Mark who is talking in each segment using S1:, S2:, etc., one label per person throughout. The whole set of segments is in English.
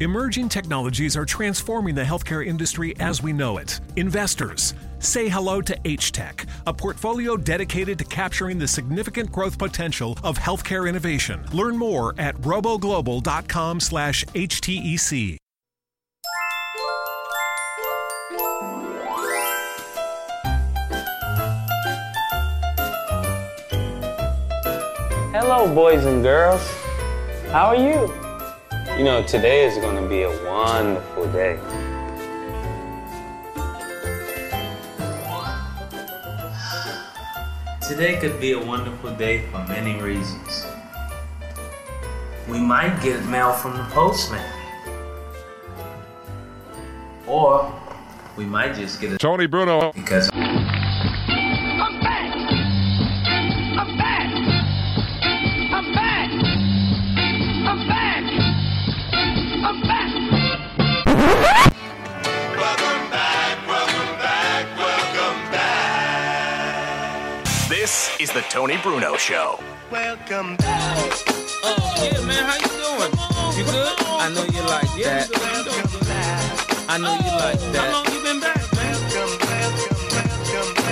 S1: Emerging technologies are transforming the healthcare industry as we know it. Investors, say hello to HTech, a portfolio dedicated to capturing the significant growth potential of healthcare innovation. Learn more at roboglobal.com/htec.
S2: Hello, boys and girls. How are you? You know, today is going to be a wonderful day.
S3: Today could be a wonderful day for many reasons. We might get mail from the postman. Or we might just get a
S4: Tony Bruno.
S3: because
S5: I'm back! I'm back! I'm back! I'm back! I'm back!
S6: This is the Tony Bruno Show.
S7: Welcome
S8: Oh, yeah, man, how you doing? You good? I know you like that. I know you like that. How long you been back, man?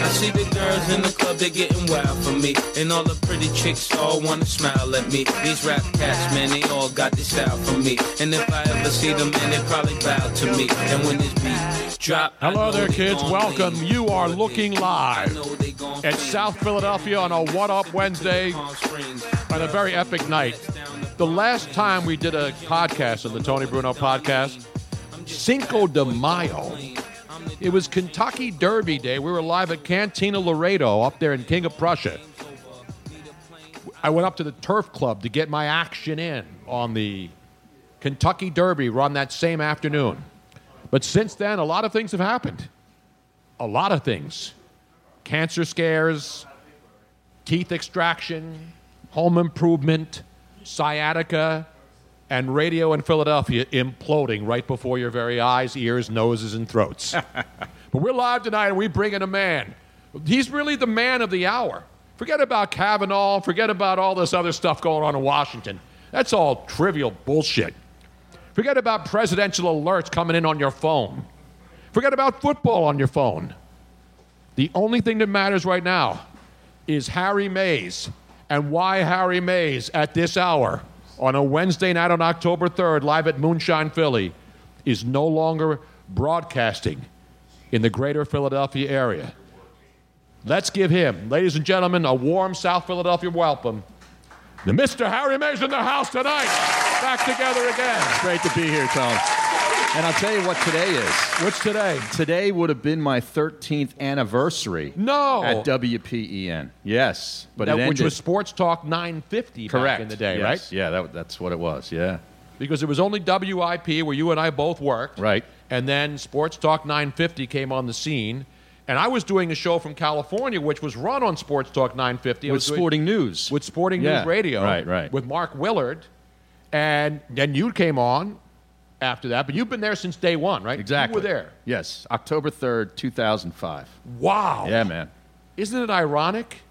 S8: I see the girls in the club, they're getting wild for me. And all the pretty chicks all wanna smile at me. These rap cats, man, they all got this style for me. And if I ever see them, man, they probably bow to me. And when this beat drop, I
S4: Hello
S8: know
S4: there,
S8: they
S4: kids.
S8: gon'
S4: Welcome.
S8: lean.
S4: You are looking
S8: I
S4: live
S8: know they gon'
S4: at
S8: lean.
S4: South Philadelphia on a What Up Wednesday
S8: Palm Springs.
S4: on a very epic night. The last time we did a podcast of the Tony Bruno podcast, Cinco de Mayo, it was Kentucky Derby Day. We were live at Cantina Laredo up there in King of Prussia. I went up to the Turf Club to get my action in on the Kentucky Derby run that same afternoon. But since then, a lot of things have happened. A lot of things. Cancer scares, teeth extraction, home improvement, sciatica, and radio in Philadelphia imploding right before your very eyes, ears, noses, and throats. but we're live tonight and we bring in a man. He's really the man of the hour. Forget about Kavanaugh, forget about all this other stuff going on in Washington. That's all trivial bullshit. Forget about presidential alerts coming in on your phone. Forget about football on your phone. The only thing that matters right now is Harry Mays. And why Harry Mays at this hour on a Wednesday night on October 3rd, live at Moonshine Philly, is no longer broadcasting in the greater Philadelphia area. Let's give him, ladies and gentlemen, a warm South Philadelphia welcome. The Mr. Harry Mays in the house tonight. Back together again.
S9: Great to be here, Tom. And I'll tell you what today is.
S4: What's today?
S9: Today would have been my 13th anniversary.
S4: No.
S9: At WPEN. Yes, but
S4: That-
S9: it
S4: which
S9: ended-
S4: was Sports Talk 950
S9: correct
S4: back in the day,
S9: Yes.
S4: right?
S9: Yeah, that, that's what it was. Yeah,
S4: because it was only WIP where you and I both worked.
S9: Right.
S4: And then Sports Talk 950 came on the scene. And I was doing a show from California, which was run on Sports Talk 950. I
S9: with
S4: was doing-
S9: Sporting News.
S4: With Sporting
S9: Yeah,
S4: News Radio.
S9: Right, right.
S4: With Mark Willard. And then you came on after that. But you've been there since day one, right?
S9: exactly.
S4: You were there.
S9: Yes, October 3rd, 2005.
S4: Wow.
S9: Yeah, man.
S4: Isn't it ironic?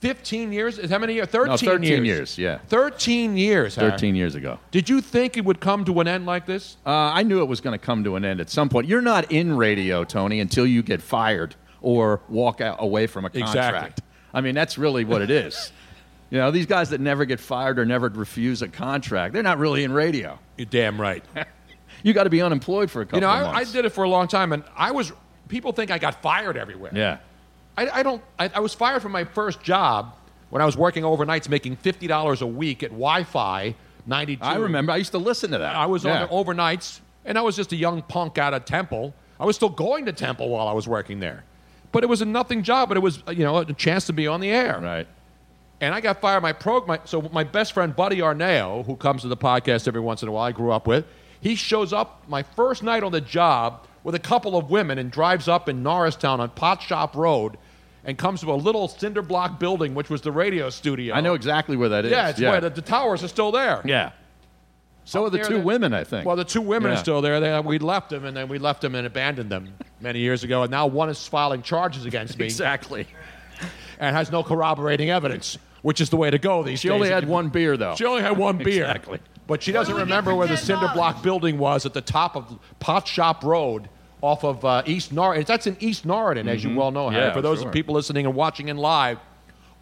S4: 15 years? Is How many years? 13
S9: No, 13
S4: years.
S9: years, yeah.
S4: 13 years, Harry.
S9: 13 years ago.
S4: Did you think it would come to an end like this?
S9: Uh, I knew it was going to come to an end at some point. You're not in radio, Tony, until you get fired or walk out, away from a contract.
S4: Exactly.
S9: I mean, that's really what it is. you know, these guys that never get fired or never refuse a contract, they're not really in radio.
S4: You're damn right.
S9: You got to be unemployed for a couple
S4: You know,
S9: of
S4: I, I
S9: months.
S4: did it for a long time, and I was. People think I got fired everywhere.
S9: Yeah.
S4: I, I don't. I, I was fired from my first job when I was working overnights, making fifty dollars a week at Wi-Fi ninety-two.
S9: I remember. I used to listen to that.
S4: I was
S9: Yeah.
S4: on the overnights, and I was just a young punk out of Temple. I was still going to Temple while I was working there, but it was a nothing job. But it was you know a chance to be on the air.
S9: Right.
S4: And I got fired. My prog. My, so my best friend Buddy Arneo, who comes to the podcast every once in a while, I grew up with. He shows up my first night on the job with a couple of women and drives up in Norristown on Pot Shop Road, and comes to a little cinder block building which was the radio studio.
S9: I know exactly where that is.
S4: Yeah, it's where the, the towers are still there.
S9: yeah. So are the
S4: There
S9: two
S4: they-
S9: women, I think.
S4: Well, the two women are
S9: Yeah.
S4: still there. They, we left them, and then we left them and abandoned them many years ago. And now one is filing charges against me
S9: exactly.
S4: and has no corroborating evidence, which is the way to go these
S9: She
S4: days.
S9: only
S4: If
S9: had
S4: you-
S9: one beer, though.
S4: She only had one beer.
S9: Exactly.
S4: But she doesn't remember where the cinder block building was at the top of Pot Shop Road off of uh, East Norriton. That's in East Norriton, as you well know, Harry.
S9: Mm-hmm. Yeah,
S4: For those
S9: sure.
S4: people listening and watching in live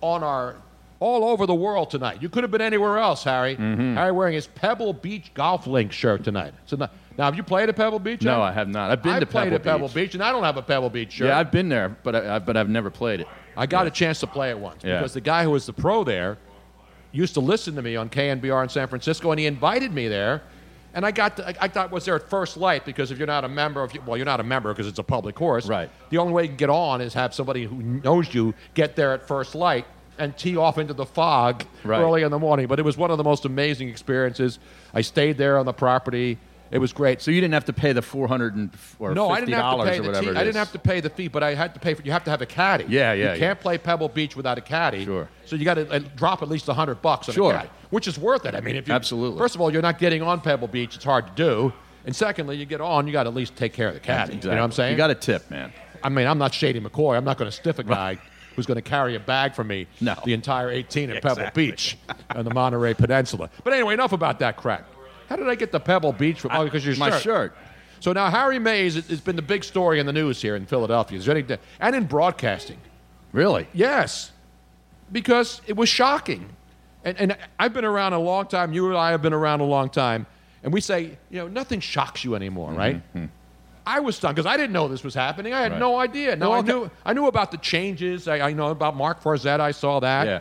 S4: on our all over the world tonight. You could have been anywhere else, Harry.
S9: Mm-hmm.
S4: Harry wearing his Pebble Beach Golf Link shirt tonight. So now, now have you played at Pebble Beach?
S9: No,
S4: Harry?
S9: I have not. I've been to
S4: played
S9: Pebble
S4: at Pebble
S9: Beach.
S4: Beach, and I don't have a Pebble Beach shirt.
S9: Yeah, I've been there, but I, I, but I've never played it.
S4: I got a chance to play it once
S9: Yeah.
S4: because the guy who was the pro there used to listen to me on KNBR in San Francisco, and he invited me there. And I got to, I, I thought was there at first light because if you're not a member of well you're not a member because it's a public course
S9: Right.
S4: the only way you can get on is have somebody who knows you get there at first light and tee off into the fog
S9: Right.
S4: early in the morning but it was one of the most amazing experiences I stayed there on the property it was great
S9: So you didn't have to pay the four hundred and f- or
S4: no, I
S9: fifty
S4: didn't have to
S9: dollars
S4: pay
S9: or
S4: the
S9: whatever.
S4: fee.
S9: it
S4: I didn't
S9: is.
S4: have to pay the fee, but I had to pay for. You have to have a caddy.
S9: Yeah, yeah,
S4: You
S9: yeah.
S4: can't play Pebble Beach without a caddy.
S9: Sure.
S4: So you got to drop at least hundred bucks on
S9: Sure.
S4: a caddy, which is worth it. I mean, if you
S9: Absolutely.
S4: First of all, you're not getting on Pebble Beach; it's hard to do. And secondly, you get on, you got to at least take care of the caddy.
S9: Exactly.
S4: You know what I'm saying?
S9: You got a tip, man.
S4: I mean, I'm not Shady McCoy. I'm not going to stiff a guy who's going to carry a bag for me
S9: No.
S4: the entire 18 at Pebble Beach and the Monterey Peninsula. But anyway, enough about that crap. How did I get the Pebble Beach? From, oh, because your
S9: my shirt.
S4: So now Harry Mays has has been the big story in the news here in Philadelphia, Is there any- and in broadcasting.
S9: Really?
S4: Yes, because it was shocking. And, and I've been around a long time. You and I have been around a long time. And we say, you know, nothing shocks you anymore, right? I was stunned because I didn't know this was happening. I had
S9: Mm-hmm. Right.
S4: no idea. Now, I,
S9: okay.
S4: knew, I knew about the changes. I, I know about Mark Farzetta. I saw that.
S9: yeah.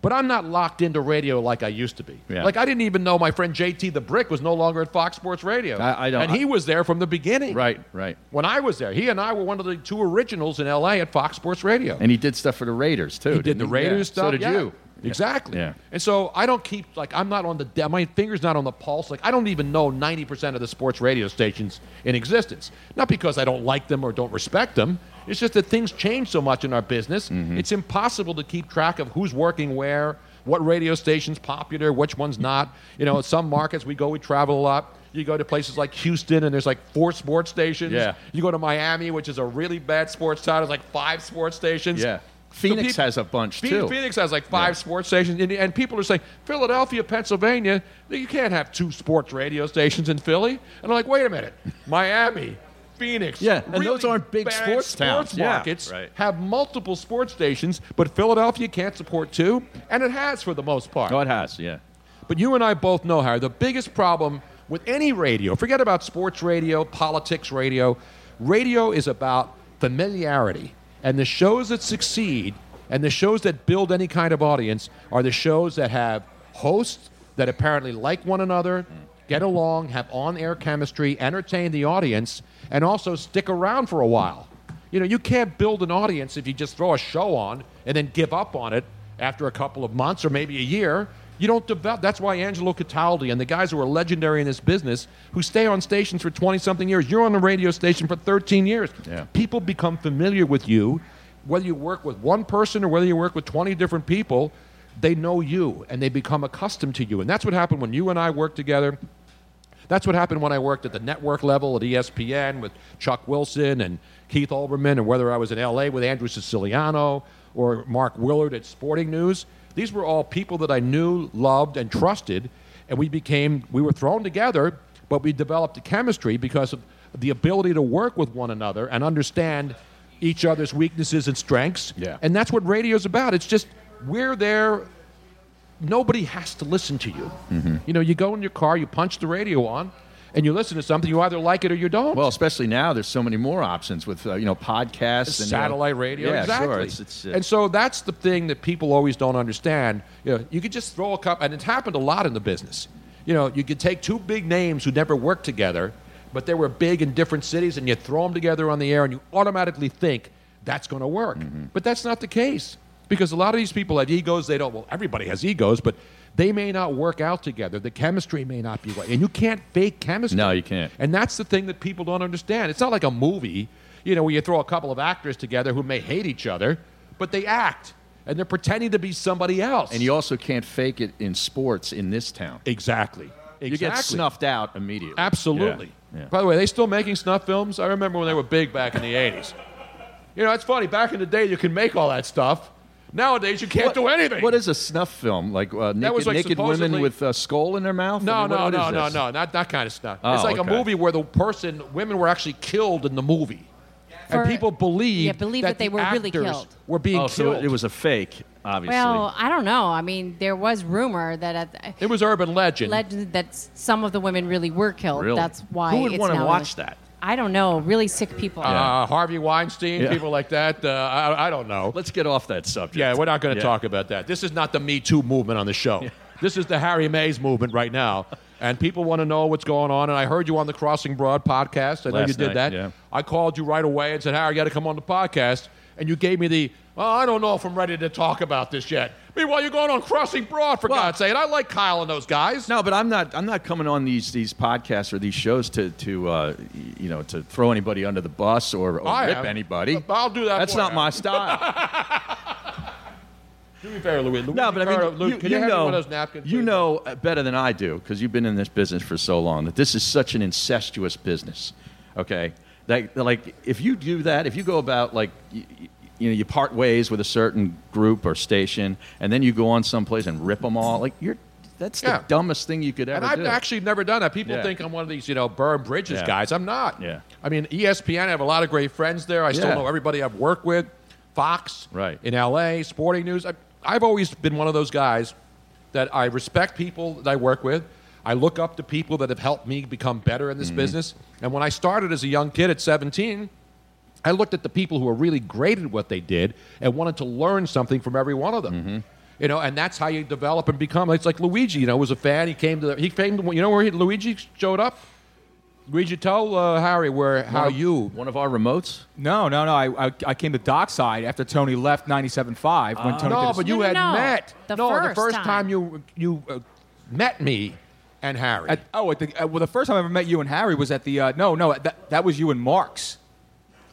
S4: But I'm not locked into radio like I used to be.
S9: Yeah.
S4: Like, I didn't even know my friend JT the Brick was no longer at Fox Sports Radio.
S9: I- I don't-
S4: and he was there from the beginning.
S9: Right. Right.
S4: When I was there, he and I were one of the two originals in LA at Fox Sports Radio.
S9: And he did stuff for the Raiders too.
S4: He did
S9: didn't
S4: the Raiders
S9: Yeah.
S4: stuff.
S9: So did
S4: yeah.
S9: you?
S4: Exactly.
S9: Yeah.
S4: And so I don't keep like I'm not on the de- my fingers not on the pulse. Like I don't even know 90% of the sports radio stations in existence. Not because I don't like them or don't respect them. It's just that things change so much in our business.
S9: Mm-hmm.
S4: It's impossible to keep track of who's working where, what radio station's popular, which one's not. You know, in some markets we go we travel a lot. You go to places like Houston and there's like four sports stations.
S9: Yeah.
S4: You go to Miami, which is a really bad sports town, there's like five sports stations.
S9: Yeah.
S4: So
S9: Phoenix
S4: peop-
S9: has a bunch,
S4: Phoe-
S9: too.
S4: Phoenix has like five sports stations, and, and people are saying Philadelphia, Pennsylvania, you can't have two sports radio stations in Philly. And I'm like, wait a minute, Miami, Phoenix,
S9: Yeah, and those
S4: really
S9: aren't big
S4: bad
S9: sports towns. Yeah,
S4: markets
S9: right.
S4: have multiple sports stations, but Philadelphia can't support two, and it has for the most part.
S9: Oh, it has. Yeah.
S4: But you and I both know, Harry, the biggest problem with any radio, forget about sports radio, politics radio, radio is about familiarity. And the shows that succeed and the shows that build any kind of audience are the shows that have hosts that apparently like one another, get along, have on air chemistry, entertain the audience, and also stick around for a while. You know, you can't build an audience if you just throw a show on and then give up on it after a couple of months or maybe a year. You don't develop. That's why Angelo Cataldi and the guys who are legendary in this business, who stay on stations for 20 something years, you're on a radio station for 13 years.
S9: Yeah.
S4: People become familiar with you, whether you work with one person or whether you work with 20 different people, they know you and they become accustomed to you. And that's what happened when you and I worked together. That's what happened when I worked at the network level at E ESPN with Chuck Wilson and Keith Olbermann, and whether I was in LA with Andrew Siciliano or Mark Willard at Sporting News. These were all people that I knew, loved, and trusted, and we became, we were thrown together, but we developed a chemistry because of the ability to work with one another and understand each other's weaknesses and strengths.
S9: Yeah.
S4: And that's what radio's about. It's just, we're there nobody has to listen to you.
S9: Mm-hmm.
S4: You know, you go in your car, you punch the radio on, and you listen to something. You either like it or you don't.
S9: Well, especially now, there's so many more options with uh, you know podcasts and you know-
S4: satellite radio,
S9: Yeah,
S4: exactly.
S9: sure. It's, it's, uh,
S4: and so that's the thing that people always don't understand. You know, you could just throw a cup, and it's happened a lot in the business. You know, you could take two big names who never worked together, but they were big in different cities, and you throw them together on the air, and you automatically think that's going to work.
S9: Mm-hmm.
S4: But that's not the case because a lot of these people have egos. They don't. Well, everybody has egos, but. They may not work out together. The chemistry may not be right. And you can't fake chemistry.
S9: No, you can't.
S4: And that's the thing that people don't understand. It's not like a movie, you know, where you throw a couple of actors together who may hate each other, but they act and they're pretending to be somebody else.
S9: and you also can't fake it in sports in this town.
S4: exactly. exactly.
S9: You get snuffed out immediately.
S4: Absolutely.
S9: Yeah. Yeah.
S4: By the way, they still making snuff films? I remember when they were big back in the 80s. You know, it's funny. Back in the day, you can make all that stuff. Nowadays, you can't do anything.
S9: What is a snuff film? Like uh, naked,
S4: was, like,
S9: naked women
S4: supposedly-
S9: with a skull in their mouth?
S4: No,
S9: I mean,
S4: no,
S9: what- what
S4: no,
S9: is
S4: no,
S9: this?
S4: no, not that kind of stuff.
S9: Oh,
S4: it's like
S9: okay.
S4: a movie where the person, women were actually killed in the movie,
S7: For-
S4: and people believe
S7: Yeah, believe that they
S4: the
S7: were really
S4: actors
S7: killed.
S4: Were being
S9: Oh,
S4: killed.
S9: so it was a fake, obviously.
S7: Well, I don't know. I mean, there was rumor that at,
S4: It was urban legend.
S7: legend that s- some of the women really were killed.
S9: Really?
S7: That's why
S9: Who would
S7: it's
S9: wanna
S7: now in
S9: watch
S7: the-
S9: that?
S7: I don't know. Really sick people.
S4: Uh, Harvey Weinstein,
S9: Yeah.
S4: people like that. Uh, I, I don't know.
S9: Let's get off that subject.
S4: Yeah, we're not going to
S9: Yeah.
S4: talk about that. This is not the Me Too movement on the show. This is the Harry Mays movement right now. And people want to know what's going on. And I heard you on the Crossing Broad podcast. I know
S9: Last
S4: you did
S9: night,
S4: that.
S9: yeah.
S4: I called you right away and said, Harry, you got to come on the podcast. And you gave me the, oh, I don't know if I'm ready to talk about this yet. Meanwhile, you're going on Crossing Broad, for
S9: Well-
S4: God's sake. And I like Kyle and those guys.
S9: No, but I'm not. I'm not coming on these these podcasts or these shows to to uh, you know to throw anybody under the bus or, or
S4: I
S9: rip
S4: am.
S9: anybody.
S4: I'll do that
S9: That's
S4: for
S9: not
S4: you.
S9: my style.
S4: Do me a favor, Louis. Louis,
S9: No, but I mean,
S4: Ricardo, Lou,
S9: you,
S4: can
S9: you
S4: you have me
S9: know,
S4: one of those napkins?
S9: you
S4: please?
S9: know uh, better than I do because you've been in this business for so long that this is such an incestuous business. Okay, that like if you do that, if you go about like. You, you know, you part ways with a certain group or station, and then you go on someplace and rip them all. Like you're, that's
S4: Yeah.
S9: the dumbest thing you could ever
S4: And I've
S9: do.
S4: actually never done that. People
S9: Yeah.
S4: think I'm one of these, you know, burn bridges
S9: Yeah.
S4: guys. I'm not.
S9: Yeah.
S4: I mean, E ESPN, I have a lot of great friends there. I still
S9: Yeah.
S4: know everybody I've worked with. Fox
S9: Right.
S4: in LA, Sporting News. I, I've always been one of those guys that I respect people that I work with. I look up to people that have helped me become better
S9: Mm-hmm.
S4: in this business. And when I started as a young kid at 17, I looked at the people who were really great at what they did and wanted to learn something from every one of them.
S10: Mm-hmm.
S4: You know, and that's how you develop and become. It's like Luigi. You know, was a fan. He came to the. He came. To, you know where he, Luigi showed up. Luigi, tell uh, Harry where how you.
S9: one of our remotes?
S10: No, no, no. I, I, I came to Dockside after Tony left 97.5 when Tony
S4: No,
S10: did
S4: but
S10: his,
S4: you
S7: No, no,
S4: had
S7: no.
S4: met.
S7: The
S4: no, the
S7: first
S4: first time,
S7: time.
S4: you you uh, met me and Harry.
S10: at, oh, at the, uh, well, the first time I ever met you and Harry was at the uh, no, no, that, that was you and Mark's.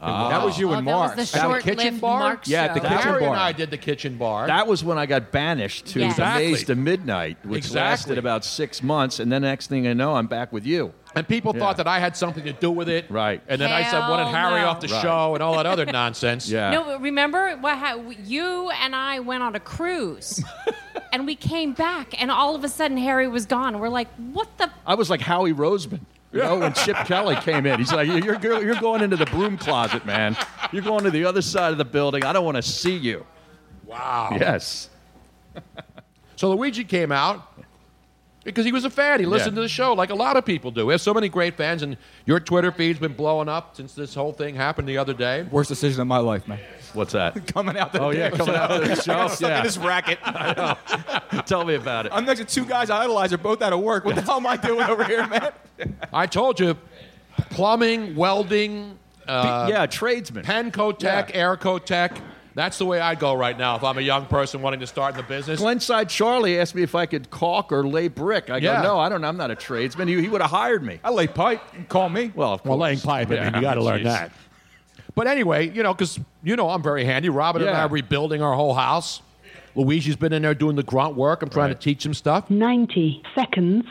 S9: Ah.
S10: That was you
S7: Oh,
S10: and
S7: that was
S10: Mark's.
S7: the
S4: At the
S7: short-
S4: kitchen
S7: short-lived
S4: bar.
S7: Mark's
S10: Yeah, at the
S7: show.
S10: kitchen
S4: Harry and
S10: bar.
S4: I did the kitchen bar.
S9: That was when I got banished to
S7: Yes.
S9: the
S4: Exactly.
S9: maze to midnight, which
S4: Exactly.
S9: lasted about six months, and then next thing I know, I'm back with you.
S4: And people
S9: Yeah.
S4: thought that I had something to do with it.
S9: Right.
S4: And then I said,
S7: Hell
S4: wanted Harry
S7: no.
S4: off the
S9: Right.
S4: show and all that other nonsense.
S9: Yeah.
S7: No, remember what? How, you and I went on a cruise, and we came back, and all of a sudden Harry was gone. We're like, what the?
S9: I was like Howie Roseman. You know, when Chip Kelly came in, he's like, you're, you're, you're going into the broom closet, man. You're going to the other side of the building. I don't want to see you.
S4: Wow.
S9: Yes.
S4: So Luigi came out because he was a fan. He listened
S9: Yeah.
S4: to the show like a lot of people do. We have so many great fans, and your Twitter feed's been blowing up since this whole thing happened the other day.
S10: Worst decision of my life, man.
S9: What's that?
S10: Coming out. That
S9: Oh, yeah,
S10: damn
S9: coming
S10: show.
S9: out to the show.
S10: I got stuck
S9: Yeah.
S10: in this racket.
S9: Tell me about it.
S10: I'm next to two guys I idolize. They're both out of work. What the hell am I doing over here, man?
S4: I told you, plumbing, welding, uh,
S9: yeah, tradesman.
S4: Penco Tech, Airco Tech. That's the way I go right now if I'm a young person wanting to start in the business.
S9: Glenside Charlie asked me if I could caulk or lay brick. I
S4: Yeah.
S9: go, no, I don't. know. I'm not a tradesman. He, he would have hired me.
S10: I lay pipe. Call me.
S9: Well, of course.
S4: Well, laying pipe, I mean, you gotta learn
S9: Jeez.
S4: that. But anyway, you know, because you know I'm very handy. Robin and I
S9: Yeah.
S4: are rebuilding our whole house. Luigi's been in there doing the grunt work. I'm trying
S9: Right.
S4: to teach him stuff.
S5: 90 seconds.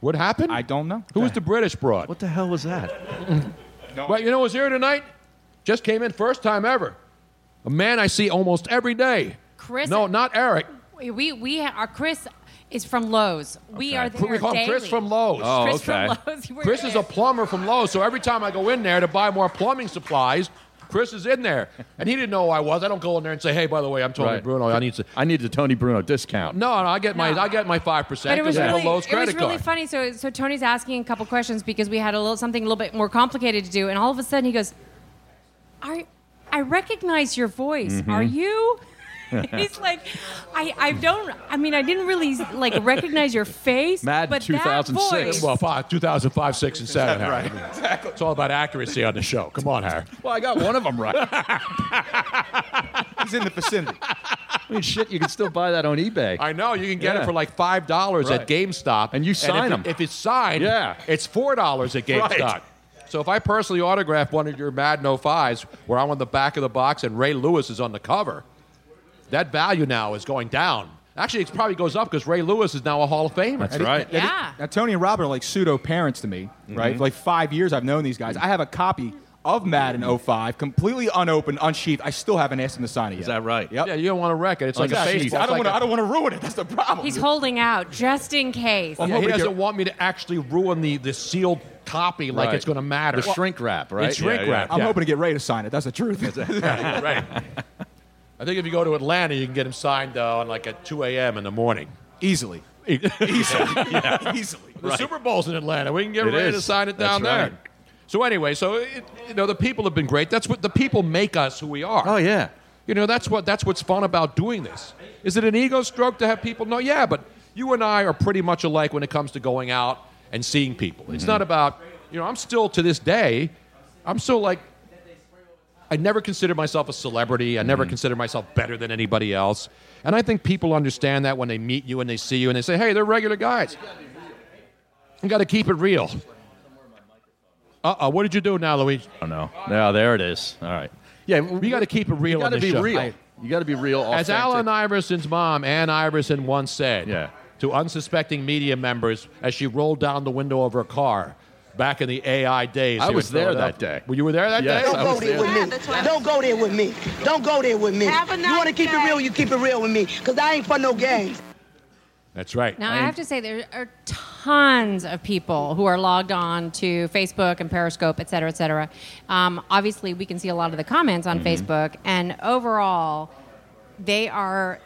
S4: What happened?
S10: I don't know.
S4: Who was the British broad?
S9: What the hell was that?
S4: Well, you know who's here tonight? Just came in first time ever. A man I see almost every day.
S7: Chris-
S4: No, not Eric.
S7: We we are Chris is from Lowe's. We are there
S4: We call him Chris
S7: daily.
S4: from Lowe's.
S9: Oh,
S7: Chris
S9: okay.
S7: from Lowe's. We're
S4: Chris is a
S7: there.
S4: plumber from Lowe's, so every time I go in there to buy more plumbing supplies, Chris is in there. And he didn't know who I was. I don't go in there and say, hey, by the way, I'm Tony
S9: Right.
S4: Bruno. I need to.
S9: I need the Tony Bruno discount.
S4: No, no, I get my
S7: No.
S4: I get my five percent
S7: But it was
S4: I have
S7: really,
S4: a Lowe's
S7: it was
S4: credit
S7: really
S4: card.
S7: funny. So, so Tony's asking a couple questions because we had a little something a little bit more complicated to do, and all of a sudden he goes, "Are I recognize your voice?
S4: Mm-hmm.
S7: Are you?" He's like, I, I don't. I mean, I didn't really like recognize your face.
S9: Madden
S7: but that
S9: 2006.
S7: voice-
S4: Well, five, 2005, six, and seven. Harry. Exactly. It's all about accuracy on the show. Come on, Harry.
S9: Well, I got one of them right. I
S10: He's in the vicinity.
S9: mean, shit, you can still buy that on eBay.
S4: I know you can get
S9: Yeah.
S4: it for like five dollars at
S9: Right.
S4: GameStop,
S9: And you sign
S4: if,
S9: 'em.
S4: If it's signed,
S9: Yeah.
S4: it's four dollars at GameStop.
S9: Right.
S4: So if I personally autograph one of your Madden 05s, where I'm on the back of the box and Ray Lewis is on the cover, that value now is going down. Actually, it probably goes up because Ray Lewis is now a Hall of Famer.
S9: That's right.
S7: yeah.
S10: Now Tony and Robin are like pseudo parents to me, right? Like five years I've known these guys. I have a copy of Madden 05, completely unopened, unsheathed. I still haven't asked him to sign it yet. Is that
S9: right?
S10: Yep. Yeah,
S4: you don't want to wreck it. It's
S9: like a baseball.
S10: I don't
S9: It's like
S10: want to.
S9: a-
S10: I don't want to ruin it. That's the problem.
S7: He's holding out just in case.
S4: Yeah, he doesn't want me to actually ruin the, the sealed copy like
S10: Right.
S4: it's going to matter.
S10: The shrink wrap,
S9: right?
S4: It's shrink
S9: Yeah, yeah.
S4: wrap.
S10: I'm
S4: yeah.
S10: hoping to get Ray to sign it. That's the truth.
S4: right, right. I think if you go to Atlanta, you can get him signed uh, on like at 2 a.m. in the morning. E-,
S10: Easily.
S4: Easily.
S10: Easily.
S4: The
S10: Right.
S4: Super Bowl's in Atlanta. We can get
S10: It
S4: ready to
S10: is.
S4: sign it down
S10: That's
S4: there.
S10: right.
S4: So anyway, so it, you know the people have been great. That's what the people make us who we are. Oh
S9: yeah.
S4: You know that's what that's what's fun about doing this. Is it an ego stroke to have people know? Yeah, but you and I are pretty much alike when it comes to going out and seeing people. It's
S10: Mm-hmm.
S4: not about you know I'm still to this day, I'm still like I never considered myself a celebrity. I
S9: Mm-hmm.
S4: never considered myself better than anybody else. And I think people understand that when they meet you and they see you and they say, hey, they're regular guys. You got to keep it real. Uh oh, what did you do now, Luigi?
S9: Oh no. No, there it is. All right. Yeah, we
S4: got to keep it real.
S9: You got to
S4: on this
S9: be
S4: show.
S9: real. You got to be real.
S4: As
S9: authentic.
S4: Alan Iverson's mom, Ann Iverson, once said to unsuspecting media members as she rolled down the window of her car back in the AI days.
S9: I
S4: here in
S9: was there that
S4: Philadelphia. Well, you were there that
S9: Yes,
S4: day?
S9: I was there.
S11: with me. Don't go there with me. Don't go there with me. You want to keep it real, you keep it real with me. Because I ain't for no games.
S4: That's right.
S7: Now, I have to say, there are tons of people who are logged on to Facebook and Periscope, et cetera, et cetera. Um, obviously, we can see a lot of the comments on
S12: Mhm.
S7: Facebook, and overall, they are.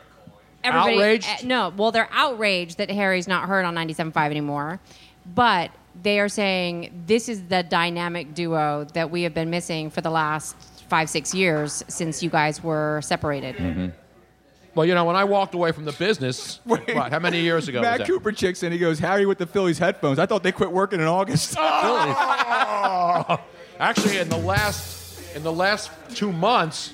S7: Everybody,
S12: Outraged?
S7: eh, no, well, they're outraged that Harry's not heard on 97.5 anymore, but they are saying this is the dynamic duo that we have been missing for the last five, six years since you guys were separated.
S4: Mm-hmm. Well, you know, when I walked away from the business, what, how many years ago? was
S10: Matt
S4: that?
S10: Cooper chicks in. He goes, Harry with the Phillies headphones. I thought they quit working in August.
S4: Ah! Actually, in the last in the last two months,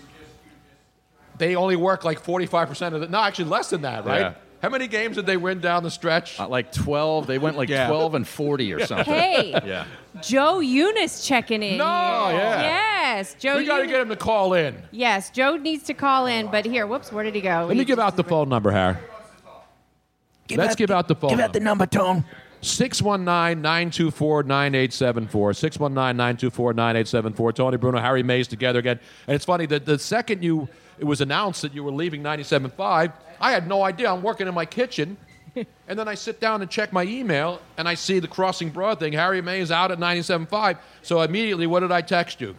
S4: they only work like forty five percent of the. No, actually, less than that, right?
S9: Yeah.
S4: How many games did they win down the stretch?
S9: Uh, like 12. They went like
S4: Yeah.
S9: 12 and 40 or something.
S7: Hey.
S9: Yeah.
S7: Joe Eunice checking in. No,
S4: yeah.
S7: Yes, Joe.
S4: we got to
S7: Eunice-
S4: get him to call in.
S7: Yes, Joe needs to call in, but here, whoops, where did he go?
S4: Let me give out the phone number, Harry. Let's give out the phone.
S7: give out the
S4: number, Tone. 619-924-9874. 619-924-9874. Tony Bruno, Harry Mays together again. And it's funny that the second you it was announced that you were leaving 97.5, I had no idea. I'm working in my kitchen. and then I sit down and check my email and I see the Crossing Broad thing. Harry Mays out at 97.5. So immediately, what did I text you?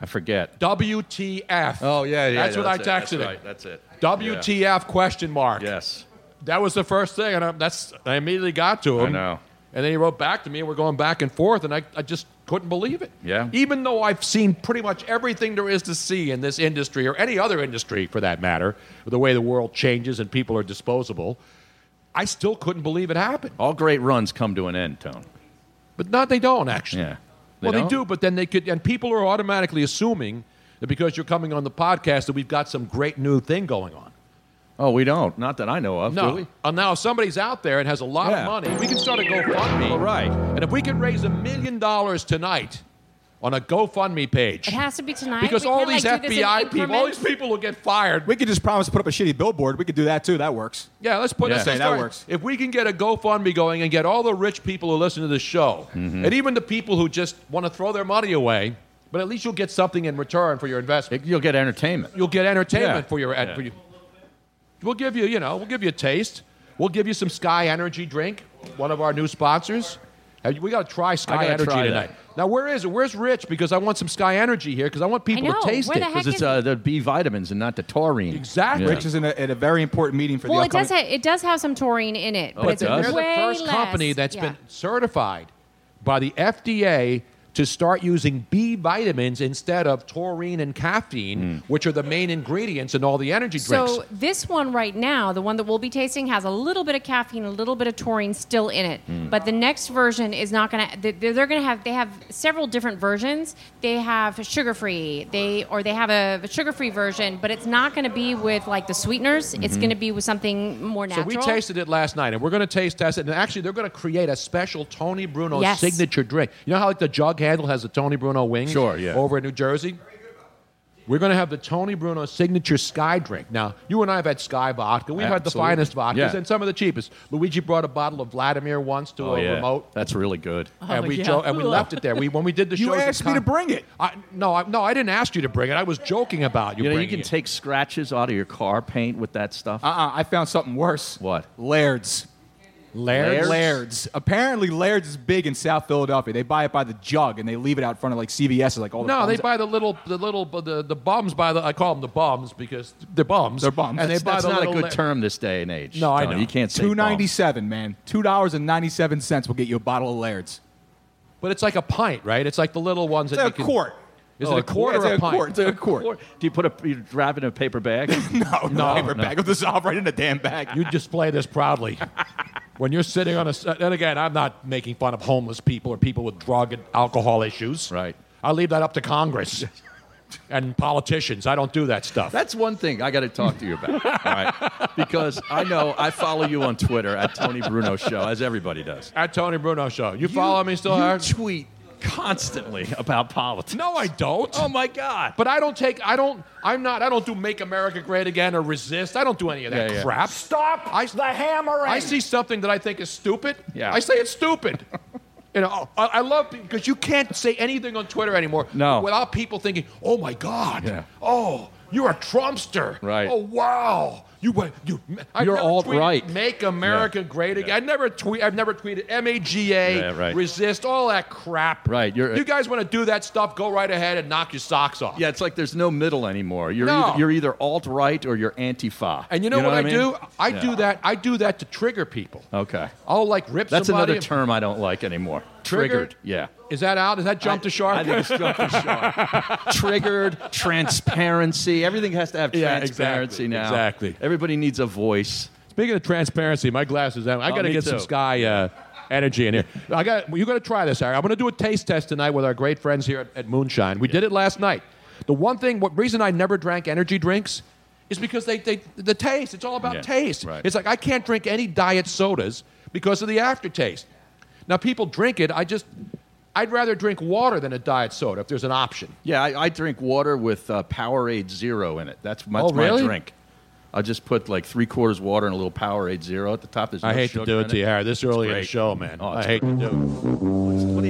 S9: I forget.
S4: WTF.
S9: Oh, yeah, yeah.
S4: That's
S9: yeah,
S4: what
S9: it,
S4: I texted
S9: That's
S4: him.
S9: right, That's it.
S4: WTF question mark.
S9: Yes.
S4: That was the first thing, and I, that's I immediately got to him.
S9: I know.
S4: And then he wrote back to me, and we're going back and forth, and I, I just couldn't believe it.
S9: Yeah.
S4: Even though I've seen pretty much everything there is to see in this industry, or any other industry for that matter, the way the world changes and people are disposable, I still couldn't believe it happened.
S9: All great runs come to an end, Tone.
S4: But not they don't actually.
S9: Yeah.
S4: well,
S9: don't?
S4: they do, but then they could, and people are automatically assuming that because you're coming on the podcast that we've got some great new thing going on.
S9: Oh, we don't. Not that I know of.
S4: No.
S9: Do we?
S4: Uh, now, if somebody's out there and has a lot
S9: Yeah.
S4: of money, we can start a GoFundMe. All
S9: right.
S4: And if we can raise a million dollars tonight on a GoFundMe page,
S7: It has to be tonight.
S4: because
S7: We
S4: all
S7: can't,
S4: these
S7: like, do this in
S4: FBI people, all these
S7: increments.
S4: people will get fired.
S10: We could just promise to put up a shitty billboard. We could do that too. That works.
S4: Yeah, let's put
S10: Yeah.
S4: let's
S10: Say that
S4: start-
S10: works.
S4: If we can get a GoFundMe going and get all the rich people who listen to the show,
S9: Mm-hmm.
S4: and even the people who just want to throw their money away, but at least you'll get something in return for your investment.
S9: You'll get entertainment.
S4: You'll get entertainment
S9: Yeah.
S4: for your.
S9: Yeah.
S4: For your We'll give you, you know, we'll give you a taste. We'll give you some Sky Energy drink, one of our new sponsors. Hey, We got to try Sky
S9: gotta
S4: Energy
S9: try that.
S4: tonight. Now, where is it? Where's Rich? Because I want some Sky Energy here because I want people
S7: know.
S4: to taste
S7: Where
S4: it.
S7: the heck
S9: Because it's uh, the B vitamins and not the taurine.
S4: Exactly.
S10: Rich is in a, at a very important meeting for
S7: well,
S10: the
S7: it does.
S10: upcoming.
S7: Ha- it does have some taurine in it, but
S4: but
S7: it's
S4: they're the
S7: way
S4: first
S7: less.
S4: company that's
S7: yeah.
S4: been certified by the FDA to start using B vitamins instead of taurine and caffeine, which are the main ingredients in all the energy drinks.
S7: So this one right now, the one that we'll be tasting, has a little bit of caffeine, a little bit of taurine still in it.
S4: Mm.
S7: But the next version is not going to. They're going to have. They have several different versions. They have sugar free. They or they have a sugar free version, but it's not going to be with like the sweeteners. It's
S4: Mhm.
S7: going to be with something more
S4: So
S7: natural.
S4: we tasted it last night, and we're going to taste test it. And actually, they're going to create a special Tony Bruno
S7: Yes.
S4: signature drink. You know how like the jug handle has the Tony Bruno wings,
S9: Sure, yeah.
S4: over in New Jersey. We're going to have the Tony Bruno signature Sky drink. Now, you and I have had Sky vodka. We've had the
S9: Absolutely.
S4: finest vodkas
S9: Yeah.
S4: and some of the cheapest. Luigi brought a bottle of Vladimir once to
S9: Oh,
S4: a
S9: yeah.
S4: remote,
S9: That's really good.
S7: Oh,
S4: and we jo- and we left it there. We when we did the
S9: You
S4: show,
S9: asked me to
S4: bring it. I, no, I, no, I didn't ask you to bring it. I was joking about you.
S9: You know, you
S4: bringing
S9: can
S4: it. Uh-uh.
S9: take scratches out of your car paint with that stuff. Uh
S10: uh I found something worse.
S9: What?
S10: Laird's.
S9: Laird's?
S10: Laird's. Apparently, Laird's is big in South Philadelphia. They buy it by the jug and they leave it out front of like CVS. Like all the
S4: No, they
S10: bums-
S4: buy the little, the little, the the bums by the. I call them the bums because they're bums.
S10: They're bums.
S4: And they
S10: That's-
S4: buy
S10: that's
S4: the
S10: not a
S4: little
S10: good
S4: la-
S9: term this day and age.
S10: No, I
S9: Tony.
S10: know.
S9: You can't say
S10: two
S9: bomb.
S10: ninety seven, man. Two dollars and ninety seven cents will get you a bottle of Laird's.
S4: But it's like a pint, right? It's like the little ones
S10: It's
S4: that
S10: a
S4: you can,
S10: quart.
S4: Is
S9: Oh,
S4: it a quart
S9: it's
S4: or a, pint?
S9: quart, it's a quart. Do you put a you wrap it in a paper bag?
S10: no,
S4: No,
S10: paper
S4: no.
S10: bag will dissolve right in a damn bag.
S4: You display this proudly. when you're sitting on a, s- and again, I'm not making fun of homeless people or people with drug and alcohol issues. Right. I leave that up to Congress and politicians. I don't do that stuff.
S9: That's one thing I got to talk to you about. All right. Because I know I follow you on Twitter at Tony Bruno Show, as everybody does.
S4: At Tony Bruno Show. You, follow me still,
S9: you
S4: Howard?
S9: tweet constantly about politics.
S4: No, I don't.
S9: Oh my God.
S4: But I don't take. I don't. I'm not. I don't do "Make America Great Again" or "Resist." I don't do any of that
S9: Yeah, yeah.
S4: crap. Stop I, the hammering. I see something that I think is stupid.
S9: Yeah.
S4: I say it's stupid. you know, I, I love because you can't say anything on Twitter anymore.
S9: No.
S4: Without people thinking, "Oh my God."
S9: Yeah.
S4: Oh, you're a Trumpster.
S9: Right.
S4: Oh wow. You went. You. I've
S9: You're
S4: never
S9: alt-right.
S4: tweeted, Make America Great Again. I never tweet. I've never tweeted M A G
S9: Yeah,
S4: A.
S9: right.
S4: Resist. All that crap.
S9: Right. You're,
S4: You guys want to do that stuff? Go right ahead and knock your socks off.
S9: yeah, it's like there's no middle anymore. You're,
S4: No.
S9: either, you're either alt right or you're antifa.
S4: And you know, what, I,
S9: mean?
S4: do? I
S9: Yeah.
S4: do that. I do that to trigger people.
S9: Okay.
S4: I'll like rip
S9: That's
S4: somebody.
S9: another term I don't like anymore.
S4: Triggered?
S9: Triggered. Yeah.
S4: Is that out? Is that jump the shark?
S9: I think it's jump the shark. Triggered, transparency. Everything has to have
S4: Yeah,
S9: transparency
S4: exactly,
S9: now.
S4: exactly.
S9: Everybody needs a voice.
S4: Speaking of transparency, my glasses. I, I
S9: Oh,
S4: got to
S9: me
S4: get some
S9: too.
S4: sky uh, energy in here. I got. You got to try this, Harry. I'm going to do a taste test tonight with our great friends here at, at Moonshine. We did it last night. The one thing, what reason I never drank energy drinks is because they, they the taste. It's all about
S9: Yeah,
S4: taste.
S9: right.
S4: It's like I can't drink any diet sodas because of the aftertaste. Now people drink it. I just. I'd rather drink water than a diet soda if there's an option.
S9: Yeah, I, I drink water with uh, Powerade Zero in it. That's my,
S4: Oh,
S9: that's my
S4: really?
S9: drink. I just put like three quarters water and a little Powerade Zero at the top. There's no
S4: I hate to
S9: sugar
S4: do
S9: in
S4: it to you, Harry. This
S9: It's
S4: early in the
S9: great.
S4: show, man.
S9: Oh,
S4: I
S9: it's
S4: hate to do it.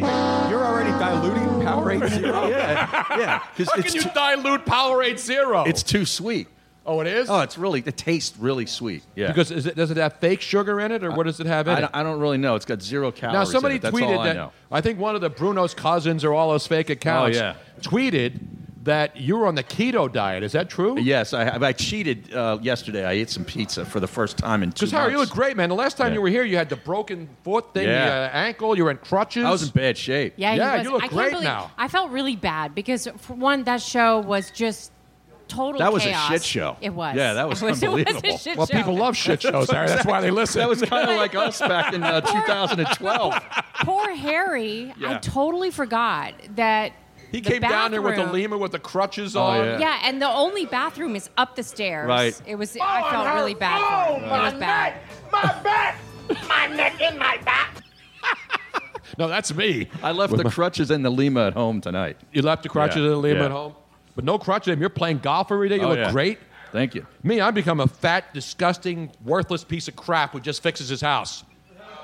S10: You're already diluting Powerade Zero.
S9: yeah, because
S4: How
S9: it's,
S4: can you
S9: too-
S4: dilute Powerade Zero?
S9: it's too sweet.
S4: oh, it is.
S9: Oh, it's really it tastes really sweet. Yeah,
S4: Because is it, does it have fake sugar in it, or what does it have in
S9: I,
S4: it?
S9: don't, I don't really know. It's got zero calories.
S4: now
S9: in
S4: somebody
S9: it. That's
S4: tweeted
S9: all I
S4: that
S9: know.
S4: think one of the Bruno's cousins or all those fake accounts
S9: Oh, yeah.
S4: tweeted that you were on the keto diet. Is that true?
S9: Yes, I, I cheated uh, yesterday. I ate some pizza for the first time in two.
S4: Because Harry, you look
S9: months.
S4: great, man. The last time
S9: Yeah.
S4: you were here, you had the broken foot thing,
S9: Yeah.
S4: the uh, ankle. You were in crutches.
S9: I was in bad shape.
S7: Yeah, he
S4: Yeah,
S7: was.
S4: you look
S7: I can't
S4: great
S7: believe,
S4: now.
S7: I felt really bad because, for one, that show was just total
S9: That was a
S7: chaos.
S9: shit show.
S7: It was.
S9: Yeah, that was
S7: it was, It was
S9: unbelievable.
S7: a shit
S4: well,
S7: show.
S4: people love shit shows, Harry. That's why they listen.
S9: That was kind of like us back in uh, 2012.
S7: Poor Harry. I
S9: Yeah.
S7: totally forgot that
S4: he
S7: the
S4: came down there with the
S7: bathroom-
S4: lima with the crutches
S9: Oh,
S4: on.
S9: yeah.
S7: Yeah, and the only bathroom is up the stairs.
S9: Right.
S7: It was. I felt really bad.
S5: Oh,
S7: for him. it was bad.
S4: No, that's me.
S9: I left the crutches and the lima at home tonight.
S4: You left the crutches
S9: Yeah,
S4: and the lima
S9: yeah.
S4: at home, but no crutches. You're playing golf every day. You
S9: Oh,
S4: look
S9: yeah.
S4: great.
S9: Thank you.
S4: Me, I become a fat, disgusting, worthless piece of crap who just fixes his house.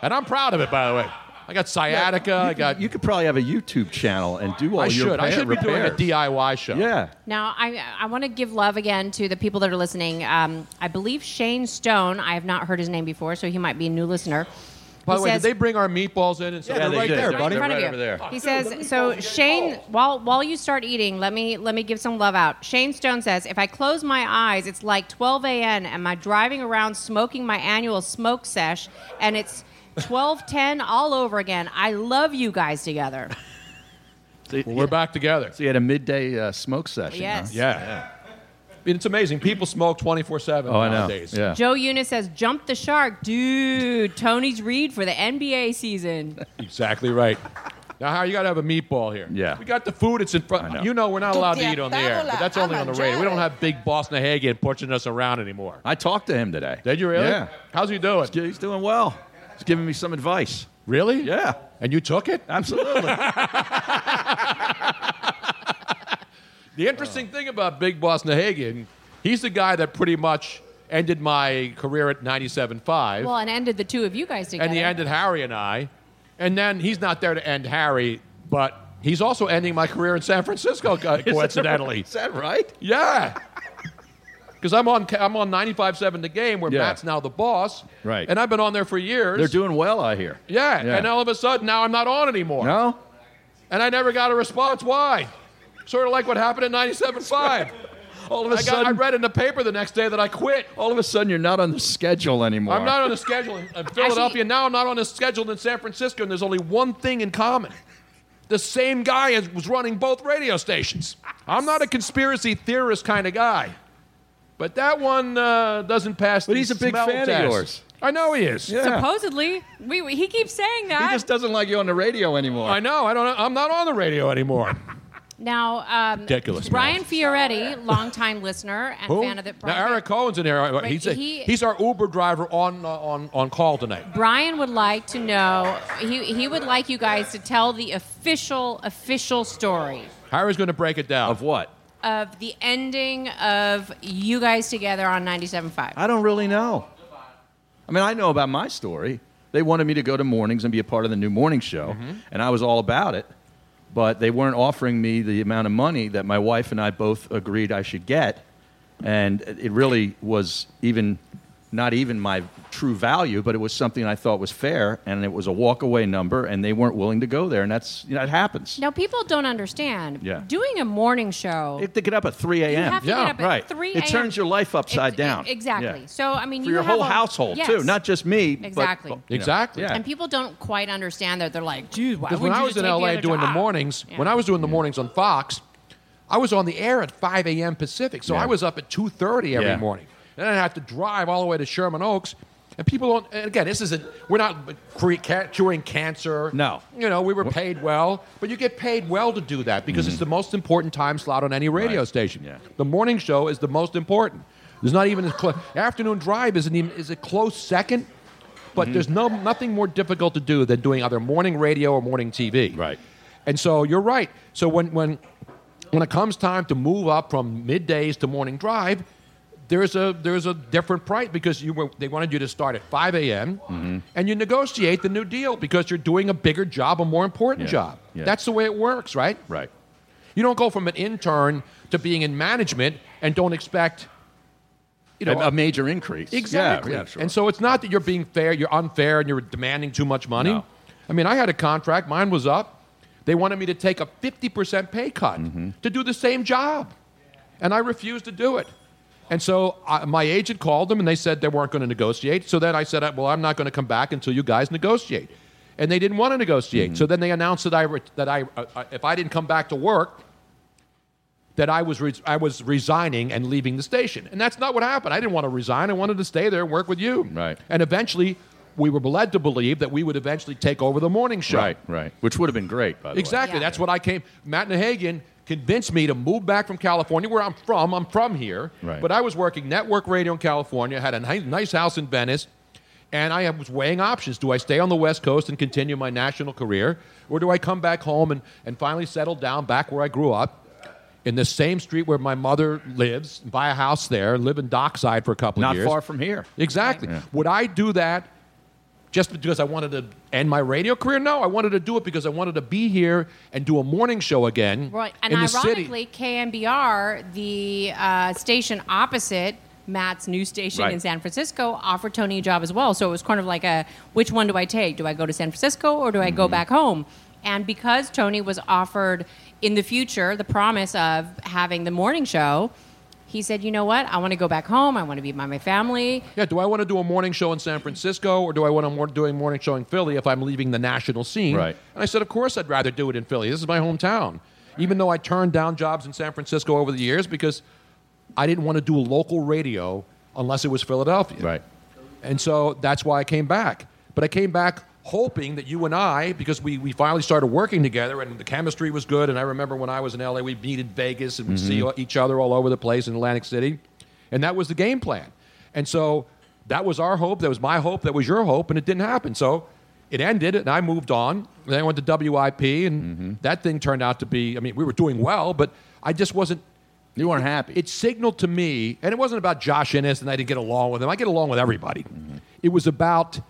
S4: And I'm proud of it, by the way. I got sciatica. I got.
S9: You could probably have a YouTube channel and do all
S4: I
S9: your
S4: should. I
S9: repair-
S4: should be doing a
S9: repairs.
S4: DIY show.
S9: Yeah.
S7: Now, I, I want to give love again to the people that are listening. Um, I believe Shane Stone, I have not heard his name before, so he might be a new listener.
S4: By
S7: He
S4: the way,
S7: says-
S4: did they bring our meatballs in? And stuff?
S9: Yeah, they did. They're
S7: right in front
S9: right
S7: of you.
S9: over there.
S7: He says, so Shane, while while you start eating, let me let me give some love out. Shane Stone says, if I close my eyes, it's like 12 a.m. and I'm driving around smoking my annual smoke sesh, and it's 12:10 all over again. I love you guys together.
S9: So,
S4: Well, we're back together.
S9: So you had a midday uh, smoke session. huh?
S7: Yes.
S4: Yeah. It's amazing. People smoke 24 7
S9: Oh, I know.
S4: nowadays.
S9: Yeah.
S7: Joe Eunice says, jump the shark, dude. Tony's read for the NBA season.
S4: Exactly right. Now, how you got to have a meatball here?
S9: Yeah.
S4: We got the food. It's in front.
S9: I know.
S4: You know, we're not allowed to eat on the air, but that's only on the radio. We don't have big boss Nahagian pushing us around anymore.
S9: I talked to him today.
S4: Did you really?
S9: Yeah.
S4: How's he doing?
S9: He's doing well. He's giving me some advice.
S4: Really?
S9: Yeah.
S4: And you took it?
S9: Absolutely.
S4: The interesting thing about Big Boss Nahagian, he's the guy that pretty much ended my career at 97.5.
S7: Well, and ended the two of you guys together.
S4: and he ended Harry and I. And then he's not there to end Harry, but he's also ending my career in San Francisco, co-
S9: that
S4: coincidentally.
S9: right? Is that right?
S4: Yeah. Because I'm on, I'm on 95.7 The Game, where
S9: Yeah.
S4: Matt's now the boss.
S9: Right.
S4: And I've been on there for years.
S9: They're doing well, I hear.
S4: yeah,
S9: Yeah.
S4: and all of a sudden now I'm not on anymore. No? And I never got a response. Why? Sort of like what happened at 97.5. All
S9: of a
S4: I got, I
S9: sudden-
S4: read in the paper the next day that I quit.
S9: All of a sudden, you're not on the schedule anymore.
S4: I'm not on the schedule in in Philadelphia. now I'm not on the schedule in San Francisco, and there's only one thing in common. The same guy is, was running both radio stations. I'm not a conspiracy theorist kind of guy. But that one uh, doesn't pass But
S9: he's a big fan of yours.
S4: I know he is.
S7: Supposedly, we, we- he keeps saying that.
S9: He just doesn't like you on the radio anymore.
S4: I know. I don't. I'm not on the radio anymore.
S7: now, um,
S4: Ridiculous,
S7: Brian Fioretti, longtime listener and fan of the
S4: Now Eric Cohen's in here. He's, a-
S7: he-
S4: he's our Uber driver on uh, on on call tonight.
S7: Brian would like to know. He he would like you guys to tell the official official story
S4: Harry's going to break it down. Of what?
S7: of the ending of you guys together on 97.5.
S9: I don't really know. I mean, I know about my story. They wanted me to go to mornings and be a part of the new morning show, and I was all about it. But they weren't offering me the amount of money that my wife and I both agreed I should get, and it really was even not even my true value, but it was something I thought was fair, and it was a walk away number, and they weren't willing to go there, and that's you know it happens.
S7: Now people don't understand.
S9: Yeah.
S7: Doing a morning show.
S9: You have to get up at 3 a.m.
S7: have to get up at 3
S9: It turns your life upside down.
S7: e, Exactly.
S9: Yeah.
S7: So I mean,
S9: For
S7: you
S9: your
S7: have
S9: whole
S7: a-
S9: household,
S7: Yes.
S9: too. Not just me. but-
S7: Exactly.
S9: but, you know,
S4: Exactly.
S9: yeah.
S7: And people don't quite understand that. They're like, "Geez, why
S4: Because
S7: would
S4: when
S7: you
S4: I was
S7: just
S4: in
S7: take
S4: LA
S7: other
S4: doing the
S7: job?"
S4: mornings,
S7: Yeah.
S4: when I was doing the mornings on Fox, I was on the air at 5 a.m. Pacific, so
S9: Yeah.
S4: I was up at 2:30 every
S9: Yeah.
S4: morning. Then I have to drive all the way to Sherman Oaks, and people don't. And again, this isn't. We're not cre- ca- curing cancer.
S9: No.
S4: You know, we were paid well, but you get paid well to do that because it's the most important time slot on any radio station. Mm-hmm. Yeah. The morning show is the most important. There's not even a cl- afternoon drive isn't even is a close second, but there's no nothing more difficult to do than doing either morning radio or morning TV. Right. And so you're right. So when when when it comes time to move up from middays to morning drive, there's a there's a different price because you were, they wanted you to start at 5 a.m.
S10: Mm-hmm.
S4: and you negotiate the new deal because you're doing a bigger job, a more important
S9: Yeah.
S4: job.
S9: Yeah.
S4: That's the way it works, right?
S9: Right.
S4: You don't go from an intern to being in management and don't expect you know
S9: a, a major increase.
S4: Exactly.
S9: Yeah, yeah, sure.
S4: And so it's not that you're being fair, you're unfair, and you're demanding too much money. I mean, I had a contract, mine was up. They wanted me to take a 50% pay cut
S9: Mm-hmm.
S4: to do the same job. And I refused to do it. And so I, my agent called them and they said they weren't going to negotiate. So then I said, well, I'm not going to come back until you guys negotiate. And they didn't want to negotiate. So then they announced that, I, re- that I, uh, uh, if I didn't come back to work, that I was, res I was resigning and leaving the station. And that's not what happened. I didn't want to resign. I wanted to stay there and work with you. Right. And eventually, we were led to believe that we would eventually take over the morning show.
S9: Right, right. Which would have been great, by the
S4: Exactly.
S9: way.
S4: That's what I came. Matt Nahagian convinced me to move back from California, where I'm from. I'm from here.
S9: Right.
S4: But I was working network radio in California, had a ni- nice house in Venice, and I was weighing options. Do I stay on the West Coast and continue my national career, or do I come back home and, and finally settle down back where I grew up? In the same street where my mother lives, buy a house there, live in Dockside for a couple
S9: Not
S4: of years.
S9: far from here.
S4: Exactly. Would I do that just because I wanted to end my radio career? No, I wanted to do it because I wanted to be here and do a morning show again
S7: Right. And
S4: in the city.
S7: ironically, KMBR, the uh, station opposite Matt's new station
S4: Right.
S7: in San Francisco, offered Tony a job as well. So it was kind of like a which one do I take? Do I go to San Francisco or do I
S4: Mm-hmm.
S7: go back home? And because Tony was offered in the future the promise of having the morning show, he said, you know what? I want to go back home. I want to be by my family.
S4: Yeah, do I want to do a morning show in San Francisco or do I want to more, do a morning show in Philly if I'm leaving the national scene?
S9: Right.
S4: And I said, of course I'd rather do it in Philly. This is my hometown. Even though I turned down jobs in San Francisco over the years because I didn't want to do local radio unless it was Philadelphia. Right. And so that's why I came back. But I came back hoping that you and I, because we, we finally started working together and the chemistry was good. And I remember when I was in LA, we meet in Vegas and we'd see each other all over the place in Atlantic City. And that was the game plan. And so that was our hope. That was my hope. That was your hope. And it didn't happen. So it ended and I moved on. Then I went to WIP, and
S9: Mm-hmm.
S4: that thing turned out to be. I mean, we were doing well, but I just wasn't.
S9: You weren't happy.
S4: It signaled to me, and it wasn't about Josh Innes, and I didn't get along with him. I get along with everybody.
S9: Mm-hmm.
S4: It was about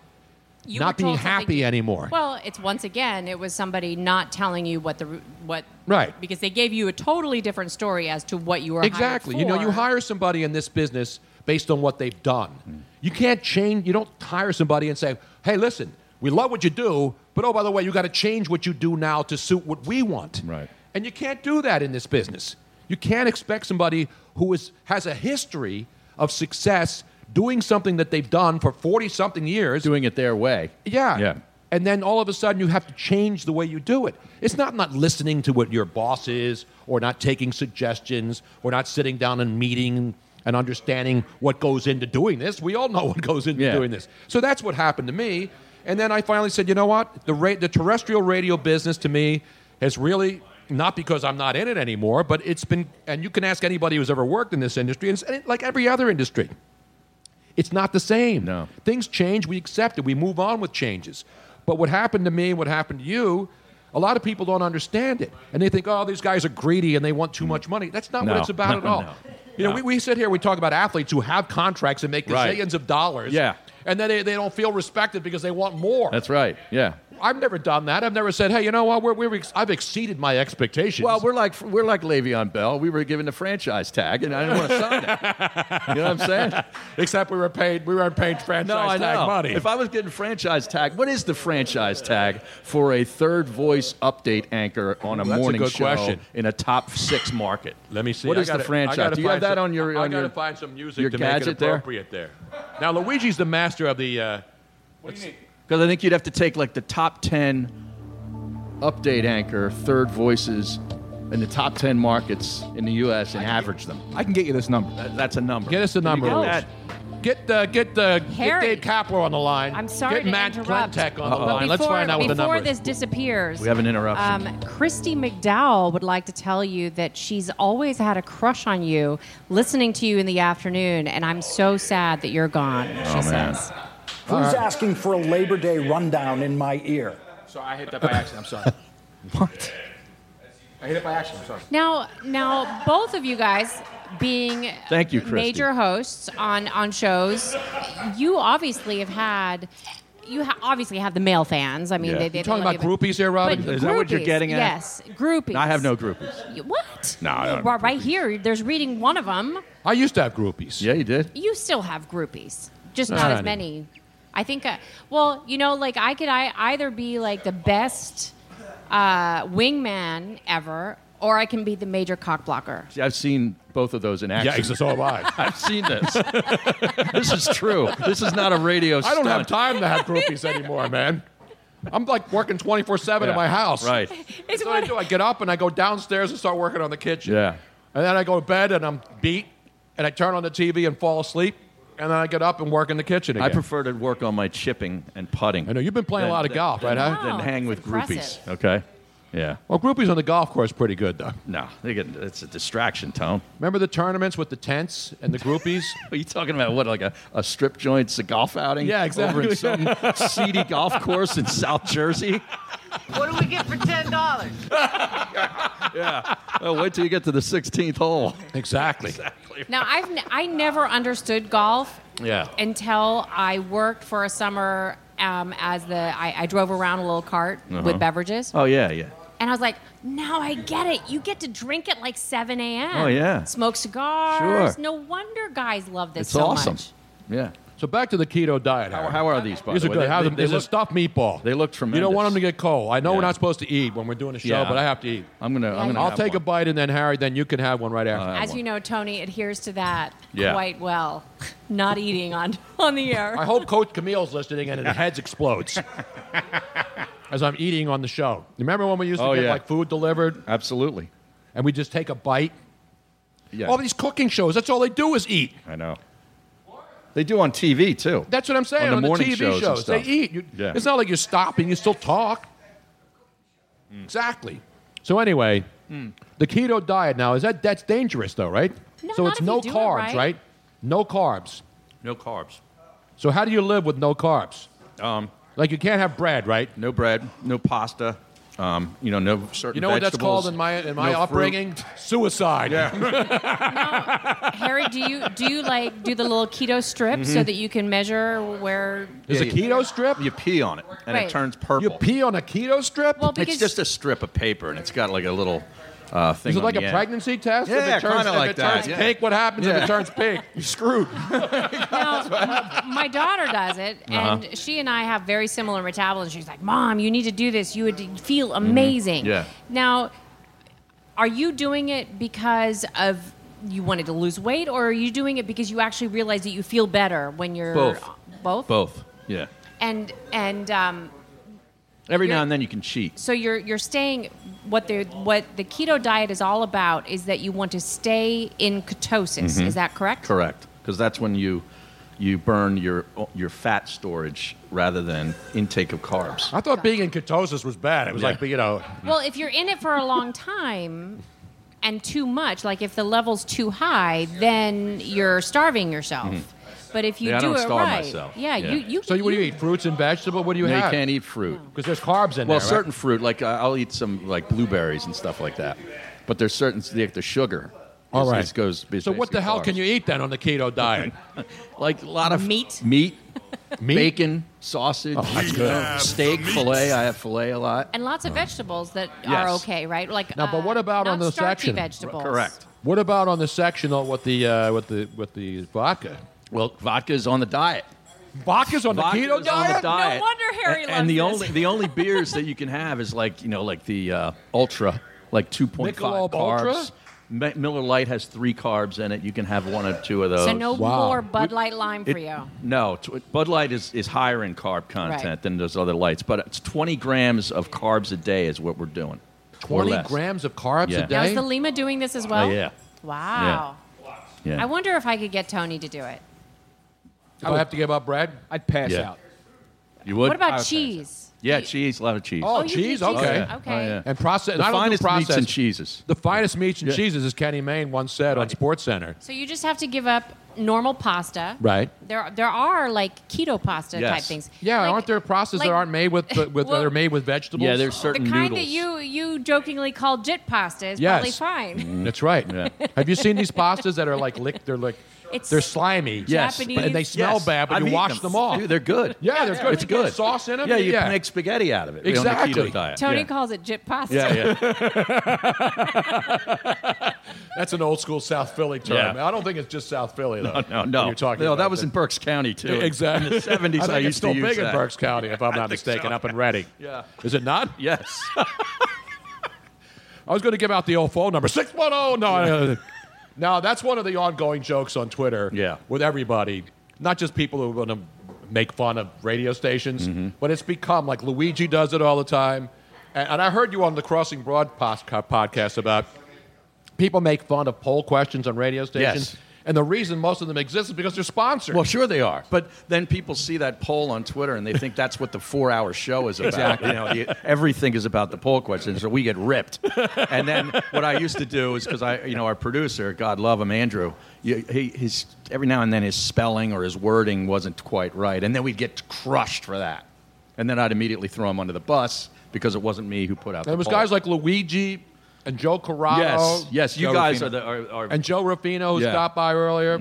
S7: You were
S4: not being
S7: told something
S4: happy
S7: you-
S4: anymore.
S7: Well, it's once again, it was somebody not telling you what the what
S4: Right.
S7: because they gave you a totally different story as to what you were hired
S4: exactly. You know, you
S7: for.
S4: hire somebody in this business based on what they've done. You can't change. You don't hire somebody and say, "Hey, listen, we love what you do, but oh, by the way, you got to change what you do now to suit what we want." Right. And you can't do that in this business. You can't expect somebody who is has a history of success doing something that they've done for forty something years,
S9: doing it their way.
S4: Yeah.
S9: Yeah.
S4: And then all of a sudden you have to change the way you do it. It's not not listening to what your boss is, or not taking suggestions, or not sitting down and meeting and understanding what goes into doing this. We all know what goes into
S9: Yeah.
S4: doing this. So that's what happened to me. And then I finally said, you know what? The, ra- the terrestrial radio business to me has really not because I'm not in it anymore, but it's been. And you can ask anybody who's ever worked in this industry, and it's and it- like every other industry. It's not the same. No. Things change, we accept it, we move on with changes. But what happened to me and what happened to you, a lot of people don't understand it. And they think, oh, these guys are greedy and they want too much money. That's not
S9: No.
S4: what it's about at
S9: No,
S4: all.
S9: no.
S4: You know,
S9: No.
S4: we, we sit here, we talk about athletes who have contracts and make
S9: Right.
S4: millions of dollars.
S9: Yeah.
S4: And then they, they don't feel respected because they want more.
S9: That's right. Yeah.
S4: I've never done that. I've never said, hey, you know what? We're, we're ex- I've exceeded my expectations.
S9: Well, we're like we're like Le'Veon Bell. We were given a franchise tag, and I didn't want to sign it. You know what I'm saying?
S4: Except we were paid. We weren't paid franchise
S9: no, I
S4: tag
S9: know.
S4: money.
S9: If I was getting franchise tag, what is the franchise tag for a third voice update anchor on a
S4: Ooh, that's a
S9: morning
S4: good
S9: show
S4: question.
S9: in a top six market?
S4: Let me see.
S9: What
S4: I
S9: is
S4: gotta-
S9: the
S4: I
S9: franchise?
S4: gotta
S9: Do you have
S4: find
S9: that
S4: some-
S9: on your?
S4: I
S9: on
S4: gotta
S9: your-
S4: find some music
S9: your
S4: to make it
S9: gadget there?
S4: appropriate there. Now Luigi's the master of the. Uh, what do you need?
S9: Because I think you'd have to take like the top 10 update anchor, third voices in the top 10 markets in the U.S. and average them.
S10: I can get you this number.
S9: that's a number.
S4: Get us the number.
S9: Get,
S4: Luis.
S9: that?
S4: Get the get the
S7: Harry.
S4: get Dave Kapler on the line.
S7: I'm sorry
S4: Get
S7: to
S4: Matt
S7: interrupt.
S4: Klentek on
S9: Uh-oh.
S4: the line. Let's
S7: Before-
S4: find out what the
S7: Before
S4: number
S7: this
S4: is.
S7: disappears,
S9: We have an interruption.
S7: Um, Christy McDowell would like to tell you that she's always had a crush on you, listening to you in the afternoon, and I'm so sad that you're gone. She
S9: Oh, man.
S7: says.
S12: Who's asking for a Labor Day rundown in my ear?
S10: Sorry, I hit that by accident. I'm sorry.
S12: What?
S10: I hit it by accident. I'm sorry.
S7: Now, now, both of you guys being
S9: Thank you, Christy.
S7: major hosts on on shows, you obviously have had. You ha- obviously have the male fans. I mean,
S9: Yeah.
S7: they, they
S9: You talking
S7: they love
S9: about
S7: you,
S9: groupies here, Robin?
S7: But
S9: Is that what you're
S7: groupies,
S9: getting at?
S7: Yes, groupies.
S9: I have no groupies.
S7: You- What?
S9: No, I don't have
S7: Well, right here. There's reading one of them.
S4: I used to have groupies.
S9: Yeah, you did.
S7: You still have groupies, just
S9: No,
S7: not
S9: I
S7: as
S9: don't.
S7: many. I think. Uh, well, you know, like I could I either be like the best uh, wingman ever, or I can be the major cock blocker.
S9: See, I've seen both of those in action.
S4: Yeah, ex- so have I.
S9: I've seen this. this is true. This is not a radio
S4: I don't have
S9: stunt.
S4: time to have groupies anymore, man. I'm like working 24 seven
S9: Yeah,
S4: at my house.
S9: Right.
S4: That's what I do. I get up and I go downstairs and start working on the kitchen.
S9: Yeah.
S4: And then I go to bed and I'm beat, and I turn on the TV and fall asleep, and then I get up and work in the kitchen again.
S9: I prefer to work on my chipping and putting. I know
S4: you've been playing a lot of golf, right, huh?
S9: Than
S7: Wow,
S9: hang with
S7: that's impressive.
S9: groupies. Okay. Yeah.
S4: Well, groupies on the golf course pretty good though.
S9: No, they get, it's a distraction, Tone.
S4: Remember the tournaments with the tents and the groupies?
S9: Are you talking about what, like a, a strip joint, a golf outing?
S4: Yeah, exactly.
S9: Over in some seedy golf course in South Jersey.
S5: What do we get for ten dollars?
S9: Oh, wait till you get to the 16th hole.
S4: Exactly.
S7: Now, I've n- I never understood golf
S4: Yeah.
S7: until I worked for a summer um, as the I, I drove around a little cart with beverages,
S9: Oh yeah, yeah.
S7: and I was like, now I get it. You get to drink at like 7 a.m.
S9: Oh, yeah.
S7: smoke cigars.
S9: Sure.
S7: No wonder guys love this
S9: It's
S7: so
S9: awesome.
S7: much.
S9: Yeah.
S4: So back to the keto diet.
S9: How,
S4: Howard.
S9: how are these? By
S4: These
S9: the
S4: are
S9: way?
S4: good.
S9: They-
S4: How
S9: they-
S4: them-
S9: they
S4: There's a
S9: look-
S4: stuffed meatball.
S9: They look
S4: You
S9: tremendous.
S4: don't want them to get cold. I know we're
S9: Yeah.
S4: not supposed to eat when we're doing a show,
S9: Yeah.
S4: but I have to eat.
S9: I'm gonna. I'm gonna.
S4: I'll
S9: have
S4: take a
S9: one.
S4: bite, and then Harry, then you can have one right after.
S7: As you know, Tony adheres to that
S9: Yeah.
S7: quite well. Not eating on on the air.
S4: I hope Coach Camille's listening and his head explodes as I'm eating on the show. Remember when we used to
S9: Oh,
S4: get
S9: yeah.
S4: like food delivered
S9: Absolutely.
S4: and we just take a bite?
S9: Yeah.
S4: All these cooking shows, that's all they do is eat.
S9: I know. They do on TV too.
S4: That's what I'm saying.
S9: On
S4: On
S9: the
S4: the,
S9: morning
S4: TV
S9: shows
S4: shows,
S9: and
S4: they
S9: stuff.
S4: eat. You-
S9: Yeah.
S4: It's not like you're stopping; you still talk.
S9: Mm.
S4: Exactly. So anyway, the keto diet now is that that's dangerous though, right?
S7: No,
S4: so
S7: not
S4: it's
S7: if
S4: no
S7: you do it
S4: carbs,
S7: right.
S4: No carbs.
S9: No carbs.
S4: So how do you live with no carbs?
S9: Um,
S4: Like you can't have bread, right?
S9: No bread, no pasta. Um, you know, no certain.
S4: You know what that's
S9: vegetables,
S4: called in my in my
S9: no fruit.
S4: upbringing? Suicide.
S9: Yeah.
S7: Harry, do you do you like do the little keto strip so
S9: Mhm.
S7: that you can measure where?
S4: Is a keto strip?
S9: You pee on it and
S7: Right.
S9: it turns purple. You
S4: pee on a keto strip?
S7: Well, because-
S9: it's just a strip of paper and it's got like a little uh, thing.
S4: Is it
S9: on
S4: like
S9: the
S4: a
S9: end.
S4: pregnancy test? If
S9: Yeah,
S4: it turns-
S9: kinda
S4: if
S9: like
S4: it turns
S9: that, yeah.
S4: pink, what happens if
S9: Yeah.
S4: it turns pink? You're screwed.
S7: Now, my, my daughter does it, and
S4: Uh-huh.
S7: she and I have very similar metabolism. She's like, "Mom, you need to do this. You would feel
S5: Mm-hmm.
S7: amazing."
S9: Yeah.
S7: Now, are you doing it because of you wanted to lose weight, or are you doing it because you actually realize that you feel better when you're
S9: Both.
S7: Both.
S9: Both. Yeah.
S7: And and um,
S9: Every
S7: You're-
S9: now and then you can cheat.
S7: so you're you're staying what the what the keto diet is all about is that you want to stay in ketosis.
S4: Mm-hmm.
S9: Mhm.
S7: Is that correct?
S9: Correct. Because that's when you you burn your your fat storage rather than intake of carbs.
S4: I thought being in ketosis was bad. It was
S9: Yeah.
S4: like, you know,
S7: Well, if you're in it for a long time and too much, like if the level's too high, then you're starving yourself.
S9: Mm-hmm.
S7: But if you
S4: Yeah, I
S7: do
S4: don't
S7: it
S4: starve
S7: right,
S4: myself.
S7: yeah,
S9: Yeah.
S7: you you
S4: So you, what do you eat? Fruits and vegetables? What do you
S9: no,
S4: have?
S9: you can't eat fruit because
S4: there's carbs in
S9: well,
S4: there, right?
S9: certain fruit, like uh, I'll eat some like blueberries and stuff like that, but there's certain like the sugar.
S4: All
S9: is-
S4: right.
S9: is goes. is
S4: So what
S9: basically
S4: the hell
S9: carbs.
S4: can you eat then on the keto diet?
S9: like a lot of
S7: meat,
S9: meat,
S4: Meat?
S9: bacon, sausage,
S4: Oh, that's good.
S9: uh, steak, fillet. I have fillet a lot.
S7: and lots of vegetables that are
S9: Mm. Yes.
S7: okay, right? Like
S4: Now, but what about on the
S7: non-starchy
S4: section?
S7: vegetables?
S4: What about on the section uh, with the uh, with the with the vodka?
S9: Well, vodka is on the diet.
S4: Vodka's on
S9: Vodka
S4: the keto
S9: is on
S4: diet.
S9: the diet.
S7: wonder Harry
S9: and,
S7: loves
S9: And the
S7: this.
S9: only the only beers that you can have is like you know like the uh, ultra, like two point five
S4: Michelob
S9: carbs.
S4: Ultra?
S9: Mi- Miller Lite has three carbs in it. You can have one or two of those.
S7: So no more Bud Light Lime for
S9: It-
S7: you.
S9: No, tw- Bud Light is, is higher in carb content
S7: Right.
S9: than those other lights, but it's 20 grams of carbs a day is what we're doing. or
S4: Twenty
S9: less.
S4: grams of carbs
S9: Yeah.
S4: a
S7: Now is
S4: day.
S7: the Lima doing this as well?
S9: Oh, yeah.
S7: Wow.
S9: Yeah.
S7: I wonder if I could get Tony to do it.
S4: If I have to give up bread, I'd pass
S9: Yeah. out. You would?
S7: what about cheese?
S9: Yeah, cheese, a lot of cheese.
S4: Oh,
S7: Oh, you
S4: cheese,
S7: do cheese?
S4: okay.
S7: Yeah. Okay. Oh, yeah.
S4: And process.
S9: The
S4: I don't do
S9: finest meats
S4: processed.
S9: and cheeses.
S4: The finest meats and
S9: Yeah.
S4: cheeses, as Kenny Mayne once said on Sports Center.
S7: So you just have to give up normal pasta.
S4: Right.
S7: There, there are like keto pasta type things.
S4: Yeah,
S7: Like-
S4: aren't there processes
S7: like-
S4: that aren't made with with
S7: Well-
S4: that are made with vegetables?
S9: Yeah, there's certain
S7: the kind that you you jokingly call jit pasta is
S4: Yes.
S7: probably fine.
S9: Mm-hmm.
S4: That's right. Have you seen these pastas that are like lick? They're like
S7: It's
S4: they're slimy.
S7: Yes, Japanese.
S4: and they smell
S9: Yes,
S4: bad, but
S9: I've
S4: you
S9: eaten
S4: wash them, off.
S9: Dude, they're good.
S4: Yeah, they're good.
S9: It's
S4: You put
S9: good.
S4: Sauce in them.
S9: Yeah, you can make spaghetti out of it. On the
S4: Exactly.
S9: keto diet.
S7: Tony
S9: yeah.
S7: calls it jit pasta.
S9: Yeah, yeah.
S4: That's an old school South Philly term.
S9: Yeah.
S4: I don't think it's just South Philly though.
S9: No, no, no.
S4: when You're talking.
S9: no,
S4: about
S9: that was in Berks County too.
S4: Exactly.
S9: In the seventies,
S4: I, think
S9: I,
S4: it's
S9: used
S4: still
S9: to use
S4: big
S9: that.
S4: in Berks County, if I'm
S9: I
S4: not
S9: think
S4: mistaken,
S9: so.
S4: up in Reading.
S9: Yeah.
S4: Is it not?
S9: Yes.
S4: I was going to give out the old phone number six one zero. No, I- now that's one of the ongoing jokes on Twitter. Yeah. with everybody, not just people who want to make fun of radio stations, but it's become like Luigi does it all the time. And, and I heard you on the Crossing Broad pos- podcast about people make fun of poll questions on radio stations.
S9: Yes.
S4: And the reason most of them exist is because they're sponsored.
S9: Well, sure they are. But then people see that poll on Twitter and they think that's what the four-hour show is about.
S4: Exactly.
S9: You know, the, everything is about the poll question, so we get ripped. And then what I used to do is because I, you know, our producer, God love him, Andrew, you, he, his every now and then his spelling or his wording wasn't quite right, and then we'd get crushed for that. And then I'd immediately throw him under the bus because it wasn't me who put out.
S4: And
S9: the
S4: it was
S9: poll.
S4: guys like Luigi and Joe Corrado.
S9: Yes, yes, you
S4: Joe
S9: guys
S4: Rufino.
S9: are the are, are
S4: and Joe Rufino who
S9: Yeah. Mm-hmm.
S4: stopped by earlier.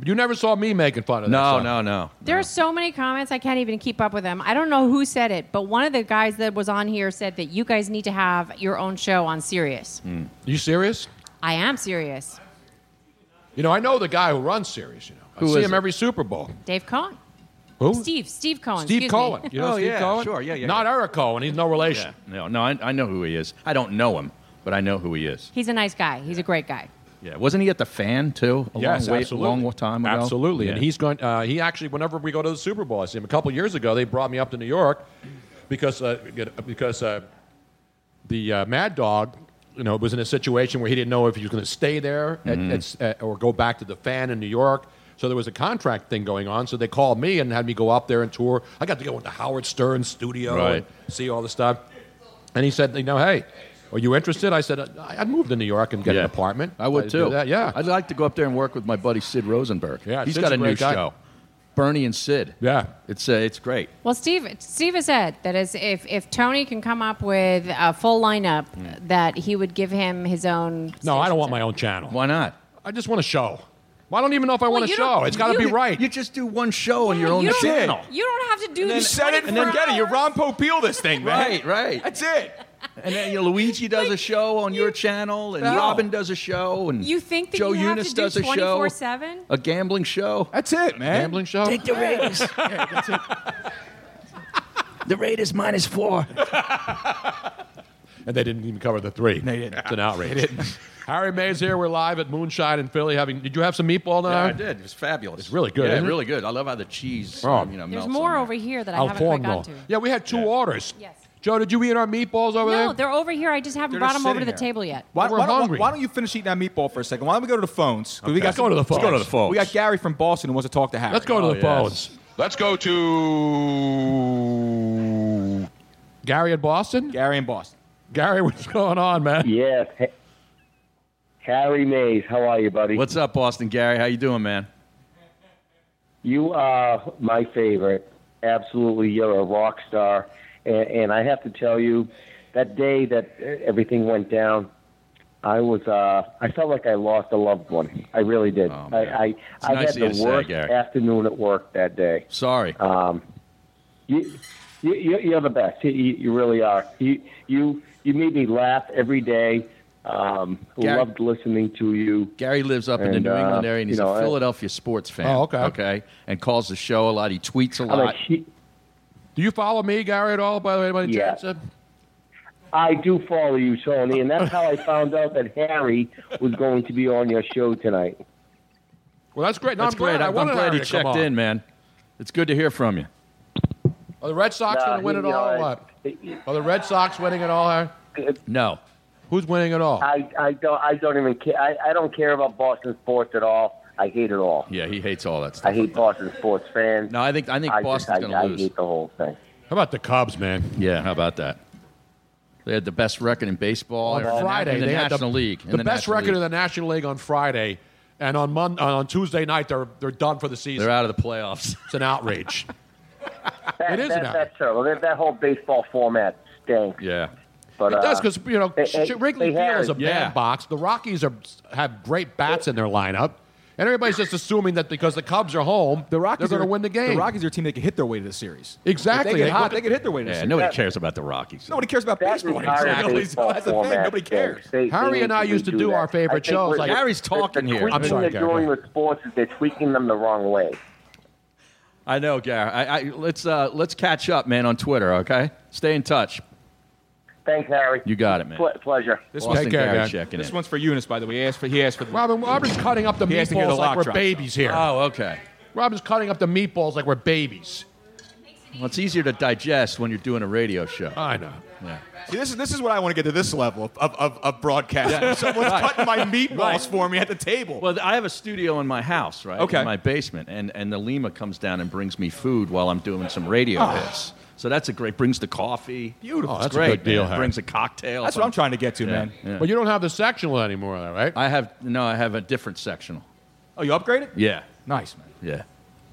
S4: You never saw me making fun of that.
S9: No,
S4: song.
S9: no, no.
S7: There are so many comments I can't even keep up with them. I don't know who said it, but one of the guys that was on here said that you guys need to have your own show on Sirius.
S4: Mm. You serious?
S7: I am serious.
S4: You know, I know the guy who runs Sirius. You know, I
S9: Who
S4: see
S9: is
S4: him
S9: it?
S4: every Super Bowl.
S7: Dave Cohen.
S4: Who?
S7: Steve. Steve Cohen.
S4: Steve
S7: excuse
S4: Cohen.
S7: Me.
S4: You know
S9: Oh,
S4: Steve
S9: yeah,
S4: Cohen?
S9: sure, yeah, yeah,
S4: Not Eric Cohen. He's no relation.
S9: No, no, I, I know who he is. I don't know him, but I know who he is.
S7: He's a nice guy. He's a great guy.
S9: Yeah, wasn't he at the fan too? A
S4: yes,
S9: long way,
S4: absolutely.
S9: Long time ago.
S4: Absolutely.
S9: Yeah.
S4: And he's going. Uh, he actually, whenever we go to the Super Bowl, I see him. A couple years ago, they brought me up to New York because uh, get- because uh, the uh, Mad Dog, you know, was in a situation where he didn't know if he was going to stay there at,
S9: Mm-hmm.
S4: at, at- or go back to the fan in New York. So there was a contract thing going on. So they called me and had me go up there and tour. I got to go into Howard Stern studio
S9: Right.
S4: and see all the stuff. And he said, you know, hey. Are you interested? I said, I- I'd move to New York and get
S9: Yeah.
S4: an apartment.
S9: I would
S4: I'd do
S9: too.
S4: that, Yeah.
S9: I'd like to go up there and work with my buddy Sid Rosenberg.
S4: Yeah,
S9: he's
S4: Sid's
S9: got
S4: a
S9: a new
S4: great guy.
S9: show. Bernie and Sid. Yeah, it's uh, it's great.
S7: Well, Steve, Steve has said that is if, if Tony can come up with a full lineup, that he would give him his own.
S4: No, I don't want my own channel. Why
S9: not?
S4: I just want a show. Well, I don't even know if I
S7: Well,
S4: want a
S7: you
S4: show.
S7: don't-
S4: It's got
S7: you-
S4: to be right.
S9: You just do one show
S4: on your
S7: you don't, You don't have to do
S10: You
S7: this.
S10: said it and then get it. You Ron Popeil this thing, man.
S9: Right, right.
S10: That's it.
S9: And then you know, Luigi does a show on your channel, and
S7: No.
S9: Robin does a show, and
S7: You think that
S9: Joe
S7: you have
S9: Eunice
S7: to do
S9: does a show,
S7: 24/7?
S9: a gambling show.
S10: That's it, man.
S9: Gambling show.
S11: Take the Raiders. Yeah, that's it. The Raiders minus four.
S4: And they didn't even cover the three. They didn't. It's an outrage. They didn't. Harry Mays here. We're live at Moonshine in Philly. Having did you have some meatball
S9: Yeah,
S4: tonight?
S9: I did. It was fabulous.
S4: It's really good,
S9: Yeah,
S4: isn't it?
S9: really good. I love how the cheese,
S4: Oh.
S9: um, you know,
S7: There's
S9: melts.
S7: more over here that I
S4: Al
S7: haven't quite
S4: forno.
S7: gotten to.
S4: Yeah, we had two orders.
S7: Yes.
S4: Joe, did you eat our meatballs over there?
S7: No, they're over here. I just haven't
S10: They're
S7: brought
S10: just
S7: them over to the
S10: sitting there.
S7: table yet.
S10: Why,
S4: We're
S10: why don't-
S4: hungry.
S10: why don't you finish eating that meatball for a second? Why don't we go to the phones? 'Cause We
S4: Okay. Let's go to the
S10: Let's go to
S4: phones.
S10: the phones. We got Gary from Boston who wants to talk to Harry. Oh,
S4: Let's go to the phones.
S10: Let's go to
S4: Gary in Boston.
S10: Gary in Boston.
S4: Gary, what's going on, man?
S13: Yeah. Harry Mays, how are you, buddy?
S9: What's up, Boston Gary? How you doing, man?
S13: You are my favorite. Absolutely, you're a rock star. And, and I have to tell you, that day that everything went down, I was uh, I felt like I lost a loved one. I really did. I I,
S9: Oh, It's
S13: I
S9: nice of you
S13: had
S9: to
S13: the
S9: say,
S13: worst
S9: Gary.
S13: afternoon at work that day.
S9: Sorry.
S13: Um, you, you you- you're the best. You, you you really are. You you you made me laugh every day. Um,
S9: Gary-
S13: loved listening to you.
S9: Gary lives up in the
S13: And,
S9: New
S13: uh,
S9: England area, and
S13: you
S9: he's
S13: know,
S9: a
S13: I-
S9: Philadelphia sports fan.
S13: Oh, okay.
S9: Okay, and calls the show a lot. He tweets a
S13: a
S9: lot.
S4: Do you follow me, Gary, at all? By the way, by any
S13: Yeah.
S4: chance?
S13: I do follow you, Tony, and that's how I found out that Harry was going to be on your show tonight.
S4: Well, that's great. No,
S9: That's
S4: I'm
S9: great.
S4: Glad. I
S9: I'm,
S4: wanted
S9: I'm glad
S4: Harry
S9: he
S4: to come
S9: checked
S4: on.
S9: in, man. It's good to hear from you.
S4: Are the Red Sox
S9: Nah,
S4: going to win
S9: he-
S4: it all or
S9: uh,
S4: what? Are the Red Sox winning it all, Harry?
S9: No.
S4: Who's winning it all?
S13: I, I don't I don't even care. I, I don't care about Boston sports at all. I hate it all.
S9: Yeah, he hates all that stuff.
S13: I hate Boston sports fans.
S9: No, I think I think
S13: I just-
S9: Boston's
S13: I-
S9: going
S13: I
S9: to lose.
S13: hate the whole thing.
S4: How about the Cubs, man?
S9: Yeah, how about that? They had the best record in baseball
S4: on
S9: or in the na-
S4: Friday.
S9: in the
S4: they had
S9: National
S4: the,
S9: League. in
S4: The, best
S9: National
S4: record
S9: League.
S4: in the National League on Friday, and on Mon- uh, on Tuesday night they're they're done for the season.
S9: They're out of the playoffs.
S4: It's an outrage.
S13: That,
S4: It is
S13: that,
S4: an
S13: that's terrible. That, that whole baseball format stinks.
S9: Yeah.
S13: But,
S4: it does
S13: uh,
S4: because you know
S13: hey,
S4: Sh-
S13: hey,
S4: Wrigley
S13: hey,
S4: Field is a
S13: Harry.
S4: bad box. The Rockies are have great bats in their lineup, and everybody's just assuming that because the Cubs are home, the
S10: Rockies
S4: they're going
S10: are-
S4: to win the game.
S10: The Rockies are a team that can hit their way to the series.
S4: Exactly.
S10: If they get
S4: They-
S10: hot, they can hit their way to the
S9: Yeah,
S10: series.
S9: nobody cares about the Rockies.
S10: Nobody cares about
S13: That
S10: baseball.
S13: entire
S10: Exactly.
S13: baseball
S10: That's the thing.
S13: format
S10: Nobody
S13: stinks.
S10: cares.
S13: They-
S4: Harry
S13: they
S4: and I
S13: need
S4: used to
S13: redo
S4: do
S13: that.
S4: our favorite
S13: I think
S4: shows,
S13: we're-
S4: like-
S13: the-
S4: Harry's
S13: the-
S4: talking
S13: the
S4: here.
S13: tweaking
S4: I'm sorry,
S13: they're
S4: Gary, go
S13: doing with sports is they're tweaking them the wrong way.
S9: I know, Gary. I, I, let's uh, let's catch up, man, on Twitter. Okay, stay in touch.
S13: Thanks, Harry.
S9: You got it, man.
S13: Ple- pleasure.
S10: This
S9: Austin
S10: one's
S9: Gary checking
S10: This
S9: in.
S10: one's for Eunice, by the way. He asked for. He asked for the.
S4: Robin, Robin's cutting up the
S10: He has to hear
S4: meatballs
S10: the
S4: like
S10: lock Uh,
S4: we're
S10: drop.
S4: babies here.
S9: Oh, okay.
S4: Robin's cutting up the meatballs like we're babies.
S9: Well, it's easier to digest when you're doing a radio show.
S4: I know.
S9: Yeah.
S10: See, this is this is what I want to get to this level of of, of, of broadcasting.
S9: Yeah.
S10: Someone's
S9: Right.
S10: cutting my meatballs
S9: Right.
S10: for me at the table.
S9: Well, I have a studio in my house, right?
S10: Okay.
S9: In my basement, and and the Lima comes down and brings me food while I'm doing some radio
S4: Ah.
S10: Oh.
S9: hits. So that's a great. Brings the coffee.
S10: Beautiful.
S9: It's
S10: Oh, that's a
S9: great,
S10: good deal,
S9: man.
S10: Harry.
S9: Brings a cocktail.
S10: That's what I'm trying to get to,
S9: Yeah,
S10: man.
S9: yeah.
S4: But you don't have the sectional anymore, right?
S9: I have no. I have a different sectional.
S10: Oh, you upgraded?
S9: Yeah.
S10: Nice, man.
S9: Yeah.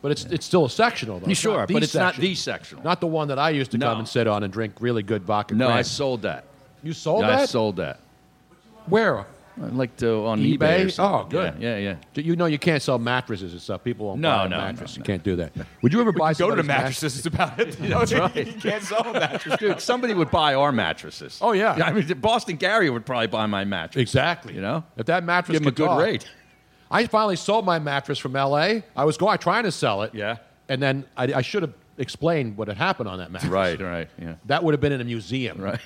S4: But it's it's still a sectional, though. It's
S9: Sure,
S4: not the
S9: but it's not
S4: sectional.
S9: the sectional.
S4: Not the one that I used to come and sit on and drink really good vodka.
S9: No, I
S4: Grand.
S9: sold that.
S4: you sold
S9: No,
S4: that.
S9: I sold that.
S4: Where?
S9: I like to on eBay.
S4: eBay.
S9: or something.
S4: oh, good.
S9: Yeah, yeah. yeah.
S4: Do You know you can't sell mattresses and stuff. People won't
S9: No,
S4: buy a
S9: no,
S4: mattress.
S9: no,
S4: You can't do that. Would you ever buy?
S10: Go to the
S4: somebody's
S10: mattresses. It's about it.
S9: That's right.
S10: You can't sell a mattress.
S9: Dude, somebody would buy our mattresses.
S4: Oh, yeah.
S9: I mean, Boston Gary would probably buy my mattress.
S4: Exactly.
S9: You know,
S4: If that mattress
S9: give him a
S4: could
S9: good
S4: talk.
S9: rate.
S4: I finally sold my mattress from L.A. I was going trying to sell it. Yeah. And then I, I should have explained what had happened on that mattress.
S9: Right, right. Yeah.
S4: That would have been in a museum.
S9: Right.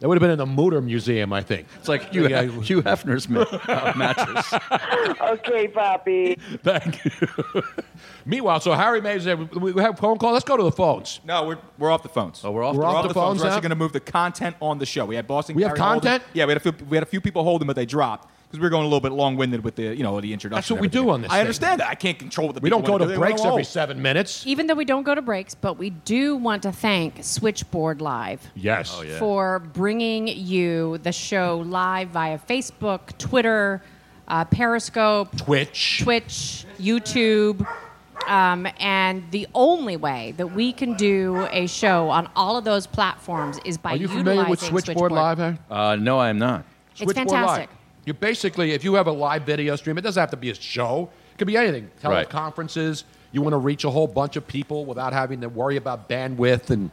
S4: That would have been in the Mutter Museum, I think.
S9: It's like Hugh,
S4: Yeah.
S9: Hugh Hefner's ma- uh, mattress.
S11: okay, Poppy.
S4: Thank you. Meanwhile, so Harry Mays, uh, we we have a phone call. Let's go to the phones.
S10: No, we're, we're off the phones. Oh,
S9: we're off.
S4: We're
S10: We're
S4: off
S10: off
S4: the
S10: the phones.
S4: phones
S10: We're
S4: now?
S10: actually going to move the content on the show. We had Boston.
S4: We have
S10: Gary holding-
S4: content?
S10: Yeah, we had a few. We had a few people holding, but they dropped because we were going a little bit long-winded with the you know the introduction.
S4: That's what
S10: and
S4: we do
S10: everything.
S4: on this
S10: I
S4: thing.
S10: understand that. I can't control what the
S4: We
S10: people
S4: don't go
S10: wanna
S4: to
S10: do. They
S4: breaks
S10: wanna roll.
S4: every seven minutes.
S7: Even though we don't go to breaks, but we do want to thank Switchboard Live.
S4: Yes. Oh,
S7: for bringing you the show live via Facebook, Twitter, uh, Periscope,
S4: Twitch.
S7: Twitch, YouTube, Um, and the only way that we can do a show on all of those platforms is by
S4: Are you
S7: utilizing
S4: familiar with Switchboard, Live? Harry?
S9: Uh, no, I am not.
S7: It's fantastic.
S4: You basically, if you have a live video stream, it doesn't have to be a show. It could be anything.
S9: Right.
S4: Teleconferences. You want to reach a whole bunch of people without having to worry about bandwidth and.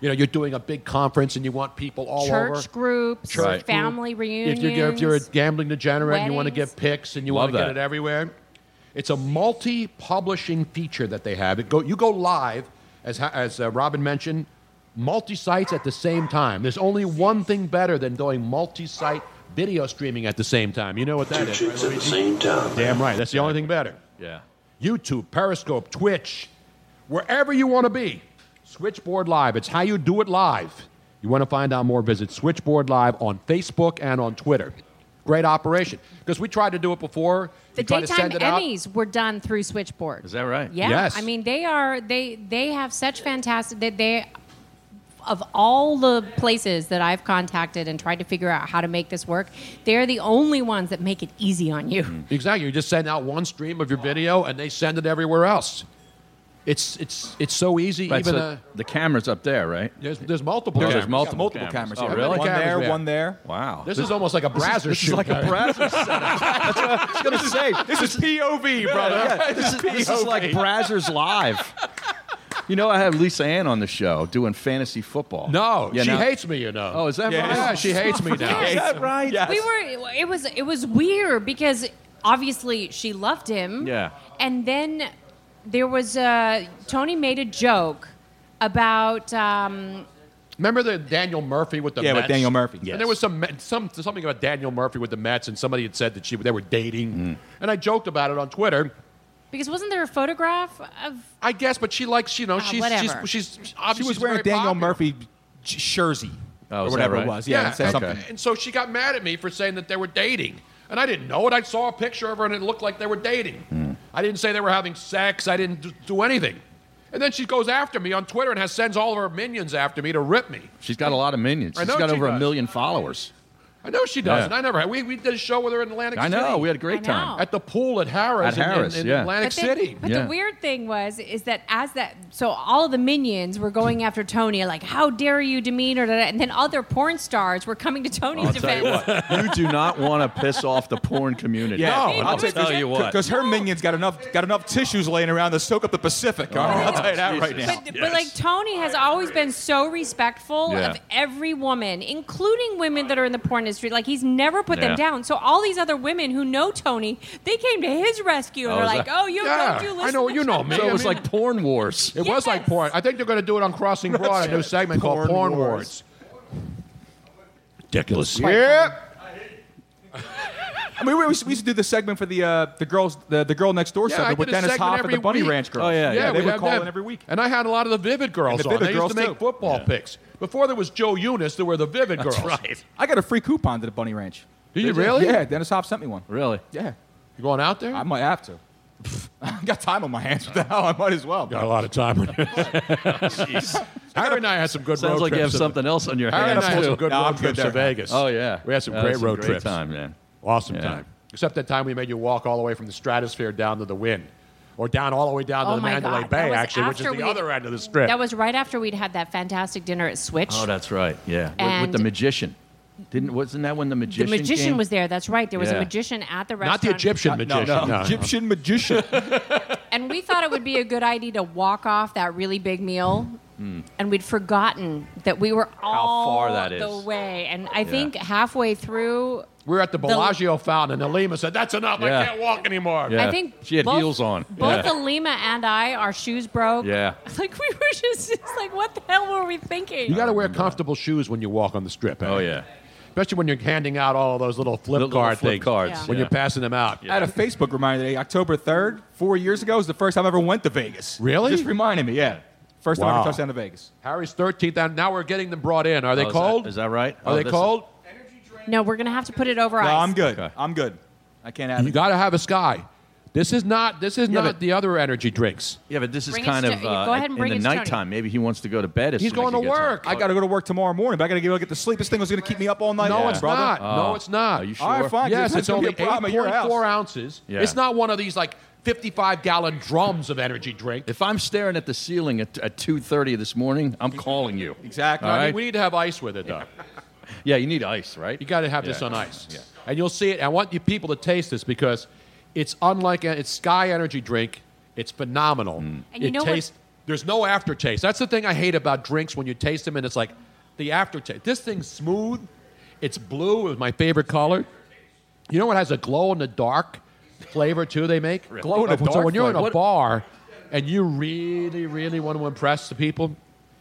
S4: You know, you're doing a big conference and you want people all
S7: Church
S4: over.
S7: groups,
S4: Church
S7: family
S4: group. If you're, if you're a
S7: reunions.
S4: gambling degenerate and you want to get picks and you want
S9: Love
S4: to get
S9: that.
S4: it everywhere, it's a multi-publishing feature that they have. It go, you go live, as, ha- as uh, Robin mentioned, multi-sites at the same time. There's only one thing better than doing multi-site video streaming at the same time. You know what that is?
S14: Two
S4: right,
S14: chicks at the
S4: Luigi?
S14: same time.
S4: Damn right. That's the only thing better.
S9: Yeah.
S4: YouTube, Periscope, Twitch, wherever you want to be. Switchboard Live. It's how you do it live. You want to find out more, visit Switchboard Live on Facebook and on Twitter. Great operation. Because we tried to do it before.
S7: The
S4: we tried to
S7: daytime
S4: send it out.
S7: Emmys were done through Switchboard.
S9: Is that right?
S7: Yeah, I mean they are they they have such fantastic that they of all the places that I've contacted and tried to figure out how to make this work, they're the only ones that make it easy on you.
S4: Exactly. You just send out one stream of your video and they send it everywhere else. It's, it's, it's so easy.
S9: Right,
S4: even uh,
S9: so
S4: a,
S9: the camera's up there, right?
S4: there's, there's multiple
S9: There's,
S4: cameras.
S9: there's multiple,
S10: multiple cameras,
S9: Oh,
S10: yeah.
S9: really?
S10: One there, one there.
S9: Wow.
S4: This is almost like a
S9: this is-
S4: Brazzers
S9: this is
S4: shoot.
S9: like a Brazzers setup. That's what I was going to say.
S10: This is POV, brother.
S9: Yeah, this, is, this is like Brazzers Live. You know, I had Lisa Ann on the show doing fantasy football.
S4: No,
S9: You
S4: she
S9: know?
S4: hates me, you know.
S9: Oh, is that
S4: Yeah.
S9: right?
S4: Yeah, she hates me now. Is that right? Yes.
S7: We were it was it was weird because obviously she loved him.
S9: Yeah.
S7: And then there was uh Tony made a joke about um,
S4: Remember the Daniel Murphy with the
S10: Yeah, with
S4: Mets?
S10: Daniel Murphy, yes.
S4: And there was some, Met- some something about Daniel Murphy with the Mets, and somebody had said that she they were dating,
S10: Mm.
S4: and I joked about it on Twitter.
S7: because wasn't there a photograph of
S4: I guess, but she likes you know
S7: Ah,
S4: she's, she's
S7: whatever.
S4: she's obviously
S10: she was wearing a
S4: very
S10: Daniel
S4: popular.
S10: Murphy j- jersey
S9: Oh,
S10: or
S9: is that
S10: whatever
S9: right?
S10: it was. Yeah, it said
S4: and,
S10: something.
S4: and so she got mad at me for saying that they were dating, and I didn't know it. I saw a picture of her, and it looked like they were dating.
S10: Mm.
S4: I didn't say they were having sex. I didn't d- do anything. And then she goes after me on Twitter and has sends all of her minions after me to rip me.
S9: She's got a lot of minions.
S4: I
S9: She's
S4: know
S9: got
S4: she
S9: over a
S4: does.
S9: million followers.
S4: I know she does,
S9: Yeah.
S4: and I never had. We, we did a show with her in Atlantic
S9: I
S4: City.
S9: know. We had a great
S7: I know.
S9: time.
S4: At the pool at Harris.
S9: At
S4: in- in-
S9: Harris,
S4: in
S9: yeah.
S4: Atlantic
S7: but then-
S4: City.
S7: But
S9: Yeah.
S7: the weird thing was is that as that so all of the minions were going after Tony like how dare you demean her da- da- and then other porn stars were coming to Tony's
S9: I'll tell you
S7: defense.
S9: what. You do not want to piss off the porn community.
S10: Yeah,
S9: I'll, tell you what.
S10: Because her minions got enough got enough tissues laying around to soak up the Pacific. all right? I'll tell you that right now.
S7: But, but like Tony has always been so respectful
S10: Yeah.
S7: of every woman, including women that are in the porn industry. Like he's never put
S9: Yeah.
S7: them down. So all these other women who know Tony, they came to his rescue and
S9: Oh,
S7: they're
S9: is
S7: like,
S9: that-
S7: "Oh, you
S4: Yeah,
S7: don't you listen?"
S4: I know. You know me.
S9: So it was
S4: I mean-
S9: like porn wars.
S4: It was like porn. I think they're going to do it on Crossing Broad, a new segment called Porn Wars. Ridiculous. Yep.
S10: I mean, we, we used to do the segment for the uh, the girls the, the girl next door
S4: Yeah, I
S10: segment with
S4: did a
S10: Dennis
S4: segment
S10: Hoff and
S4: every
S10: the Bunny
S4: week.
S10: Ranch girls.
S9: Oh, yeah, yeah.
S10: they
S4: we
S10: would
S4: have
S10: call
S4: that.
S10: in every week.
S4: And I had a lot of the Vivid
S10: And
S4: girls
S10: the
S4: on.
S10: Vivid
S4: they
S10: girls,
S4: used to
S10: too.
S4: make football picks. Before there was Joe Eunice, there were the Vivid
S9: That's
S4: girls.
S9: right.
S10: I got a free coupon to the Bunny Ranch.
S4: Did you really?
S10: Yeah, Dennis Hoff sent me one.
S9: Really?
S10: Yeah,
S4: You going out there?
S10: I might have to. I got time on my hands. What the hell? I might as well.
S4: Got a lot of time. Jeez. Harry and I had some good
S9: Sounds
S4: road
S9: like you
S4: trips
S9: have
S4: in-
S9: something else on your
S4: Harry and
S9: hands
S4: I had
S9: too.
S4: some good
S10: No, I'm
S4: road
S10: good
S4: trips
S10: there.
S4: to Vegas.
S9: Oh yeah.
S4: we had some
S9: That
S4: great
S9: was
S4: road
S9: great
S4: trips.
S9: Time, man.
S4: Awesome
S9: Yeah.
S4: time. Except that time we made you walk all the way from the stratosphere down to the wind, or down all the way down
S7: Oh
S4: to the
S7: my
S4: Mandalay
S7: God, that
S4: Bay,
S7: was
S4: actually, which is
S7: after
S4: the
S7: we-
S4: other end of the strip.
S7: That was right after we'd had that fantastic dinner at Switch.
S9: Oh, that's right. Yeah, With- with,
S7: And-
S9: the magician. Didn't wasn't that when the
S7: the
S9: magician?
S7: magician
S9: came?
S7: was there. That's right. There was
S9: Yeah.
S7: a magician at the
S4: Not
S7: restaurant.
S4: the Egyptian
S10: No,
S4: magician.
S10: no,
S4: no, no.
S10: Egyptian magician.
S7: And we thought it would be a good idea to walk off that really big meal. And we'd forgotten that we were all
S9: far that is.
S7: the way. And I think halfway through,
S4: We were at the Bellagio fountain, and Alima said, "That's enough.
S9: Yeah.
S4: I can't walk anymore."
S9: Yeah.
S7: I think
S9: she had
S7: both-
S9: heels on.
S7: both
S9: yeah.
S7: Alima and I, our shoes broke.
S9: Yeah.
S7: Like we were just, it's like, what the hell were we thinking?
S4: You got to wear comfortable shoes when you walk on the strip. eh?
S9: Oh yeah.
S4: Especially when you're handing out all those little flip
S9: Little- little
S4: card
S9: flip
S4: things.
S9: cards, Yeah.
S4: When
S9: yeah.
S4: you're passing them out.
S10: I had a Facebook reminder today, October 3rd, four years ago, was the first time I ever went to Vegas.
S4: Really?
S10: Just reminded me, yeah. First time I
S4: Wow.
S10: ever touched down to Vegas.
S4: Harry's 13th, and now we're getting them brought in. Are they
S9: Oh, is that-
S4: cold?
S9: Is that right?
S4: Are
S9: Oh,
S4: they
S9: this is-
S4: cold?
S7: no, we're going to have to put it over
S10: No,
S7: ice.
S10: I'm good.
S9: Okay.
S10: I'm good. I can't have
S4: You
S10: it.
S4: got to have a sky. This is not. This is
S9: Yeah,
S4: not
S9: but-
S4: the other energy drinks.
S9: Yeah, but this is
S7: Bring it
S9: kind
S7: to-
S9: of
S7: yeah,
S9: uh,
S7: go ahead and bring
S9: in
S7: it
S9: the
S7: to Tony.
S9: nighttime. Maybe he wants to go to bed. As
S4: He's
S9: soon as
S4: going
S9: he
S4: to
S9: gets
S4: work.
S9: home.
S10: I got to go to work tomorrow morning, but I got to go get the sleep. This thing was going to keep me up all night.
S4: No,
S10: long,
S4: it's
S10: brother.
S4: not.
S9: Oh.
S4: no, it's not.
S9: Are you
S10: All right,
S9: sure?
S10: fine.
S4: Yes, it's
S10: It's gonna
S4: only
S10: be a problem at your
S4: 8.4
S10: house.
S4: ounces.
S9: Yeah.
S4: It's not one of these like 55 gallon drums of energy drink.
S9: If I'm staring at the ceiling at, at 2.30 this morning, I'm calling you.
S4: Exactly.
S9: All
S4: I mean,
S9: right?
S4: we need to have ice with it, though.
S9: yeah, you need ice, right?
S4: You got to have this
S9: Yeah.
S4: on ice.
S9: Yeah.
S4: And you'll see it. I want you people to taste this because it's unlike it's Sky Energy drink. It's phenomenal.
S9: Mm.
S7: And you
S4: it
S7: know what-
S4: tastes. There's no aftertaste. That's the thing I hate about drinks when you taste them and it's like the aftertaste. This thing's smooth. It's blue. It was my favorite color. You know what has a glow in the dark flavor too? They make
S9: Really?
S4: glow-in-the-dark So when you're in a
S9: flavor? What-
S4: bar and you really, really want to impress the people,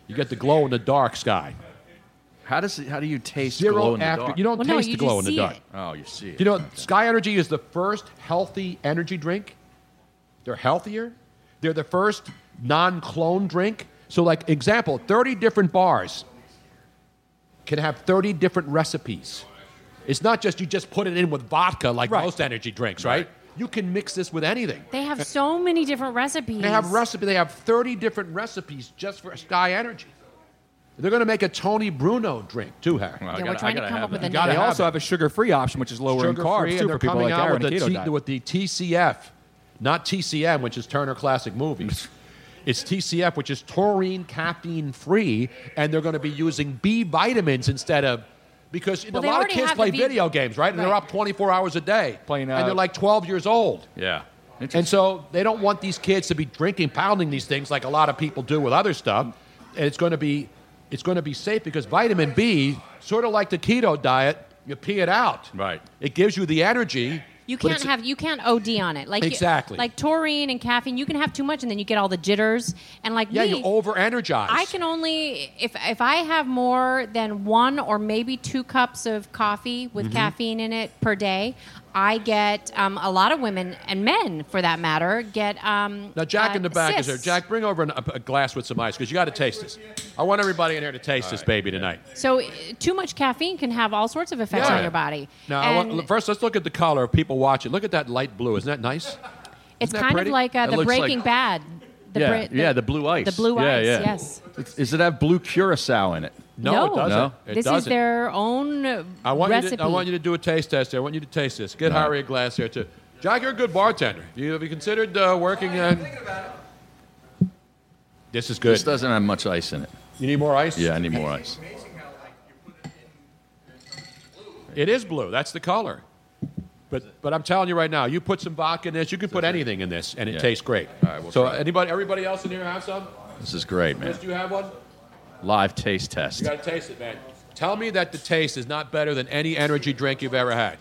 S4: you get the glow in the dark sky.
S9: How does it, how do you taste
S4: Zero
S9: glow in the
S4: after-
S9: dark?
S4: you don't Well, no, taste you the glow just in the see dark. it.
S9: Oh, you see it.
S4: You know, Sky Energy is the first healthy energy drink. They're healthier. They're the first non-clone drink. So, like example, 30 different bars can have 30 different recipes. It's not just you just put it in with vodka like most energy drinks, right? You can mix this with anything.
S7: They have so many different recipes.
S4: They have recipe. They have 30 different recipes just for Sky Energy. They're going to make a Tony Bruno drink too, Harry.
S7: Yeah, we're trying to come up with a
S4: You gotta
S10: they
S4: have
S10: also
S4: it.
S10: have a sugar-free option, which is lower in
S4: Sugar-free,
S10: carbs
S4: and
S10: too
S4: they're
S10: for people
S4: coming
S10: like
S4: out
S10: Aaron
S4: with the,
S10: keto
S4: T-
S10: diet.
S4: with the TCF, not TCM, which is Turner Classic Movies. it's TCF, which is taurine caffeine free, and they're going to be using B vitamins instead of because you know,
S7: Well, they
S4: a lot of
S7: already
S4: kids
S7: have
S4: play
S7: the B-
S4: video games, right? And they're
S7: Right.
S4: up 24 hours a day playing,
S10: uh,
S4: and they're like 12 years old.
S9: Yeah.
S4: And so they don't want these kids to be drinking, pounding these things like a lot of people do with other stuff. And it's going to be, it's going to be safe because vitamin B, sort of like the keto diet, you pee it out. Right. It gives you the energy.
S7: You
S4: but
S7: can't
S4: it's-
S7: have you can't OD on it like you-
S4: Exactly.
S7: like taurine and caffeine. You can have too much and then you get all the jitters and like
S4: Yeah,
S7: me,
S4: you over energize.
S7: I can only if if I have more than one or maybe two cups of coffee with
S4: Mhm.
S7: caffeine in it per day, I get um, a lot of women and men for that matter get um,
S4: Now, Jack
S7: uh,
S4: in the back is there.
S7: cysts.
S4: Jack, bring over an, a, a glass with some ice because you got to taste this. I want everybody in here to taste this baby tonight.
S7: So uh, too much caffeine can have all sorts of effects
S4: Yeah.
S7: on your body.
S4: Now, I want,
S7: And-
S4: look, first, let's look at the color of people watching. Look at that light blue. Isn't that nice?
S7: It's
S4: Isn't that
S7: kind
S4: pretty?
S7: of like uh,
S4: That
S7: the
S4: looks like-
S7: Breaking Bad. The
S9: yeah,
S7: Brit-
S9: yeah, the blue ice.
S7: The blue
S9: yeah,
S7: ice,
S9: yeah.
S7: yes.
S9: It's- Is it have blue curacao in it? No?
S7: this is their own uh,
S4: I want,
S7: recipe.
S4: You to, I want you to do a taste test there. I want you to taste this. Get
S9: All right.
S4: Harry a glass there, too. Jack, you're a good bartender. You, have you considered uh, working on. This is good.
S9: This doesn't have much ice in it.
S4: You need more ice?
S9: Yeah, I need more ice.
S4: It is blue. That's the color. But, but I'm telling you right now, you put some vodka in this, you can put anything in this, and it
S9: Yeah.
S4: tastes great.
S9: All right, we'll
S4: so,
S9: try it.
S4: anybody, everybody else in here have some?
S9: This is great, man.
S4: Chris, do you have one?
S9: Live taste test.
S4: You got to taste it, man. Tell me that the taste is not better than any energy drink you've ever had.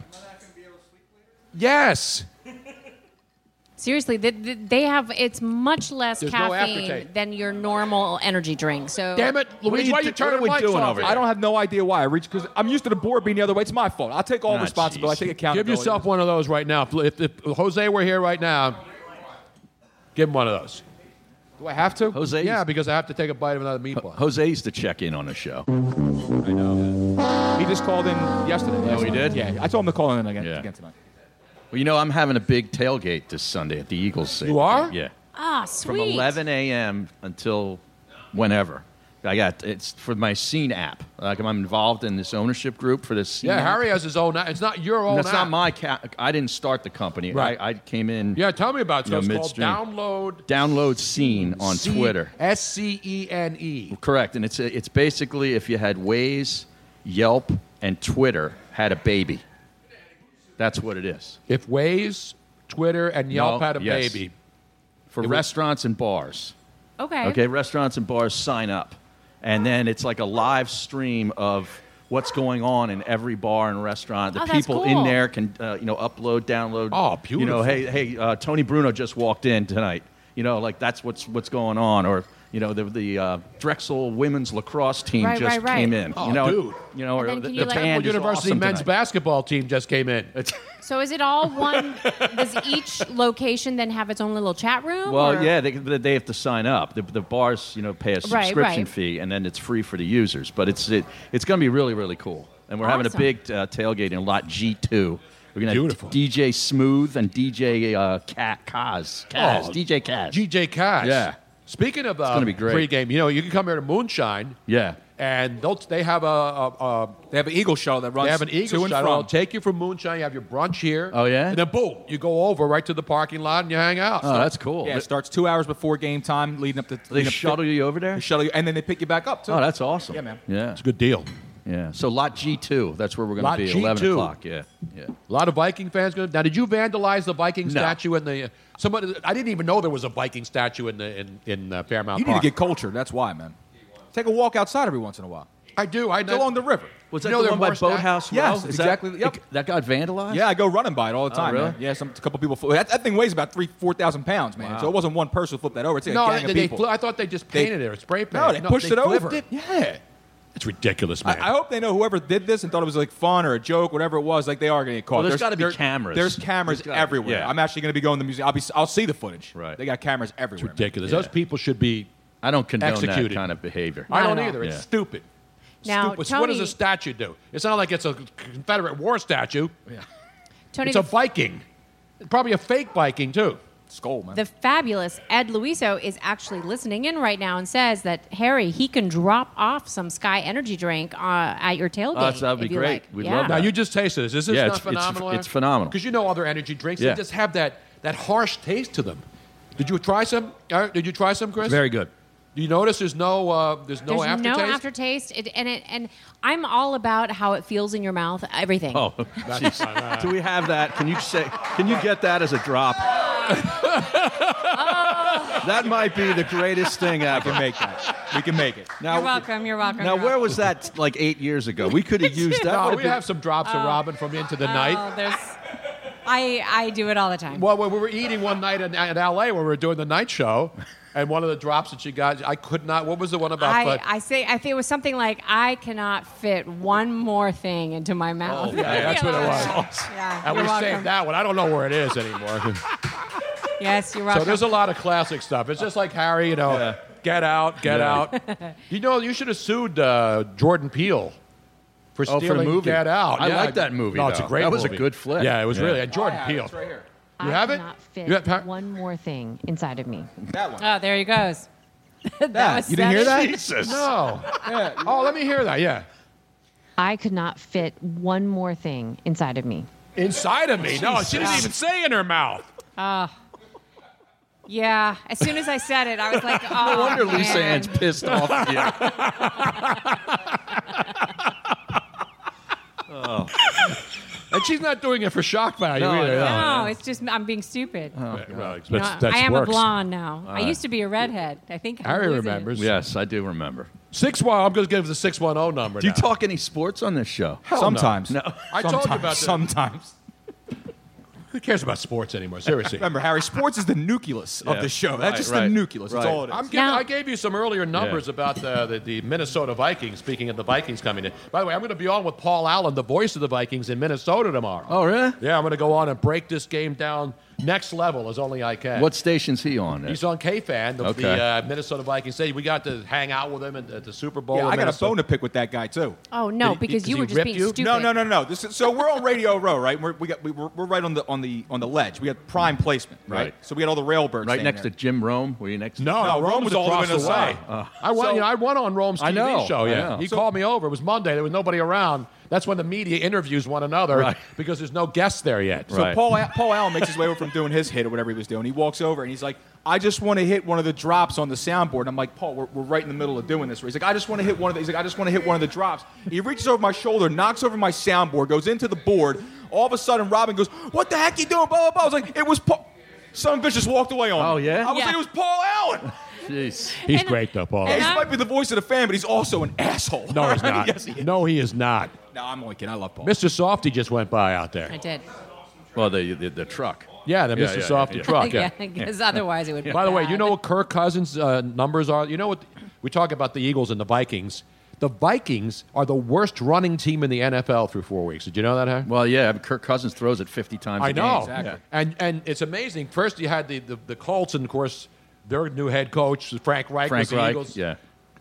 S4: Yes.
S7: Seriously, they, they- they have it's much less
S4: There's no
S7: caffeine
S4: aftertaste.
S7: than your normal energy drink. So
S4: Damn it,
S10: What
S4: Luis,
S10: are
S4: why
S10: do-
S4: you turning
S10: what are we
S4: mics
S10: doing
S4: off?
S10: over here? I don't have no idea why I reached because I'm used to the board being the other way. It's my fault. I'll take all
S4: Ah,
S10: responsibility. I take
S4: Give
S10: accountability.
S4: yourself one of those right now. If, if, if Jose were here right now, give him one of those. Do I have to? Jose? Yeah, because I have to take a bite of another meatball.
S9: Jose used to check in on the show.
S10: I know. He just called in yesterday.
S9: Oh, he did?
S10: Yeah, I told him to call in again,
S9: Yeah.
S10: again tonight.
S9: Well, you know, I'm having a big tailgate this Sunday at the Eagles. Save.
S10: You are?
S9: Yeah.
S7: ah, sweet.
S9: From 11 a.m. until whenever. I got it's for my Scene app. Like I'm involved in this ownership group for this. Scene
S4: Yeah,
S9: app.
S4: Harry has his own. It's not your own.
S9: That's
S4: app.
S9: not my cat. I didn't start the company.
S4: Right.
S9: I, I came in.
S4: Yeah, tell me about it.
S9: you
S4: So
S9: know,
S4: it's called
S9: midstream.
S4: Download
S9: Download Scene on
S4: C-
S9: Twitter.
S4: S C E N E.
S9: Correct, and it's it's basically if you had Waze, Yelp, and Twitter had a baby. That's what it is.
S4: If Waze, Twitter, and Yelp had a
S9: yes.
S4: baby.
S9: for
S4: It would-
S9: restaurants and bars.
S7: Okay.
S9: Okay, restaurants and bars sign up, and then it's like a live stream of what's going on in every bar and restaurant. The
S6: Oh, that's
S9: people in
S6: cool.
S9: there can uh, you know upload, download.
S6: Oh,
S9: You
S6: beautiful.
S9: know, hey hey, uh, Tony Bruno just walked in tonight. You know, like that's what's what's going on, or you know the the uh, Drexel women's lacrosse team
S4: Right,
S9: just
S4: right, right.
S9: came in.
S4: Oh,
S9: you know,
S4: dude.
S9: You know, or
S7: And then
S9: the,
S7: can
S9: the
S7: you, like-
S9: band
S4: Temple
S9: is
S4: University
S9: awesome
S4: men's
S9: tonight.
S4: basketball team just came in.
S7: So is it all one? does each location then have its own little chat room?
S9: Well,
S7: or-
S9: yeah, they, they have to sign up. The, the bars, you know, pay a
S7: Right,
S9: subscription
S7: right.
S9: fee, and then it's free for the users. But it's it, it's going to be really really cool. And we're having a
S7: Awesome.
S9: big uh, tailgate in Lot G two. We're going to
S4: Beautiful.
S9: have DJ Smooth and DJ uh, Ka- Kaz. Kaz.
S4: Oh,
S9: DJ Kaz.
S4: DJ Cash.
S9: Yeah.
S4: Speaking of uh,
S9: gonna be great.
S4: pregame, you know, you can come here to Moonshine.
S9: Yeah.
S4: and they'll, they have a, a, a
S10: they have an Eagle show that runs
S4: They have an Eagle
S10: to and
S4: shuttle.
S10: from.
S4: They'll take you from Moonshine. You have your brunch here.
S10: Oh, yeah?
S4: And then boom, you go over right to the parking lot and you hang out.
S9: Oh,
S4: So-
S10: Yeah, it starts two hours before game time, leading up to.
S4: They
S10: leading up to-
S4: shuttle
S9: you over there.
S10: They shuttle you, and then they pick you back up too.
S9: Oh, that's awesome.
S10: Yeah, man.
S9: Yeah, it's
S4: a good deal.
S9: Yeah. So lot G two, that's where we're going
S4: Lot
S9: to be.
S4: G2.
S9: Eleven o'clock. Yeah. Yeah.
S4: A lot of Viking fans going. Now, did you vandalize the Viking statue in the? Somebody, I didn't even know there was a Viking statue in the in, in uh, Fairmount.
S10: You need to
S4: Park.
S10: get cultured. That's why, man. Take a walk outside every once in a while.
S4: I do. I
S10: go along the river.
S9: Was
S10: You
S9: that
S10: know
S9: the
S10: there
S9: one
S10: are
S9: by
S10: more sta-
S9: Boathouse Row?
S10: Yes,
S9: Is that-
S10: exactly. yep.
S9: it- that got vandalized.
S10: Yeah, I go running by it all the
S9: Oh,
S10: time.
S9: really?
S10: man. Yeah, some a couple people. Flew. That, that thing weighs about three, four thousand pounds, man.
S4: Wow.
S10: So it wasn't one person who flipped that over. It's like
S4: no,
S10: a gang
S4: they,
S10: of
S4: they
S10: people.
S4: flew- I thought they just
S10: They-
S4: painted it or spray painted.
S10: no, they pushed it
S4: flipped
S10: over.
S4: It. Yeah, it's ridiculous,
S10: I,
S4: man.
S10: I hope they know whoever did this and thought it was like fun or a joke, whatever it was. Like they are going to get caught.
S4: Well, there's
S10: got
S4: gotta
S10: to
S4: be cameras.
S10: There's cameras
S4: There's gotta be-
S10: everywhere.
S4: yeah.
S10: I'm actually going to be going to the museum. I'll be. I'll see the footage. Right. They got cameras everywhere. man.
S4: ridiculous.
S10: Yeah.
S4: Those people should be.
S9: I don't condone that
S4: executed.
S9: kind of behavior.
S4: I
S9: Not
S4: don't
S9: at all.
S4: either. It's
S9: Yeah.
S4: stupid.
S7: Now,
S4: stupid. So what does
S7: Tony-
S4: a statue do? It's not like it's a Confederate war statue.
S7: Tony,
S4: it's a
S7: the-
S4: Viking. Probably a fake Viking too.
S10: Skull man.
S7: The fabulous Ed Luiso is actually listening in right now and says that Harry he can drop off some Sky Energy drink uh, at your tailgate.
S9: that's- that'd Oh, be
S7: if you
S9: great.
S7: Like.
S9: We'd
S7: yeah.
S9: love
S4: Now
S9: that.
S4: you just tasted this. Is this
S9: Yeah,
S4: not
S9: it's- it's-
S4: phenomenal?
S9: it's phenomenal.
S4: Because you know other energy drinks,
S9: Yeah.
S4: they just have that that harsh taste to them. Did you try some? Eric, Did you try some, Chris?
S9: Very good.
S4: Do you notice there's no uh, there's no
S7: There's
S4: aftertaste?
S7: no aftertaste, it, and it, and I'm all about how it feels in your mouth. Everything.
S9: Oh,
S4: uh,
S9: jeez. do we have that? Can you say? Can you get that as a drop? that might be the greatest thing ever. We can
S10: make that. We can make it.
S9: Now,
S7: you're welcome. You're welcome.
S9: Now,
S7: you're
S9: where was that? Like eight years ago, we could have used that.
S4: No,
S9: would've
S4: we
S9: been-
S4: have some drops
S7: Oh.
S4: of Robin from Into the
S7: welcome.
S4: Night.
S7: Oh, there's, I I do it all the time.
S4: Well, when we were eating one night in, in L.A. when we were doing the night show, and one of the drops that she got, I could not. What was the one about?
S7: I,
S4: but-
S7: I say I think it was something like I cannot fit one more thing into my mouth.
S4: Oh, yeah, that's what it was.
S7: Yeah,
S4: and we
S7: you're welcome.
S4: saved that one. I don't know where it is anymore.
S7: Yes, you're
S4: So
S7: welcome.
S4: there's a lot of classic stuff. It's just like Harry, you know, get out, get
S9: Yeah.
S4: out. You know, you should have sued uh, Jordan Peele for
S9: Oh, for the
S4: stealing
S9: movie.
S4: Get Out.
S9: I like that movie,
S4: No, it's a
S9: though.
S4: great.
S9: That was a
S4: movie.
S9: good flick.
S4: Yeah, it was
S9: Yeah.
S4: really. And Jordan
S10: Oh, Yeah,
S4: Peele.
S10: it's right here.
S4: You have it?
S7: cannot fit
S4: You have pa-
S7: one more thing inside of me.
S10: That one.
S7: Oh, there he goes. that was
S10: you didn't hear
S7: seven.
S10: that?
S4: No. Yeah. Oh, let me hear that. Yeah.
S7: I could not fit one more thing inside of me.
S4: Inside of me. No, she didn't even say in her mouth.
S7: Ah. yeah. As soon as I said it, I was like, oh.
S9: No wonder
S7: man.
S9: Lisa Ann's pissed off. Yeah.
S4: Oh. and she's not doing it for shock value
S9: No,
S4: either.
S7: No, it's just I'm being stupid.
S9: Oh,
S4: Yeah, well, it's-
S7: You know,
S4: that's- that's
S7: I am
S4: works.
S7: a blonde now.
S9: All
S7: I
S9: right.
S7: used to be a redhead. I think I'm
S4: Harry
S7: losing it.
S4: remembers.
S9: Yes, I do remember.
S4: Six one. I'm going to give the six one zero number.
S9: Do you
S4: now.
S9: talk any sports on this show?
S4: Hell no.
S10: Sometimes.
S9: No.
S4: I told you about that.
S10: Sometimes.
S4: Who cares about sports anymore? Seriously.
S10: Remember, Harry, sports is the nucleus of
S9: Yeah.
S10: the show. That's
S9: Right,
S10: just the
S9: right,
S10: nucleus. That's
S9: right.
S10: all it is.
S4: I'm giving, I gave you some earlier numbers about the, the, the Minnesota Vikings. Speaking of the Vikings coming in, by the way, I'm going to be on with Paul Allen, the voice of the Vikings in Minnesota tomorrow.
S9: Oh, really?
S4: Yeah, I'm going to go on and break this game down next level as only I can.
S9: What station's he on?
S4: He's on KFan, the,
S9: Okay.
S4: the uh, Minnesota Vikings. Say we got to hang out with him at, at the Super Bowl.
S10: Yeah,
S4: in
S10: I got a
S4: Minnesota.
S10: bone to pick with that guy too.
S7: Oh no, because you were just being stupid.
S10: No, no, no, no. This is, so we're on Radio Row, right? We're, we got we, we're, we're right on the on the on the ledge. We got prime placement, right?
S9: Right.
S10: So we got all the railbirds
S9: Right next to Jim Rome? Were you next? to
S4: Oh,
S10: No, Rome was all the way to the side.
S9: Uh,
S4: I won.
S10: So-
S4: you know, I won on Rome's TV
S9: I know,
S4: show.
S9: I
S4: Yeah,
S9: know.
S4: he
S9: So-
S4: called me over. It was Monday. There was nobody around. That's when the media interviews one another
S9: Right.
S4: because there's no guests there yet.
S10: So Paul Paul Allen makes his way over from doing his hit or whatever he was doing. He walks over and he's like, "I just want to hit one of the drops on the soundboard." And I'm like, "Paul, we're, we're right in the middle of doing this." He's like, "I just want to hit one of the." He's like, "I just want to hit one of the drops." He reaches over my shoulder, knocks over my soundboard, goes into the board. All of a sudden, Robin goes, "What the heck you doing?" Blah blah blah. I was like, "It was Paul." Some bitch just walked away on.
S9: Oh,
S10: me.
S9: yeah?
S10: I was
S9: Yeah.
S10: like, "It was Paul Allen."
S9: Jeez.
S4: He's great though, Paul.
S10: Yeah, he might be the voice of the fan, but he's also an asshole.
S4: No, he's not.
S10: yes, he is.
S4: No, he is not.
S10: No, I'm only kidding. I love Paul.
S4: Mr. Softy just went by out there.
S7: I did.
S9: Well, the, the, the truck.
S4: Yeah, the Mr. Softy truck. Yeah.
S7: because otherwise it would. be
S4: By the way,
S7: bad.
S4: you know what Kirk Cousins' uh, numbers are? You know what? We talk about the Eagles and the Vikings. The Vikings are the worst running team in the NFL through four weeks. Did you know that, Harry?
S9: Well, yeah, Kirk Cousins throws it 50 times
S4: I
S9: a game.
S4: know.
S9: Yeah.
S4: And and it's amazing. First, you had the, the, the Colts, and of course, their new head coach, Frank Reich,
S9: Frank
S4: was the
S9: Reich,
S4: Eagles'
S9: yeah.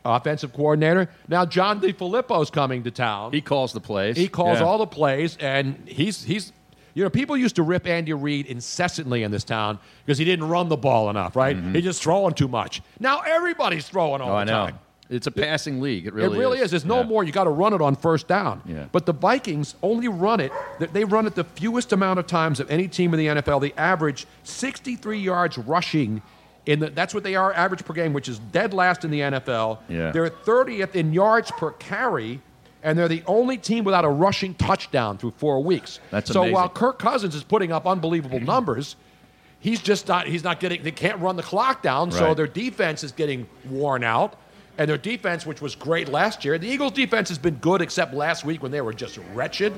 S4: offensive coordinator. Now, John DeFilippo's coming to town.
S9: He calls the plays.
S4: He calls
S9: Yeah.
S4: all the plays, and he's he's. You know, people used to rip Andy Reid incessantly in this town
S9: Mm-hmm.
S4: because he didn't run the ball enough, right? He just throwing too much. Now everybody's throwing all
S9: Oh,
S4: the
S9: I know.
S4: time.
S9: It's a passing league. It
S4: It
S9: really,
S4: really, is. There's no more. You got to run it on first down.
S9: Yeah.
S4: But the Vikings only run it. th- They run it the fewest amount of times of any team in the NFL. They average 63 yards rushing. In the, that's what they are average per game, which is dead last in the NFL.
S9: Yeah.
S4: They're 30th in yards per carry, and they're the only team without a rushing touchdown through four weeks.
S9: That's
S4: so
S9: amazing.
S4: while Kirk Cousins is putting up unbelievable numbers, he's just not he's not getting they can't run the clock down so
S9: Right.
S4: their defense is getting worn out and their defense which was great last year the eagles defense has been good except last week when they were just wretched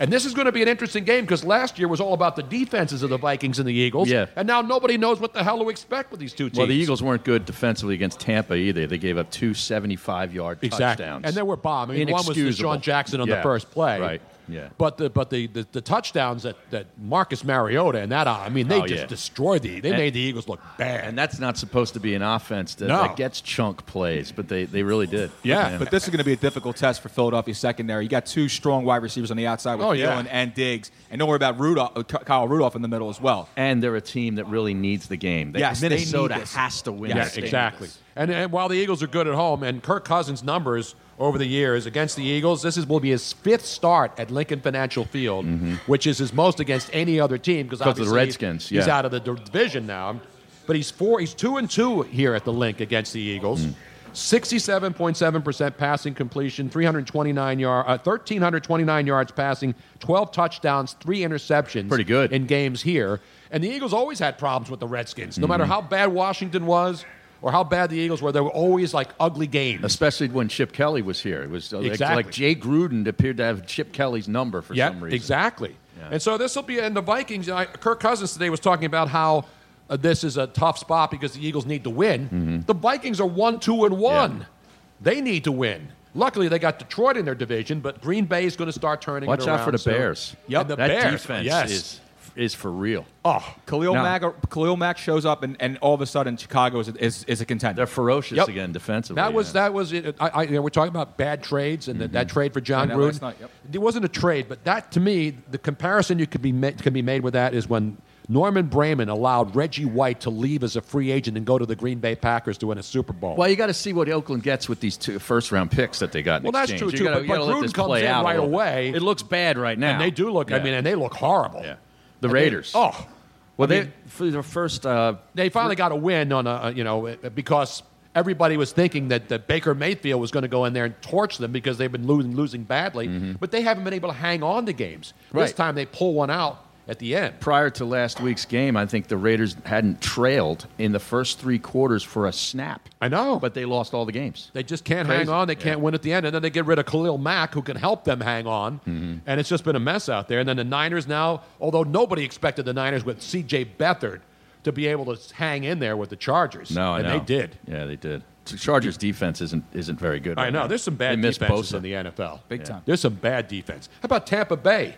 S4: and this is going to be an interesting game because last year was all about the defenses of the vikings and the eagles
S9: Yeah.
S4: and now nobody knows what the hell to expect with these two teams
S9: Well, the Eagles weren't good defensively against Tampa either. They gave up two 75 yard
S4: exactly
S9: touchdowns.
S4: and they were bomb i mean one was the
S9: Inexcusable.
S4: Sean jackson on the
S9: Yeah,
S4: first play
S9: Right. Yeah.
S4: But the but the, the, the touchdowns that, that Marcus Mariota and that I mean they
S9: Oh,
S4: just
S9: yeah.
S4: destroyed the they
S9: And-
S4: made the Eagles look bad.
S9: And that's not supposed to be an offense that,
S4: No.
S9: that gets chunk plays, but they, they really did.
S10: Yeah, but this is going to be a difficult test for Philadelphia secondary. You got two strong wide receivers on the outside with
S9: Oh,
S10: oh,
S9: yeah.
S10: and Diggs, and don't worry about Rudolph, uh, Kyle Rudolph in the middle as well.
S9: And they're a team that really needs the game. They,
S10: Yes, they need
S9: Minnesota
S10: this.
S9: has to win.
S4: Yeah,
S9: this game.
S4: exactly. And, and while the Eagles are good at home, and Kirk Cousins' numbers over the years against the Eagles, this is will be his fifth start at Lincoln Financial Field, which is his most against any other team because
S9: 'Cause Mm-hmm. of the
S4: obviously
S9: Redskins,
S4: he's
S9: yeah.
S4: out of the division now. But he's four. He's two and two here at the link against the Eagles. 67.7% passing completion, 329 yard, uh, 1,329 yards passing, 12 touchdowns, three interceptions. Pretty good. In games here. And the Eagles always had problems with the Redskins, no matter how bad Washington was or how bad the Eagles were. They were always like ugly games.
S9: Especially when Chip Kelly was here. It was uh, like-
S4: Exactly.
S9: like, Jay Gruden appeared to have Chip Kelly's number for
S4: Yeah,
S9: some reason.
S4: exactly. And so this will be, and the Vikings, I, Kirk Cousins today was talking about how uh, this is a tough spot because the Eagles need to win. The Vikings are one, two, and one. They need to win. Luckily, they got Detroit in their division, but Green Bay is going to start turning. it
S9: Watch out
S4: around,
S9: for the
S4: so-
S9: Bears.
S4: Yep, the
S9: that
S4: Bears.
S9: defense
S4: yes.
S9: is, is for real.
S4: Oh,
S10: Khalil
S9: Now-
S10: Mack, Khalil Mack shows up, and, and all of a sudden Chicago is, is, is a contender. They're
S9: ferocious
S4: Yep.
S9: again defensively.
S4: That was that was it. I, I, you know, we're talking about bad trades and that that
S9: Mm-hmm.
S4: trade for John
S10: Yeah, that
S4: Gruden.
S10: last night, yep.
S4: It wasn't a trade, but that to me, the comparison you could be ma- can be made with that is when Norman Braman allowed Reggie White to leave as a free agent and go to the Green Bay Packers to win a Super Bowl.
S9: Well, you got to see what Oakland gets with these two first round picks that they got. In
S4: Well, that's
S9: exchange.
S4: true,
S9: You
S4: too,
S9: gotta-
S4: but-
S9: you
S4: but
S9: gotta let
S4: Gruden
S9: this
S4: comes
S9: play
S4: in
S9: out a
S4: right
S9: little bit.
S4: away.
S9: It looks bad right now.
S4: And they do look. I
S9: Yeah.
S4: mean, and they look horrible. Yeah.
S9: the Raiders.
S4: oh,
S9: well,
S4: I mean-
S9: they for their first. Uh,
S4: they finally got a win on a a- you know uh, because everybody was thinking that, that Baker Mayfield was going to go in there and torch them because they've been losing, losing badly, but they haven't been able to hang on to games. This
S9: Mm-hmm. Right.
S4: time they pull one out at the end.
S9: prior to last week's game, I think the Raiders hadn't trailed in the first three quarters for a snap.
S4: I know,
S9: but they lost all the games.
S4: They just can't hang
S9: Crazy.
S4: on. They can't win at the end, and then they get rid of Khalil Mack, who can help them hang on.
S9: Mm-hmm.
S4: And it's just been a mess out there. And then the Niners now, although nobody expected the Niners with C.J. Beathard to be able to hang in there with the Chargers,
S9: No, I
S4: and
S9: know.
S4: they did.
S9: Yeah, they did. The Chargers defense isn't isn't very good.
S4: I
S9: right
S4: know.
S9: now.
S4: There's some
S9: They
S4: bad
S9: missed
S4: defenses
S9: Bosa.
S4: in the NFL.
S9: Big
S4: Yeah.
S9: time.
S4: There's some bad defense. How about Tampa Bay?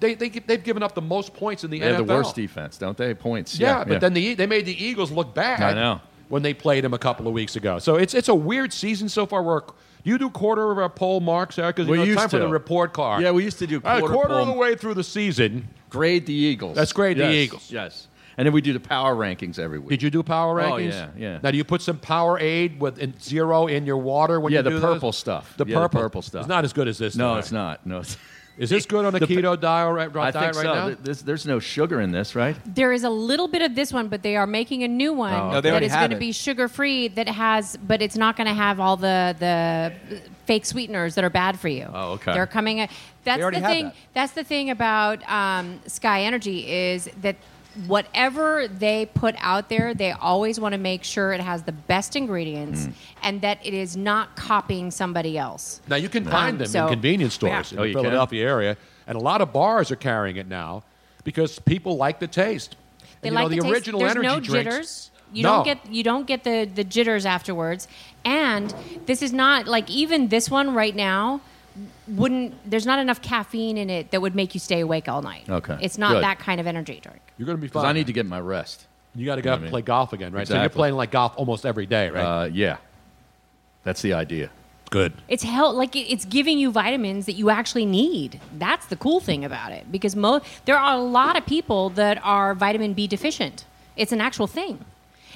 S4: They, they, they've given up the most points in the
S9: They
S4: NFL.
S9: have the worst defense, don't they? Points.
S4: Yeah, but then the, E- they made the Eagles look bad
S9: I know.
S4: when they played them a couple of weeks ago. So it's, it's a weird season so far. We're, you do quarter of our poll marks, Eric, because
S9: We
S4: you know, it's
S9: used
S4: time for
S9: to.
S4: the report card.
S9: Yeah, we used to do
S4: All right,
S9: quarter
S4: quarter
S9: poll-
S4: of the way through the season.
S9: grade the Eagles.
S4: Let's grade the
S9: Yes,
S4: Eagles.
S9: Yes. And then we do the power rankings every week.
S4: Did you do power
S9: Oh,
S4: rankings?
S9: yeah, yeah.
S4: Now, do you put some power aid with in- zero in your water when
S9: yeah,
S4: you do
S9: the
S4: those?
S9: purple stuff.
S4: The
S9: Yeah,
S4: purple.
S9: purple stuff.
S4: It's not as good as this.
S9: No,
S4: tonight.
S9: it's not. No. it's-
S4: Is this good on a
S9: The-
S4: keto diet right,
S9: I
S4: diet
S9: think
S4: right
S9: so.
S4: now?
S9: Th- this- there's no sugar in this, right?
S7: There is a little bit of this one, but they are making a new one
S9: Oh, No, they
S7: that
S9: already
S7: is
S9: have
S7: going to
S9: it.
S7: be sugar free. That has, but it's not going to have all the the fake sweeteners that are bad for you.
S9: Oh, okay.
S7: They're coming. That's
S9: They already
S7: the
S9: have
S7: thing.
S9: that.
S7: That's the thing about um, Sky Energy is that whatever they put out there, they always want to make sure it has the best ingredients
S4: Mm.
S7: and that it is not copying somebody else.
S4: Now you can
S7: Um,
S4: find them
S7: so-
S4: in convenience stores
S7: Yeah.
S4: in
S7: Oh,
S4: the
S7: you can?
S4: Philadelphia area, and a lot of bars are carrying it now because people like the taste.
S7: They
S4: and, you
S7: like
S4: know, the,
S7: the, taste.
S4: original
S7: There's
S4: energy
S7: no
S4: drinks.
S7: jitters. You
S4: No.
S7: don't get you don't get the the jitters afterwards. And this is not like even this one right now wouldn't there's not enough caffeine in it that would make you stay awake all night.
S9: Okay.
S7: It's not
S9: Good.
S7: that kind of energy drink.
S4: You're going to be
S9: 'Cause
S4: fine.
S9: I need to get my rest.
S4: You got to go
S9: know what I
S4: out and
S9: mean?
S4: play golf again, right? So you're
S9: Exactly.
S4: playing like golf almost every day, right?
S9: Uh, yeah. That's the idea.
S4: Good.
S7: It's hell like it, it's giving you vitamins that you actually need. That's the cool thing about it because mo- there are a lot of people that are vitamin B deficient. It's an actual thing.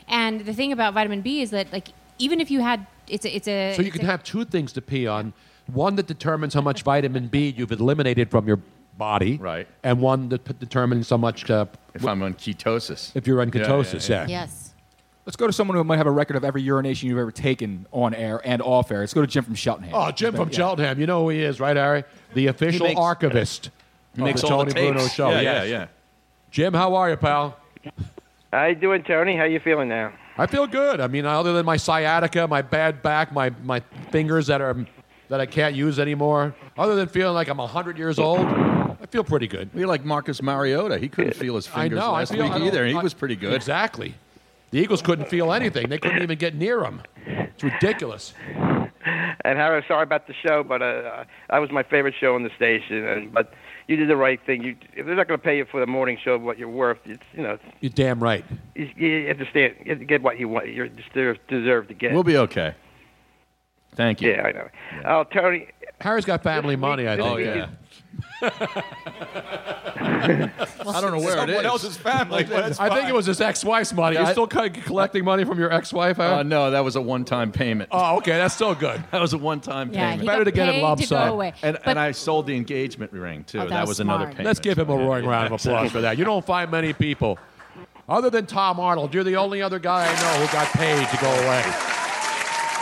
S7: And the thing about vitamin B is that like even if you had it's a, it's a
S4: So you
S7: it's
S4: can
S7: a-
S4: have two things to pee on: one that determines how much vitamin B you've eliminated from your body, right? And one that p- determines how much. Uh, if
S9: I'm on ketosis.
S4: If you're on ketosis, yeah.
S7: Yes.
S10: Let's go to someone who might have a record of every urination you've ever taken on air and off air. Let's go to Jim from Cheltenham.
S4: Oh, Jim from
S10: Yeah.
S4: Cheltenham, you know who he is, right, Harry? The official
S10: makes-
S4: archivist
S10: He
S4: of
S10: makes
S4: the
S10: all
S4: Tony
S10: the
S4: Bruno
S10: tapes.
S4: Show.
S10: Yeah,
S4: yes.
S10: yeah, yeah.
S4: Jim, how are you, pal?
S14: How you doing, Tony? How you feeling now?
S4: I feel good. I mean, other than my sciatica, my bad back, my, my fingers that are that I can't use anymore, other than feeling like I'm 100 years old, I feel pretty good.
S9: You're like Marcus Mariota. He couldn't feel his fingers
S4: I know,
S9: last
S4: I feel,
S9: week
S4: I don't-
S9: either. He
S4: I-
S9: was pretty good.
S4: Exactly. The Eagles couldn't feel anything. They couldn't even get near him. It's ridiculous.
S14: And Harry, sorry about the show, but uh, that was my favorite show on the station. And but you did the right thing. You, if they're not going to pay you for the morning show, what you're worth, it's you know, it's,
S4: You're damn right.
S14: you, you have to stand, you have to get what you want. You deserve, deserve to get.
S9: We'll be okay. Thank you.
S14: Yeah, I know. Oh, Tony.
S4: Harry's got family money, I think.
S9: Oh, yeah.
S4: I don't know where it is.
S10: Someone else's family, but that's
S4: I think
S10: fine.
S4: it was his ex-wife's money. You're
S9: I-
S4: still kind of collecting money from your ex-wife, Harry?
S9: Uh, no, that was a one-time payment.
S4: Oh, okay, that's still good.
S9: that was a one-time
S7: Yeah,
S9: payment.
S7: he Better got to get it paid lump to go sum. away.
S9: And,
S7: But-
S9: and I sold the engagement ring too.
S7: Oh, that
S9: that,
S7: was
S9: was another
S7: smart.
S9: payment.
S4: Let's give him a roaring round of applause for that. You don't find many people, other than Tom Arnold, you're the only other guy I know who got paid to go away.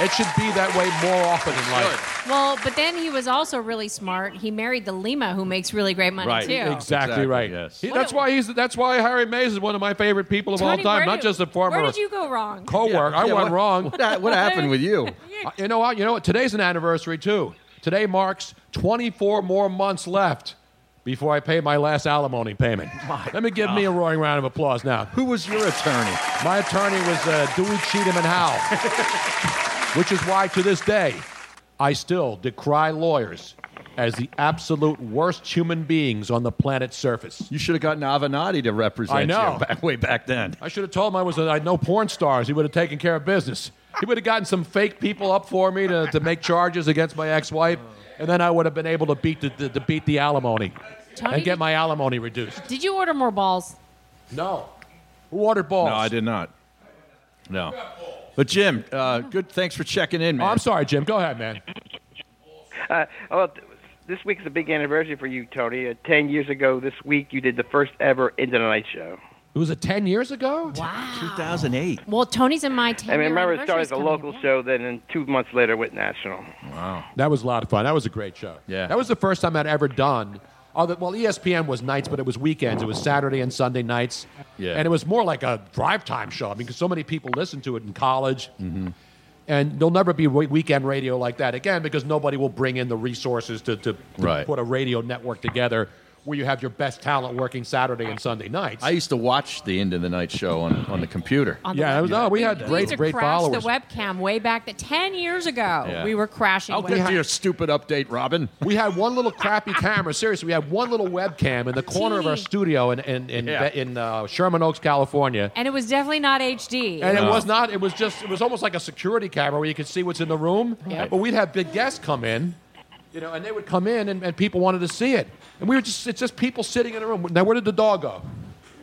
S4: It should be that way more often in life.
S7: Well, but then he was also really smart. He married the Lima, who makes really great money too.
S4: exactly, right.
S9: yes.
S4: He- that's why he's. That's why Harry Mays is one of my favorite people of
S7: Tony,
S4: all
S7: where
S4: time. Not
S7: did-
S4: just a former.
S7: Where did you go wrong?
S4: co-worker. I
S9: Yeah,
S4: went
S9: what-
S4: wrong.
S9: What, what happened with you?
S4: I- You know what? You know what? Today's an anniversary too. Today marks 24 more months left before I pay my last alimony payment. Let me give me a roaring round of applause now.
S9: Who was your attorney?
S4: My attorney was uh, Dewey Cheatham and Howe, which is why to this day I still decry lawyers as the absolute worst human beings on the planet's surface.
S9: You should have gotten Avenatti to represent
S4: I know.
S9: you back way back then.
S4: I should have told him I was a, I know porn stars. He would have taken care of business. He would have gotten some fake people up for me to, to make charges against my ex-wife, and then I would have been able to beat the, the, to beat the alimony
S7: Tony,
S4: and get my alimony reduced.
S7: Did you order more balls?
S4: No. Who ordered balls?
S9: No, I did not. No. But Jim, uh, good. Thanks for checking in, man.
S4: Oh, I'm sorry, Jim. Go ahead, man.
S14: Uh, well, th- this week's a big anniversary for you, Tony. Uh, Ten years ago this week, you did the first ever Into the Night show.
S4: It was a 10 years ago?
S7: Wow.
S9: 2008.
S7: Well, Tony's in my team.
S14: I mean, remember, it started as a local show, then and two months later went national.
S9: Wow.
S4: That was a lot of fun. That was a great show. Yeah. That was the first time I'd ever done. Other, well, E ESPN was nights, but it was weekends. It was Saturday and Sunday nights.
S9: Yeah.
S4: And it was more like a drive time show. I mean, because so many people listened to it in college.
S9: Mm-hmm.
S4: And there'll never be we- weekend radio like that again because nobody will bring in the resources to, to, to
S9: Right.
S4: put a radio network together where you have your best talent working Saturday and Sunday nights.
S9: I used to watch the end of the night show on, on the computer.
S7: On
S4: the Yeah, web- no, we had
S7: We
S9: great-
S7: used to
S9: great
S7: crash
S9: followers.
S7: the webcam way back the, 10 years ago.
S9: Yeah.
S7: We were crashing.
S9: I'll
S7: web-
S9: get to your stupid update, Robin.
S4: we had one little crappy camera. Seriously, we had one little webcam in the corner of our
S7: Teeny.
S4: studio in, in, in,
S9: Yeah.
S4: in uh, Sherman Oaks, California.
S7: And it was definitely not HD.
S4: And it was not. It was just. It was almost like a security camera where you could see what's in the room.
S7: Right.
S4: But we'd have big guests come in, you know, and they would come in, and, and people wanted to see it. And we were just. It's just people sitting in a room. Now, where did the dog go?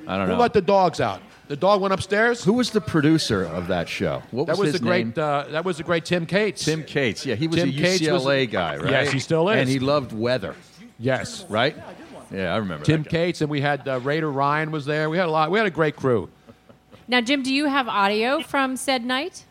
S9: I don't
S4: Who
S9: know.
S4: let the dogs out? The dog went upstairs.
S9: Who was the producer of that show? What
S4: that
S9: was,
S4: was
S9: his
S4: the great.
S9: name?
S4: Uh, that was the great Tim Cates.
S9: Tim Cates. Yeah, he was
S4: Tim
S9: a
S4: Cates was-
S9: UCLA guy, right?
S4: Yes, he still is.
S9: And he loved weather,
S4: yes.
S9: right? Yeah, I remember.
S4: Tim Cates, and we had uh, Raider Ryan was there. We had a lot. We had a great crew.
S7: Now, Jim, do you have audio from said night?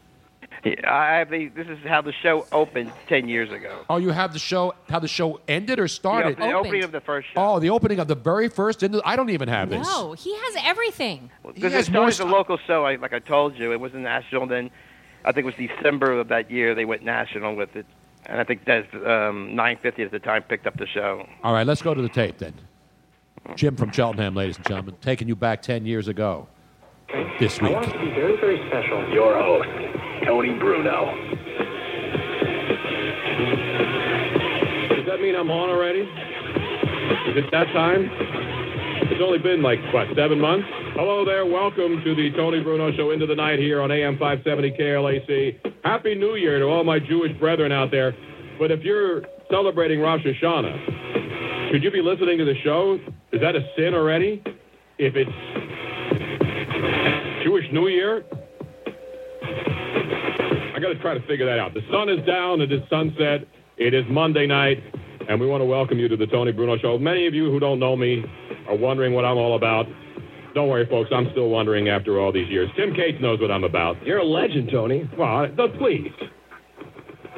S14: I have the, this is how the show opened ten years ago.
S4: Oh, you have the show. How the show ended or
S14: Yeah,
S4: started?
S14: the opening of the first show.
S4: Oh, the opening of the very first. Into, I don't even have this.
S7: No, he has everything.
S14: Because it started as a local show, I, like I told you, it wasn't national. Then I think it was December of that year they went national with it, and I think that's um, 950 at the time picked up the show.
S4: All right, let's go to the tape then. Jim from Cheltenham, ladies and gentlemen, taking you back 10 years ago this week.
S15: to be very, very special. Your host, Tony Bruno. Does that mean I'm on already? Is it that time? It's only been like, what, seven months? Hello there. Welcome to the Tony Bruno Show into the night here on AM 570 KLAC. Happy New Year to all my Jewish brethren out there. But if you're celebrating Rosh Hashanah, should you be listening to the show? Is that a sin already? If it's Jewish New Year? I got to try to figure that out. The sun is down. It is sunset. It is Monday night, and we want to welcome you to the Tony Bruno Show. Many of you who don't know me are wondering what I'm all about. Don't worry, folks. I'm still wondering after all these years. Tim Cates knows what I'm about. You're a legend, Tony. Well, I- no, please.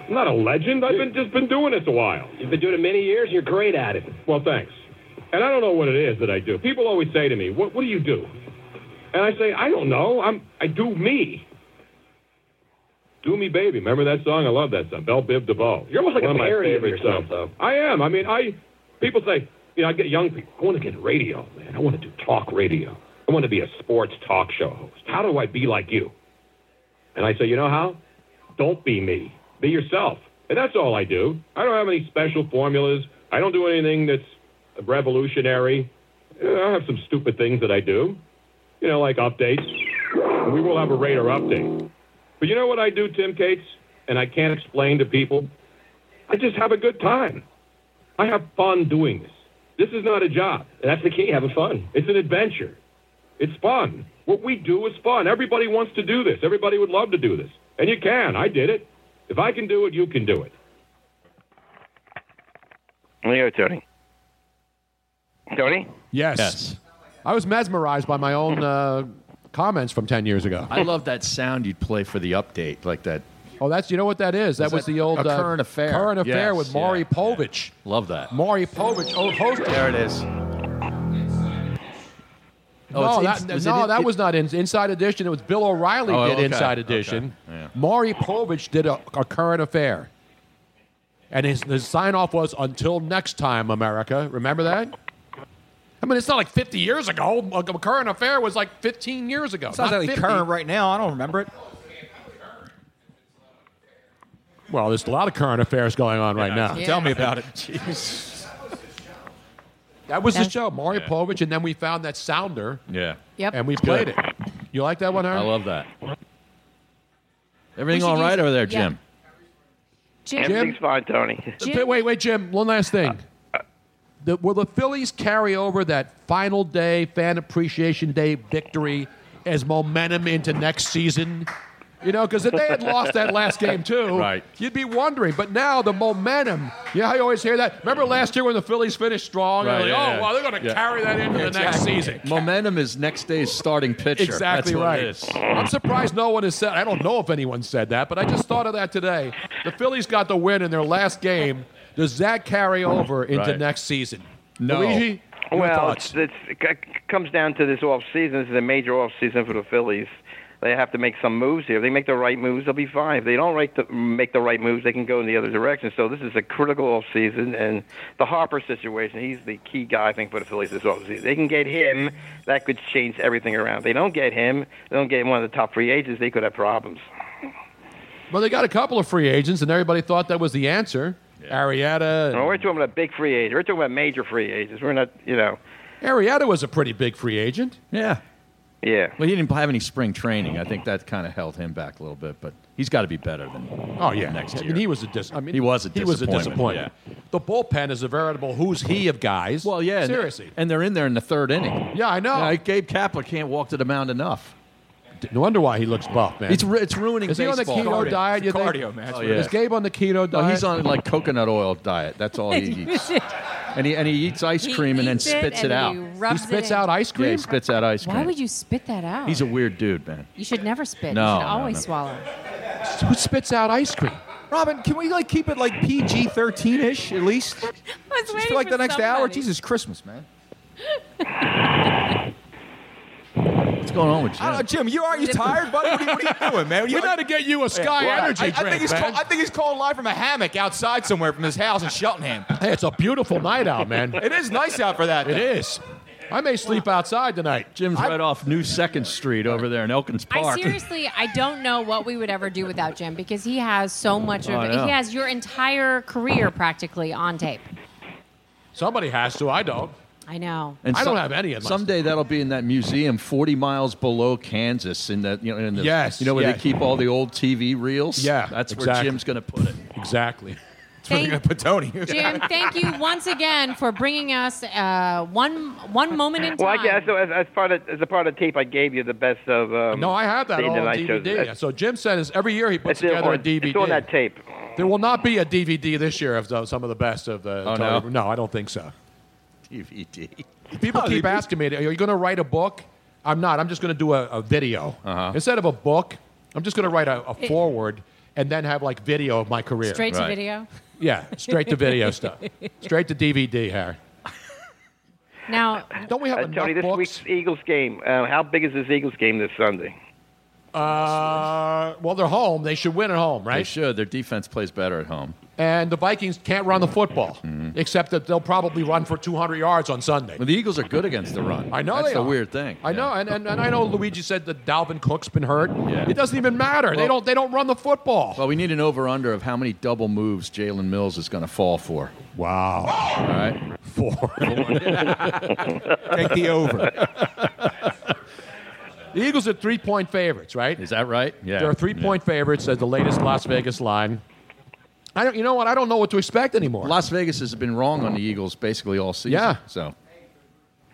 S15: I'm not a legend. I've been just been doing this a while. You've been doing it many years. You're great at it. Well, thanks. And I don't know what it is that I do. People always say to me, "What, what do you do?" And I say, "I don't know. I'm I do me." Do Me Baby. Remember that song? I love that song. Belle Biv DeVoe.
S16: You're almost like
S15: One
S16: a
S15: of my
S16: parody of
S15: favorite
S16: yourself,
S15: songs. I am. I mean, I people say, you know, I get young people. I want to get radio, man. I want to do talk radio. I want to be a sports talk show host. How do I be like you? And I say, you know how? Don't be me. Be yourself. And that's all I do. I don't have any special formulas. I don't do anything that's revolutionary. Uh, I have some stupid things that I do, you know, like updates. We will have a radar update. But you know what I do, Tim Cates, and I can't explain to people? I just have a good time. I have fun doing this. This is not a job. That's the key, having fun. It's an adventure. It's fun. What we do is fun. Everybody wants to do this. Everybody would love to do this. And you can. I did it. If I can do it, you can do it.
S14: Leo, Tony. Tony?
S4: Yes. I was mesmerized by my own uh, comments from 10 years ago.
S9: I love that sound you'd play for the update, like that.
S4: Oh, that's you know what that is. That
S9: Is
S4: was
S9: that
S4: the old
S9: a
S4: uh,
S9: current affair?
S4: Current affair
S9: Yes,
S4: with Maury
S9: yeah,
S4: Povich.
S9: Love that.
S4: Maury Povich, old host.
S9: There it is.
S4: No,
S9: Oh, it's
S4: that,
S9: in- was it
S4: no,
S9: in-
S4: that
S9: it-
S4: was not in, Inside Edition. It was Bill O'Reilly
S9: Oh,
S4: did
S9: okay,
S4: Inside
S9: okay,
S4: Edition.
S9: yeah.
S4: Maury Povich did a, a current affair, and his, his sign off was "Until next time, America." Remember that? I mean, it's not like 50 years ago. A a current affair was like 15 years ago.
S10: It's not
S4: not
S10: exactly
S4: 50.
S10: current right now. I don't remember it.
S4: Well, there's a lot of current affairs going on right now.
S10: Yeah. Tell me about it.
S4: Jeez. That was the
S7: That's-
S4: show, Maury Povich, and then we found that sounder.
S9: Yeah.
S7: Yep.
S4: And we played it. You like that one, Harry?
S9: I love that. Everything
S4: We should
S9: all right
S4: use-
S9: over there,
S4: yeah.
S9: Jim?
S7: Jim.
S14: Everything's fine, Tony.
S4: But Wait, wait, Jim. One last thing. The, will the Phillies carry over that final day Fan Appreciation Day victory as momentum into next season? You know, because if they had lost that last game too,
S9: Right.
S4: you'd be wondering. But now the momentum. You know how you always hear that. Remember last year when the Phillies finished strong?
S9: Right,
S4: They're like,
S9: yeah,
S4: oh,
S9: yeah.
S4: well, they're going to
S9: Yeah.
S4: carry that into the next
S9: Exactly.
S4: season.
S9: Momentum is next day's starting pitcher.
S4: Exactly
S9: That's what
S4: right.
S9: it is.
S4: I'm surprised no one has said. I don't know if anyone said that, but I just thought of that today. The Phillies got the win in their last game. Does that carry over into
S9: Right.
S4: next season?
S9: No.
S4: Luigi, your
S14: Well,
S4: thoughts?
S14: it's, it's, it c- comes down to this off season. This is a major off season for the Phillies. They have to make some moves here. If they make the right moves, they'll be fine. If they don't right the, make the right moves, they can go in the other direction. So this is a critical off season, and the Harper situation. He's the key guy, I think, for the Phillies this off season. They can get him, that could change everything around. If they don't get him, they don't get one of the top free agents, they could have problems.
S4: Well, they got a couple of free agents, and everybody thought that was the answer. Arietta.
S14: Well, we're talking about big free agents. We're talking about major free agents. We're not, you know,
S4: Arietta was a pretty big free agent.
S9: Yeah.
S14: Yeah.
S9: Well, he didn't have any spring training. I think that kind of held him back a little bit, but he's got to be better than.
S4: Oh yeah,
S9: Next
S4: I
S9: year.
S4: mean, he was a dis- I mean,
S9: He was a
S4: he was a
S9: disappointment,
S4: disappointment. The bullpen is a veritable who's he of guys. Well,
S9: yeah. and-
S4: seriously.
S9: And, they're in there in the third inning.
S4: Yeah, I know.
S9: Like, Gabe Kapler can't walk to the mound enough.
S4: No wonder why he looks buff, man.
S9: It's ru- it's ruining
S4: Is he on the
S9: baseball.
S4: keto
S9: Cardio.
S4: diet?
S9: It's
S4: you think?
S9: cardio, man. That's Oh, what it yeah. is.
S4: Is Gabe on the keto diet?
S9: No, he's on like coconut oil diet. That's
S4: Oh,
S9: all he eats. And he and he eats ice
S7: He
S9: cream and then
S7: eats it
S9: spits
S7: and
S9: it out.
S7: he rubs He spits it in. out ice
S9: Yeah, he
S7: cream?
S9: spits out ice cream.
S7: Why would you spit that out?
S9: He's a weird dude, man.
S7: you should never spit. you
S9: No,
S7: should
S9: no,
S7: always
S9: no.
S7: swallow.
S4: Who spits out ice cream?
S10: Robin, can we like keep it like PG thirteen ish at least? Just for like the next hour. Jesus Christmas, man.
S9: What's going on with
S10: I don't know, Jim. You aren't you tired, buddy? What are you, what are you doing, man?
S4: We gotta get you a Sky Energy
S10: I, I
S4: drink,
S10: think he's
S4: man.
S10: Call, I think he's calling live from a hammock outside somewhere from his house in Cheltenham.
S4: Hey, it's a beautiful night out, man.
S10: It is nice out for that.
S4: It is. I may sleep outside tonight.
S9: Jim's
S4: I-
S9: right off New Second Street over there in Elkins
S7: I
S9: Park.
S7: seriously, I don't know what we would ever do without Jim because he has so much
S9: Oh, I
S7: of
S9: know.
S7: he has your entire career practically on tape.
S4: Somebody has to. I don't.
S7: I know.
S4: I don't have any of my
S9: Someday that'll be in that museum, forty miles below Kansas, in that you know, in the,
S4: Yes,
S9: you know where
S4: yes.
S9: they keep all the old TV reels.
S4: Yeah,
S9: that's where
S4: exactly.
S9: Jim's going to put it.
S4: Exactly.
S10: That's where they're going to put Tony.
S7: Jim, thank you once again for bringing us uh, one one moment in time.
S14: Well, I guess so as, as part of as a part of tape, I gave you the best of. Um,
S4: No, I have that
S14: Dave
S4: all on
S14: Night shows.
S4: DVD.
S14: That's-
S4: So Jim said is every year he puts
S14: It's still
S4: together a
S14: on-
S4: DVD.
S14: it's on that tape.
S4: There will not be a DVD this year of the, some of the best of the.
S9: Oh,
S4: Tony-
S9: no?
S4: I don't think so.
S9: DVD.
S4: People keep asking me, "Are you going to write a book?" I'm not. I'm just going to do a, a video
S9: Uh-huh.
S4: instead of a book. I'm just going to write a, a
S7: It-
S4: forward and then have like video of my career.
S7: Straight to video.
S4: Yeah, straight to video stuff. Straight to DVD, Harry.
S7: Now,
S4: don't we have
S14: uh, Tony? This week's Eagles game. Uh, how big is this Eagles game this Sunday?
S4: Uh, well, they're home. They should win at home,
S9: They
S4: right?
S9: should. Their defense plays better at home.
S4: And the Vikings can't run the football, except that they'll probably run for 200 yards on Sunday.
S9: Mm-hmm. Well, the Eagles are good against the run.
S4: I know
S9: That's
S4: they
S9: the
S4: are.
S9: weird thing.
S4: I know, and, and, and I know Luigi said that Dalvin Cook's been hurt.
S9: Yeah.
S4: It doesn't even matter. they
S9: Well-
S4: don't they don't run the football.
S9: Well, we need an over under of how many double moves Jalen Mills is going to fall for.
S4: Wow.
S9: All right.
S4: Four.
S9: Take
S4: the over. The Eagles are three point favorites, right?
S9: Is that right? Yeah.
S4: They're three point favorites at the latest Las Vegas line. I don't. You know what? I don't know what to expect anymore.
S9: Las Vegas has been wrong on the Eagles basically all season.
S4: Yeah.
S9: So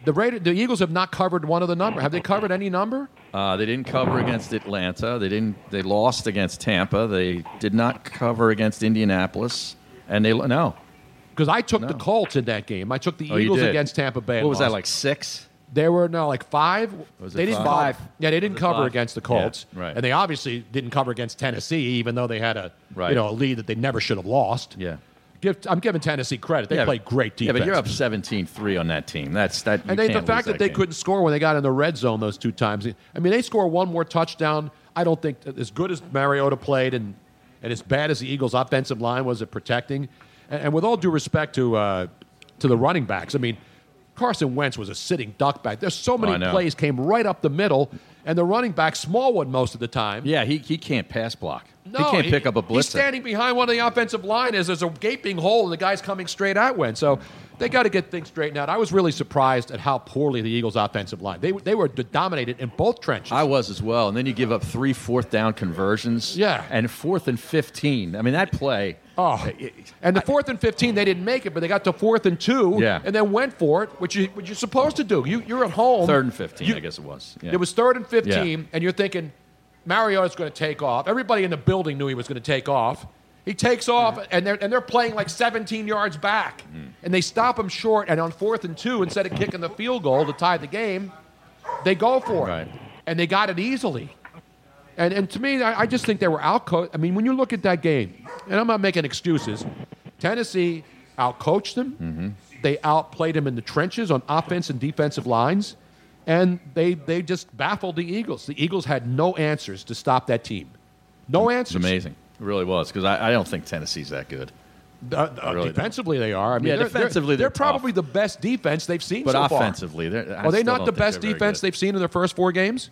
S4: The Raider, the Eagles have not covered one of the number. Have they covered any number?
S9: uh, they didn't cover against Atlanta. They didn't. They lost against Tampa. They did not cover against Indianapolis. And they no.
S4: Because I took the Colts in that game. I took the
S9: Oh, you
S4: Eagles
S9: did?
S4: against Tampa Bay.
S9: What
S4: and
S9: was that
S4: lost.
S9: like six?
S4: They were no like five.
S9: Was it
S4: they didn't
S9: five?
S4: cover- Yeah, they didn't
S9: Was it
S4: cover
S9: five?
S4: against the
S9: Yeah,
S4: Colts.
S9: right.
S4: And they obviously didn't cover against Tennessee, even though they had a
S9: Right.
S4: you know a lead that they never should have lost.
S9: Yeah.
S4: Give, I'm giving Tennessee credit. They
S9: yeah,
S4: played great defense.
S9: Yeah, but you're up 17-3 on that team. That's that. you
S4: And they, the
S9: can't
S4: fact
S9: lose
S4: that they
S9: game.
S4: couldn't score when they got in the red zone those two times. I mean, they score one more touchdown. I don't think that as good as Mariota played and, and as bad as the Eagles' offensive line was at protecting. And, and with all due respect to, uh, to the running backs, I mean, Carson Wentz was a sitting duck back. There's so
S9: Oh, I
S4: many
S9: know.
S4: plays came right up the middle, and the running back, Smallwood, most of the time.
S9: Yeah, he, he can't pass block.
S4: No,
S9: he can't pick up a blitzer.
S4: He's standing behind one of the offensive line as there's a gaping hole and the guy's coming straight at Wentz. So they got to get things straightened out. I was really surprised at how poorly the Eagles' offensive line. They, they were dominated in both trenches.
S9: I was as well. And then you give up three fourth down conversions. Yeah. And fourth and 15. I mean, that play.
S4: Oh, and the fourth and 15, they didn't make it, but they got to fourth and two
S9: Yeah.
S4: and then went for it, which, you, which you're supposed to do. You, you're at home.
S9: Third and 15,
S4: Oh, You-
S9: I guess it was.
S4: It was third and 15, and you're thinking, Mariota's going to take off. Everybody in the building knew he was going to take off. He takes off, and they're, and they're playing like 17 yards back. And they stop him short, and on fourth and two, instead of kicking the field goal to tie the game, they go for it. And they got it easily. And, and to me, I, I just think they were outcoached. I mean, when you look at that game, and I'm not making excuses, Tennessee outcoached them.
S9: Mm-hmm.
S4: They outplayed him in the trenches on offense and defensive lines, and they, they just baffled the Eagles. The Eagles had no answers to stop that team. No
S9: It's
S4: answers.
S9: amazing. It really was because I, I don't think Tennessee's that good.
S4: Uh, uh,
S9: I really don't.
S4: defensively, they are. I mean,
S9: Yeah,
S4: they're,
S9: defensively,
S4: they're,
S9: they're tough.
S4: probably the best defense they've seen
S9: But
S4: so far.
S9: offensively, they're- I
S4: are they
S9: still
S4: not
S9: don't
S4: the
S9: think they're
S4: best
S9: very
S4: defense
S9: good.
S4: they've seen in their first four games?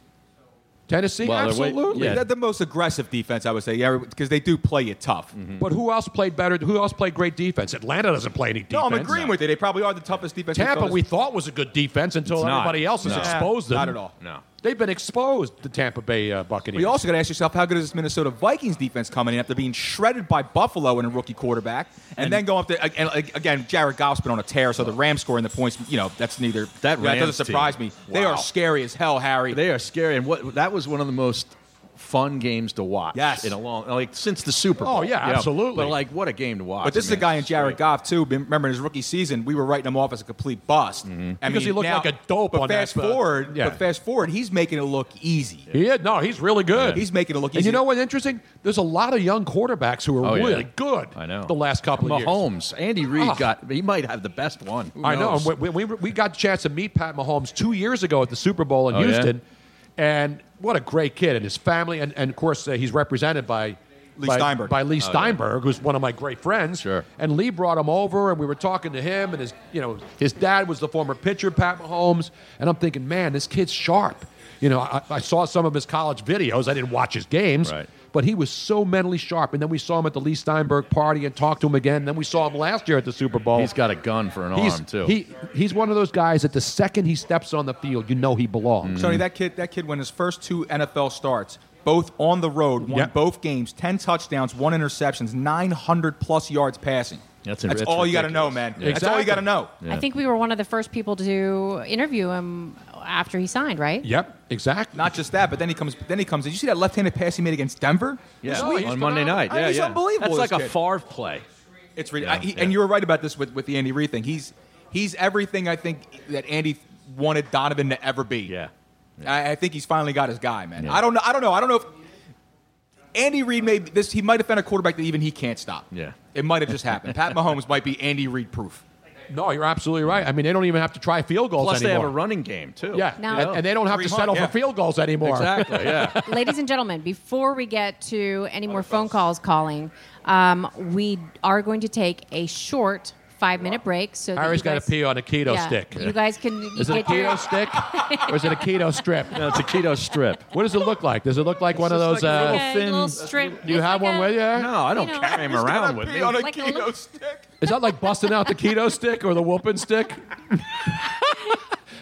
S4: Tennessee, absolutely.
S10: They're the most aggressive defense, I would say, yeah, because they do play it tough.
S9: Mm-hmm.
S4: But who else played better? Who else played great defense? Atlanta doesn't play any
S10: No,
S4: defense.
S10: I'm agreeing with you. They probably are the toughest defense. we've
S4: Tampa,
S10: done.
S4: we thought was a good defense until
S10: It's not.
S4: everybody else has
S10: No.
S4: exposed them.
S10: Not at all.
S9: No.
S4: They've been exposed, the Tampa Bay uh, Buccaneers.
S10: But you also got to ask yourself, how good is this Minnesota Vikings defense coming in after being shredded by Buffalo and a rookie quarterback, and, then going up there and like, again, Jared Goff's been on a tear, so the Rams scoring the points, you know, that's neither
S9: That,
S10: you know, that
S9: Rams
S10: doesn't surprise
S9: team.
S10: me. They are
S9: Wow.
S10: scary as hell, Harry.
S9: They are scary, and what that was one of the most fun games to watch.
S10: Yes.
S9: in a long like since the Super Bowl.
S10: Oh, yeah,
S9: You know,
S10: absolutely.
S9: But like, what a game to watch!
S10: But this is a guy in Jared Goff too. Been- Remember in his rookie season, we were writing him off as a complete bust I
S4: Mm-hmm. Because
S10: mean,
S4: he looked
S10: now-
S4: like a dope
S10: But
S4: on that,
S10: fast
S4: but-
S10: forward,
S4: yeah.
S10: but fast forward, he's making it look easy.
S4: He is. No, he's really good.
S10: He's making it look easy.
S4: And you know what's interesting? There's a lot of young quarterbacks who are
S9: Oh, yeah.
S4: really good.
S9: I know.
S4: The last couple of years.
S9: Mahomes, Andy Reid
S4: Ah.
S9: got. He might have the best one. Who
S4: I know.
S9: knows?
S4: We, we, we got a chance to meet Pat Mahomes two years ago at the Super Bowl in
S9: Oh, yeah?
S4: Houston, and what a great kid and his family, and, and of course uh, he's represented by
S10: Lee
S4: by,
S10: Steinberg.
S4: by Lee
S10: Oh, yeah.
S4: Steinberg, who's one of my great friends. Sure. And Lee brought him over, and we were talking to him, and his you know his dad was the former pitcher Pat Mahomes, and I'm thinking, man, this kid's sharp. You know, I, I saw some of his college videos. I didn't watch his games. Right. But he was so mentally sharp. And then we saw him at the Lee Steinberg party and talked to him again. then we saw him last year at the Super Bowl.
S9: He's got a gun for an
S4: He's,
S9: arm too.
S4: He he's one of those guys that the
S9: Mm-hmm.
S10: Mm-hmm.
S4: second he steps on the field, you know he belongs.
S10: Tony, that kid, that kid, when his first two NFL starts, both on the road, won both games, 10 touchdowns, one interceptions, 900 plus yards passing.
S9: That's,
S10: That's
S9: that's
S10: all you got to know,
S9: ridiculous.
S10: man.
S9: Yeah.
S10: That's all you got to
S9: Exactly.
S10: know.
S7: I think we were one of the first people to interview him after he signed, right?
S4: Yep, exactly.
S10: Not just that, but then he comes. Then he comes. Did you see that left-handed pass he made against Denver?
S9: Yeah, Oh,
S10: This week?
S9: on Monday night.
S10: I mean,
S9: Yeah,
S10: he's
S9: yeah.
S10: unbelievable.
S9: That's
S10: this
S9: like a
S10: kid.
S9: Favre play.
S10: It's ridiculous. And you were right about this with, with the Andy Reid thing. He's he's everything I think that Andy wanted Donovan to ever be. Yeah. I, I think he's finally got his guy, man. I don't know. I don't know. I don't know if Andy Reid made this. He might have found a quarterback that even he can't stop.
S9: Yeah.
S10: It might have just happened. Pat Mahomes might be Andy Reid proof.
S4: No, you're absolutely right. I mean, they don't even have to try field goals
S9: Plus, they have
S4: anymore.
S9: a running game too.
S4: Yeah,
S7: No.
S4: and, and they don't have
S9: Three
S4: to settle
S9: months,
S4: for field goals anymore.
S9: Exactly, yeah.
S7: Ladies and gentlemen, before we get to any more phone calls calling, um, we are going to take a short five minute break. So that
S4: Harry's
S7: you
S4: got to
S7: guys-
S4: pee on a keto
S7: Yeah,
S4: stick.
S7: You guys can
S4: Is it a
S7: get your-
S4: keto stick or is it a keto strip? No, it's a keto strip. What does it look like? Does it look like one of those?
S9: just like a
S4: uh,
S9: little Like a thin- little strip.
S4: Do you
S9: It's
S4: have
S9: like
S4: one with you?
S9: No, I don't you know, carry 'em he's around gonna with pee me. on a
S7: Like a little-
S4: Is that like busting out the keto stick or the whooping stick?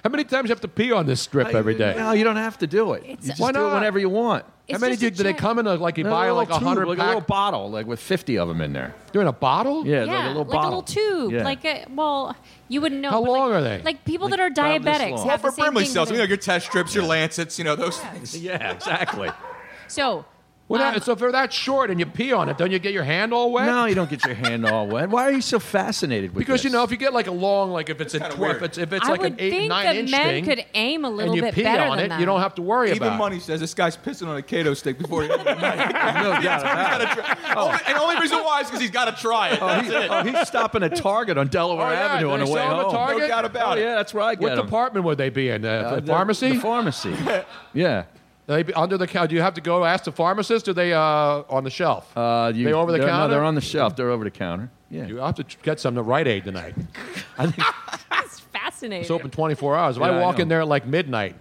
S4: How many times you have to pee on this strip every day?
S9: No, you don't have to do it. you just
S4: Why
S9: do it
S4: not?
S9: whenever you want.
S4: How many do, do they come in? A, like you
S9: No,
S4: buy
S9: a
S4: like
S9: little
S4: a
S9: tube,
S4: hundred
S9: like a
S4: pack.
S9: little bottle, like with fifty of them in there.
S4: They're in a bottle.
S9: Yeah,
S7: Yeah,
S9: like a little
S7: like a
S9: bottle.
S7: little tube.
S9: Yeah.
S7: Like a well, you wouldn't know.
S9: How
S7: but
S9: long
S7: like,
S9: are they?
S7: Like people that are
S9: about this
S7: diabetic
S9: long.
S7: have the
S10: Harper
S7: same
S10: Brimley
S7: thing
S10: sells.
S7: with
S10: You know your test strips, your lancets, you know those things.
S9: Yeah, exactly.
S7: it. So
S4: Well, that, so if they're that short and you pee on it, don't you get your hand all wet?
S9: No, you don't get your hand all wet. Why are you so fascinated with
S4: Because
S9: this?
S4: you know, if you get like a long, like if it's a tw- if it's, if it's
S7: I
S4: like
S7: would
S4: an eight
S7: think
S4: nine
S7: that
S4: inch
S7: men
S4: thing,
S7: could aim a little
S4: and you
S7: bit
S4: pee
S7: better
S4: on
S7: than
S4: it,
S7: that.
S4: you don't have to worry
S10: Even
S4: about.
S10: money says this guy's pissing on a keto stick before he. no And the only reason why is because he's got to try it.
S9: Oh,
S10: That's
S9: he-
S10: it.
S9: oh, he's stopping at Target on
S4: Oh,
S9: Delaware Avenue on the way home.
S10: No doubt about it.
S9: Yeah, that's where I get
S4: What
S9: 'em.
S4: department would they be in? Uh,
S9: Uh,
S4: the
S9: the-
S4: pharmacy?
S9: the pharmacy. yeah.
S4: They be under the counter. Do you have to go ask the pharmacist? Or they uh, on the shelf?
S9: Uh, you,
S4: They over the
S9: they're- No,
S4: counter?
S9: they're on the shelf. They're over the counter. Yeah.
S4: You have to tr- get some to Rite Aid tonight.
S7: That's fascinating.
S4: It's open 24 hours. If
S9: Yeah,
S4: I
S9: I
S4: walk
S9: know.
S4: in there at like midnight,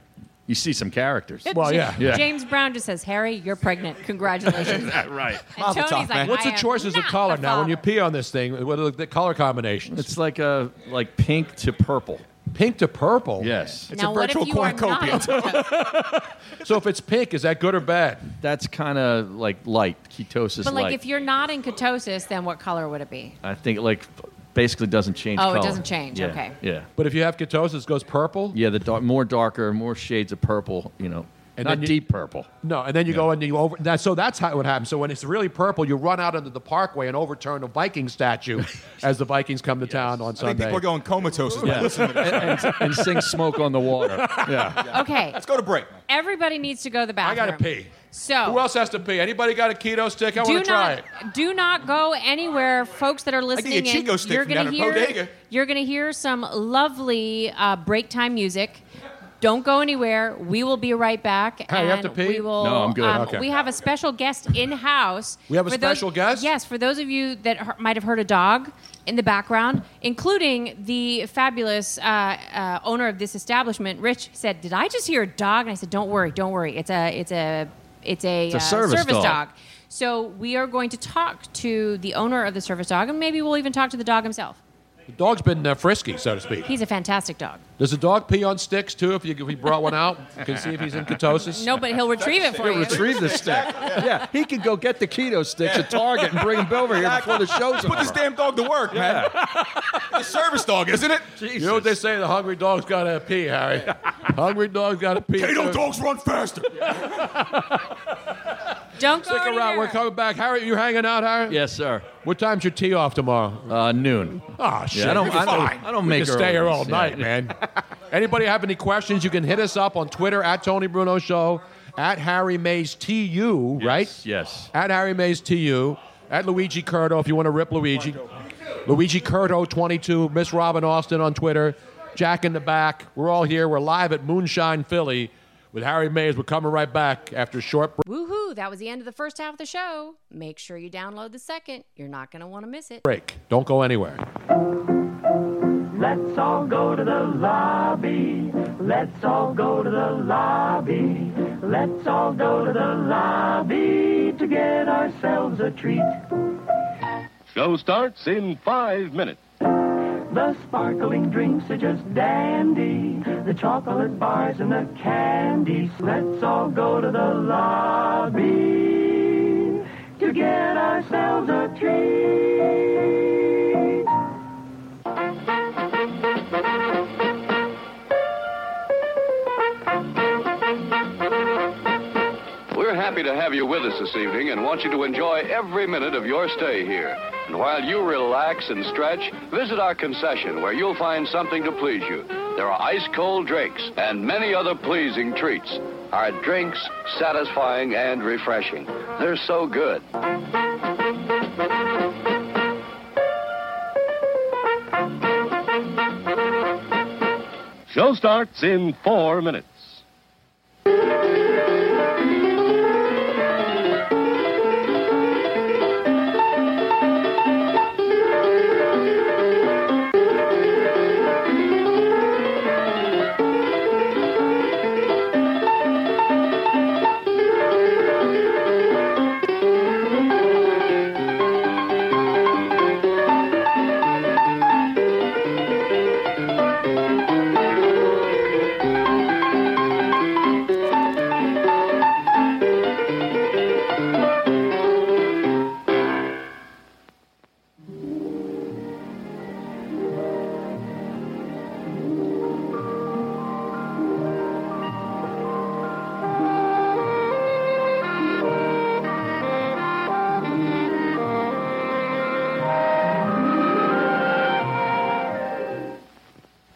S9: you see some characters.
S4: Well, yeah,
S7: James, Brown just says, "Harry, you're pregnant. Congratulations."
S9: right.
S7: And Tony's like,
S4: What's
S7: "I
S4: the
S7: am
S4: choices of
S7: not
S4: color
S7: the
S4: now? When
S7: father."
S4: you pee on this thing, what are the color combinations?
S9: It's like a like pink to purple.
S4: Pink to purple.
S9: Yes.
S7: Now, what if you are not
S4: so if it's pink, is that good or bad?
S9: That's kind of like light ketosis.
S7: But like,
S9: light.
S7: if you're not in ketosis, then what color would it be?
S9: I think like basically doesn't change.
S7: Oh, it
S9: color.
S7: doesn't change,
S9: Yeah,
S7: okay.
S9: Yeah.
S4: But if you have ketosis, it goes purple.
S9: Yeah. The dark, more darker, more shades of purple. You know,
S4: And
S9: not
S4: then you-
S9: deep purple.
S4: No, and then you go and you over. That, so that's how it happens. So when it's really purple, you run out into the parkway and overturn a Viking statue as the Vikings come to town
S10: I
S4: on
S10: think
S4: Sunday.
S10: people are going comatose. as
S9: Yeah.
S10: well. Listen to this.
S9: and, and, and sing smoke on the water. Yeah.
S7: Okay,
S10: Let's go to break.
S7: everybody needs to go to the
S4: I
S7: bathroom.
S4: gotta pee.
S7: So
S4: Who else has to pee? Anybody got a keto stick? I
S7: do
S4: want
S7: not
S4: to try it.
S7: do not go anywhere, folks that are
S10: get
S7: listening.
S10: a
S7: in.
S10: Chico stick
S7: you're
S10: from
S7: gonna
S10: down
S7: hear
S10: at Bodega.
S7: you're gonna hear some lovely uh, break time music. Don't go anywhere. We will be right back.
S4: Hey,
S7: and
S4: you have to pee?
S7: We will,
S4: No, I'm good.
S7: um,
S4: Okay.
S7: We have a special guest in house.
S4: We have a
S7: For those-
S4: special guest?
S7: Yes, for those of you that he- might have heard a dog in the background, including the fabulous uh, uh, owner of this establishment, Rich said, "Did I just hear a dog?" And I said, "Don't worry, don't worry. It's a, it's a, it's a,
S9: It's a service dog.
S7: So we are going to talk to the owner of the service dog, and maybe we'll even talk to the dog himself.
S4: The dog's been uh, frisky, so to speak.
S7: He's a fantastic dog.
S4: Does the dog pee on sticks too? If you, if you brought one out, you can see if he's in ketosis.
S7: No, but he'll retrieve it for
S9: He'll
S7: you.
S9: retrieve the stick. Yeah, he could go get the keto sticks at Target and bring them over here before the show's
S10: Put this
S9: over.
S10: damn dog to work, man. The service dog, isn't it?
S4: You know what they say? The hungry dog's got to pee, Harry. hungry dog's got to pee.
S10: Potato
S4: too.
S10: dogs run faster.
S7: Don't go
S4: Stick
S7: anywhere.
S4: around. We're coming back. Harry, you hanging out, Harry?
S9: Yes, sir.
S4: What time's your tea off tomorrow?
S9: Uh, noon.
S4: Oh, shit.
S9: I don't-
S4: You're
S9: I don't-
S4: fine.
S9: I don't
S4: We
S9: make
S4: can
S9: her
S4: stay here
S9: orders,
S4: all
S9: yeah.
S4: night, man. Anybody have any questions? You can hit us up on Twitter at Tony Bruno Show, at Harry Mays TU, right?
S9: Yes.
S4: At Harry Mays TU, at Luigi Curto if you want to rip Luigi. Luigi Curto 22, Miss Robin Austin on Twitter, Jack in the back. We're all here. We're live at Moonshine Philly with Harry Mays. We're coming right back after a short
S7: Woohoo! That was the end of the first half of the show. Make sure you download the second. You're not going to want to miss it.
S4: break. Don't go anywhere.
S5: Let's all go to the lobby. Let's all go to the lobby. Let's all go to the lobby to get ourselves a treat.
S16: Show starts in five minutes.
S5: The sparkling drinks are just dandy. The chocolate bars and the candies. Let's all go to the lobby to get ourselves a treat.
S16: We're happy to have you with us this evening and want you to enjoy every minute of your stay here. And while you relax and stretch, visit our concession where you'll find something to please you. There are ice cold drinks and many other pleasing treats. Our drinks satisfying and refreshing. They're so good.
S17: Show starts in four minutes.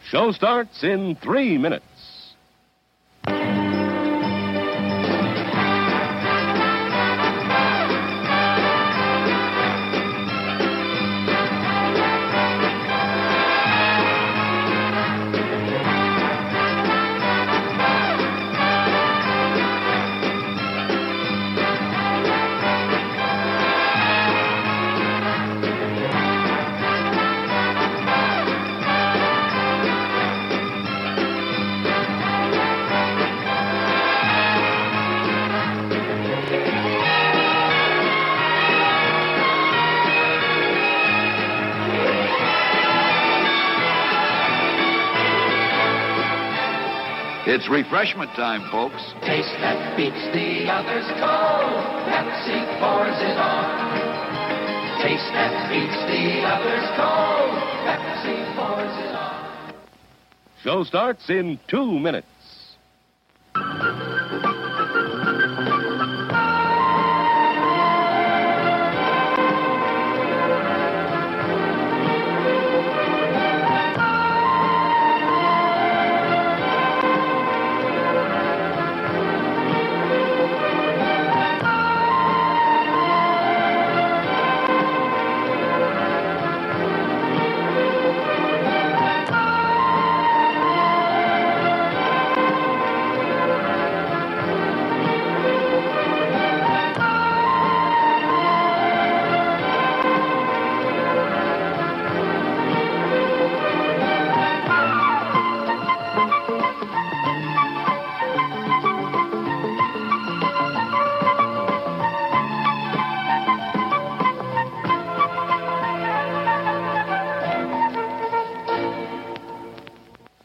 S17: Show starts in three minutes.
S16: It's refreshment time, folks.
S5: Taste that beats the others cold. Pepsi pours it on. Taste that beats the others cold. Pepsi pours it on.
S17: Show starts in two minutes.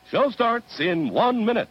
S17: Show starts in one minute.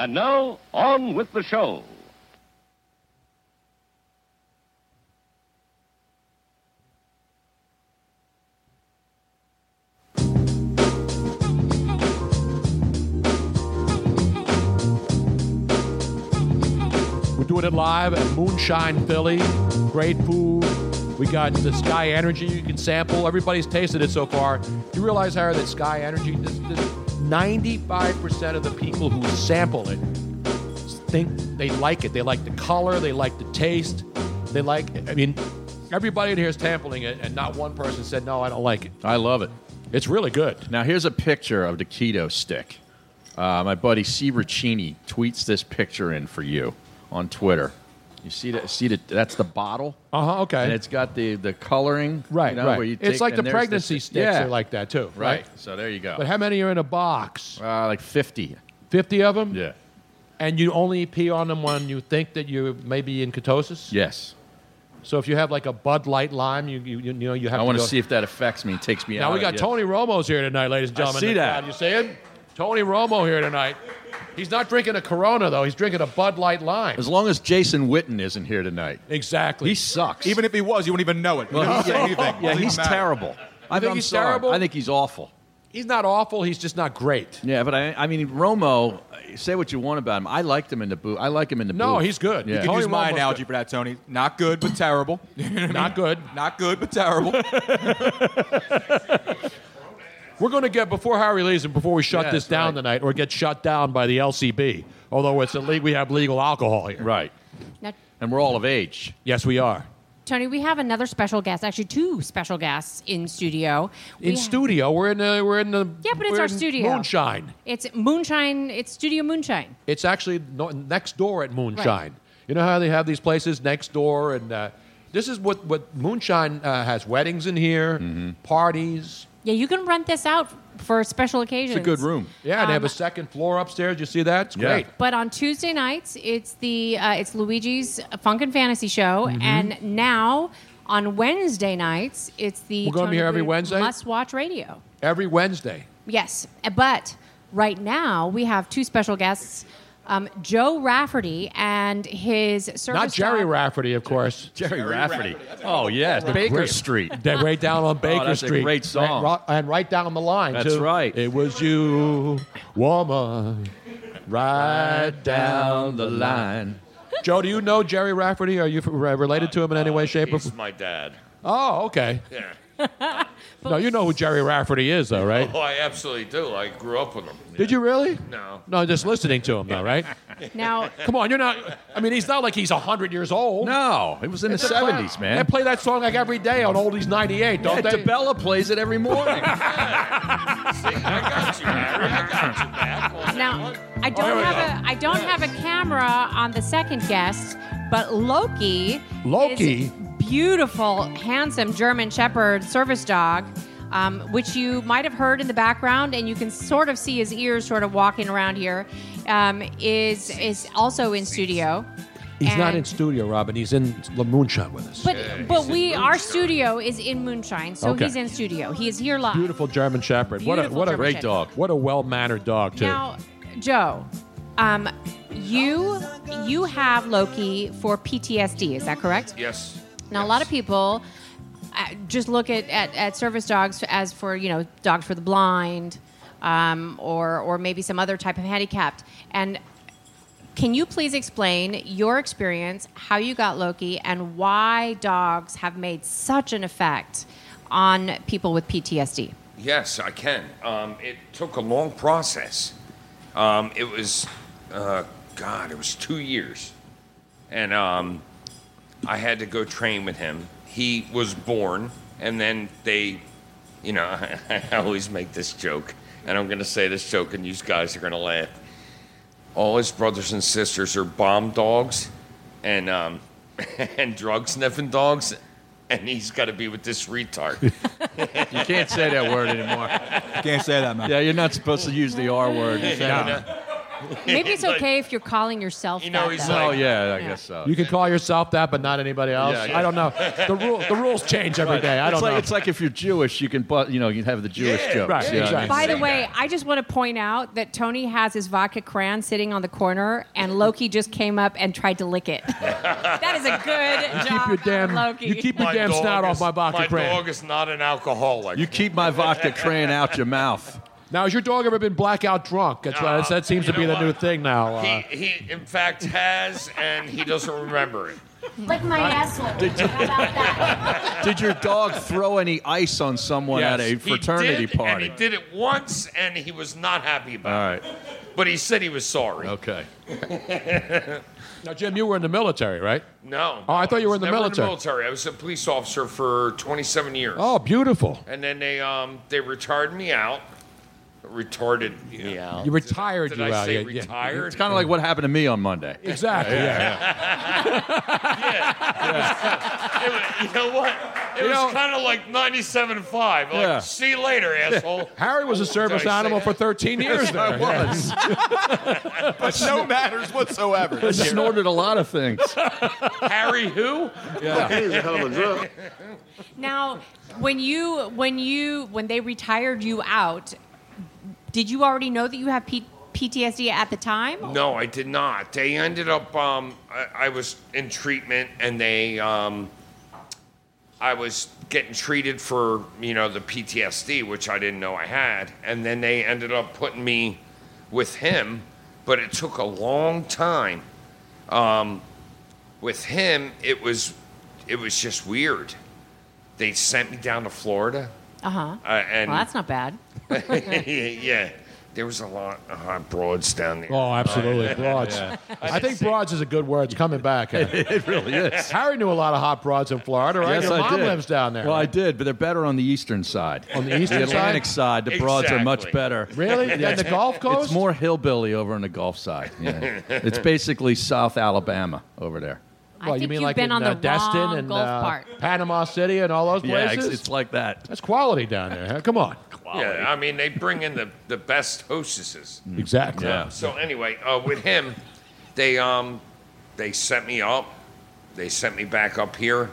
S17: And now, on with the show.
S4: doing it live at Moonshine Philly. Great food. We got the Sky Energy you can sample. Everybody's tasted it so far. You realize, Harry, that Sky Energy, this, this 95% of the people who sample it think they like it. They like the color, they like the taste, they like, I mean, everybody in here is sampling it, and not one person said, no, I don't like it. I love it. It's really good.
S9: Now, here's a picture of the keto stick. Uh, my buddy Severcini tweets this picture in for you on Twitter. You see that? See that? That's the bottle.
S4: Uh huh. Okay.
S9: And it's got the the coloring.
S4: Right.
S9: you know,
S4: right.
S9: where you take-
S4: it's like
S9: and
S4: the
S9: there's
S4: pregnancy
S9: this-
S4: sticks
S9: yeah.
S4: are like that too,
S9: Right.
S4: right?
S9: So there you go.
S4: But how many are in a box?
S9: Uh, like fifty.
S4: Fifty of them.
S9: Yeah.
S4: And you only pee on them when you think that you may be in ketosis.
S9: Yes.
S4: So if you have like a Bud Light lime, you you, you know you have.
S9: I
S4: to
S9: want
S4: go-
S9: to see if that affects me. Takes me out.
S4: Now we
S9: of
S4: got
S9: it.
S4: Tony Romo's here tonight, ladies
S9: I
S4: and gentlemen.
S9: see
S4: in the
S9: that.
S4: crowd. You see it? Tony Romo here tonight. He's not drinking a Corona though. He's drinking a Bud Light lime.
S9: As long as Jason Witten isn't here tonight,
S4: Exactly.
S9: he sucks.
S10: Even if he was, you wouldn't even know it. You
S9: Well,
S10: wouldn't
S9: he-
S10: say anything.
S9: Yeah,
S10: Doesn't
S9: he's
S10: even matter.
S9: terrible. I
S4: think
S9: am
S4: he's
S9: sorry.
S4: terrible?
S9: I think he's awful.
S4: He's not awful. He's just not great.
S9: Yeah, but I, I mean Romo. Say what you want about him. I liked him in the booth. I like him in the booth.
S10: You
S9: Yeah.
S10: can use my analogy for that, Tony. Not good, but terrible.
S4: Not good.
S10: Not good, but terrible.
S4: We're going to get before Harry leaves and before we shut
S10: Yeah,
S4: this
S10: that's
S4: down tonight, or get shut down by the LCB. Although it's a league, we have legal alcohol here.
S9: Right.
S7: Now,
S9: And we're all of age.
S4: Yes, we are.
S7: Tony, we have another special guest. Actually, two special guests in studio. We
S4: In
S7: ha-
S4: studio, we're in the we're in the
S7: Yeah, but it's
S4: we're
S7: our
S4: in
S7: studio.
S4: Moonshine.
S7: It's moonshine. It's studio moonshine.
S4: It's actually no, next door at Moonshine. You know how they have these places next door, and uh, this is what what Moonshine uh, has weddings in here,
S9: Mm-hmm.
S4: parties.
S7: Yeah, you can rent this out for special occasions.
S4: Yeah, and they have a
S7: Um,
S4: second floor upstairs. You see that? It's
S9: Yeah.
S4: great.
S7: But on Tuesday nights, it's the uh, it's Luigi's Funk and Fantasy Show,
S4: Mm-hmm.
S7: and now on Wednesday nights, it's the
S4: We're gonna
S7: Tony
S4: be here every
S7: Booth
S4: Wednesday?
S7: Must Watch Radio.
S4: Every Wednesday.
S7: Yes, but right now we have two special guests. Um, Joe Rafferty and his service
S4: Not Jerry
S7: dog-
S4: Rafferty, of course.
S9: Jerry Rafferty. Oh yes,
S4: The
S9: Baker
S4: great-
S9: Street. Oh,
S4: That way down on Baker
S9: that's a
S4: Street.
S9: great song.
S4: And right, and right down the line.
S9: That's
S4: too.
S9: right.
S4: It was you, woman, right down the line. Joe, do you know Jerry Rafferty? Are you f- re- related to him in any way, shape, or
S18: He's
S4: form?
S18: my dad.
S4: Oh, okay.
S18: Yeah.
S4: No, you know who Jerry Rafferty is, though, right?
S18: Oh, I absolutely do. I grew up with him.
S4: Did you really?
S18: No.
S4: No, just listening to him, though, right?
S7: Now,
S4: Come on, you're not. I mean, he's not like he's 100 years old.
S9: No, it was in the
S4: It's a
S9: 70s,
S4: clown.
S9: man.
S4: They play that song like every day on Oldies 98, don't
S9: Yeah,
S4: they?
S9: DiBella plays it every morning.
S4: Oh,
S7: Now, I don't have a I don't have a camera on the second guest, but Loki.
S4: Loki?
S7: is beautiful, handsome German Shepherd service dog. Um, which you might have heard in the background, and you can sort of see his ears sort of walking around here, um, is is also in studio.
S4: He's not
S7: And-
S4: in studio, Robin. He's in the moonshot with us.
S7: But but we our studio is in Moonshine, so
S4: Okay.
S7: he's in studio. He is here live.
S4: Beautiful German Shepherd. what a
S7: Beautiful
S4: what a
S7: German Great Shepherd. dog.
S4: What a well mannered dog too.
S7: Now, Joe, um, you you have Loki for PTSD. Is that correct?
S18: Yes.
S7: Now, a lot of people uh, just look at, at, at service dogs as for you know dogs for the blind, um, or or maybe some other type of handicapped. And can you please explain your experience, how you got Loki, and why dogs have made such an effect on people with PTSD?
S18: Yes, I can. Um, it took a long process. Um, it was, uh, God, it was two years. And um, I had to go train with him. He was born, and then they, you know, I, always make this joke, and I'm going to say this joke, and you guys are going to laugh. All his brothers and sisters are bomb dogs and, um, and drug sniffing dogs, and he's got to be with this retard.
S9: You can't say that word anymore.
S10: Can't say that, man.
S9: Yeah, you're not supposed to use the R word.
S18: Yeah,
S9: You
S18: you
S9: know.
S7: Maybe it's
S18: Like-
S7: okay if you're calling yourself. You know, that, though.
S9: Oh yeah, I guess so.
S4: you can call yourself that, but not anybody else.
S9: Yeah, yeah.
S4: I don't know. The rule the rules change every
S9: Right.
S4: day. I
S9: It's
S4: don't
S9: like,
S4: know.
S9: It's like if you're Jewish, you can, but you know, you have the Jewish
S4: Yeah,
S9: jokes.
S4: right,
S9: you know what I mean?
S7: By the way, I just want to point out that Tony has his vodka crayon sitting on the corner, and Loki just came up and tried to lick it. that is a good job,
S4: You keep your
S7: out of
S4: damn
S7: Loki.
S4: you keep your
S18: My
S4: damn
S18: dog
S4: snout off
S18: is-
S4: my vodka
S18: My
S4: crayon.
S18: dog is not an alcoholic.
S9: You keep my vodka crayon out your mouth.
S4: Now, has your dog ever been blackout drunk? That's,
S18: No.
S4: that's- that seems
S18: You
S4: to be
S18: know what?
S4: the new thing now. Uh,
S18: He, he, in fact, has, and he doesn't remember it.
S19: Lick my asshole. How about that?
S9: Did your dog throw any ice on someone at a
S18: Yes, he
S9: fraternity
S18: did,
S9: party?
S18: And he did it once, and he was not happy
S9: All
S18: about
S9: right.
S18: it. But he said he was sorry.
S4: Okay.
S18: no,
S4: now, Jim, you were in the military, right?
S18: no.
S4: Oh, I thought you were in
S18: was
S4: the
S18: never
S4: military.
S18: I was a police officer for 27 years.
S4: Oh, beautiful.
S18: And then they um they retired me out. Retarded me out.
S4: You retired
S18: Did
S4: you
S18: I
S4: out.
S18: say
S4: yeah, yeah.
S18: retired?
S9: It's kind of like what happened to me on Monday.
S4: Exactly,
S18: It was- you know what? It
S4: You know-
S18: was kind of like 97.5. Like,
S4: Yeah.
S18: see you later, asshole.
S4: Harry was a service
S18: Did I say
S4: animal
S18: that?
S4: for 13 years.
S18: Yes, I
S4: there. Yeah.
S18: was.
S10: but no matters whatsoever.
S9: I snorted a lot of things.
S18: Harry who?
S9: Yeah. He's a hell of a drug.
S7: Now, when you when you when they retired you out, did you already know that you have P- PTSD at the time?
S18: No, I did not. They ended up. Um, I, I was in treatment, and they. Um, I was getting treated for you know the PTSD, which I didn't know I had, and then they ended up putting me with him, but it took a long time. Um, with him, it was it was just weird. They sent me down to Florida.
S7: Uh huh.
S18: Uh, and
S7: Well, that's not bad.
S18: yeah, there was a lot of hot broads down there.
S4: Oh, absolutely. Broads.
S18: Yeah.
S4: I think broads is a good word. It's coming back.
S9: It really is.
S4: Harry knew a lot of hot broads in Florida, right?
S9: Yes,
S4: Your
S9: I
S4: mom
S9: did.
S4: lives down there.
S9: Well, I did, but they're better on the eastern side.
S4: On the eastern
S9: the Atlantic side, the broads are much
S4: Exactly.
S9: better.
S4: Really?
S9: Yeah.
S4: Than the Gulf
S9: It's
S4: Coast?
S9: more hillbilly over on the Gulf side. Yeah. it's basically South Alabama over there.
S4: Well, you
S7: think
S4: mean
S7: you've
S4: like
S7: been
S4: in,
S7: on
S4: uh,
S7: the
S4: Destin
S7: wrong
S4: and
S7: Gulf
S4: uh,
S7: part.
S4: Panama City and all those
S9: Yeah,
S4: places?
S9: it's, it's like that.
S4: That's quality down there. huh? Come on.
S18: Yeah, I mean they bring in the, the best hostesses.
S4: Mm. Exactly.
S18: Uh, So anyway, uh, with him, they um they set me up, they sent me back up here,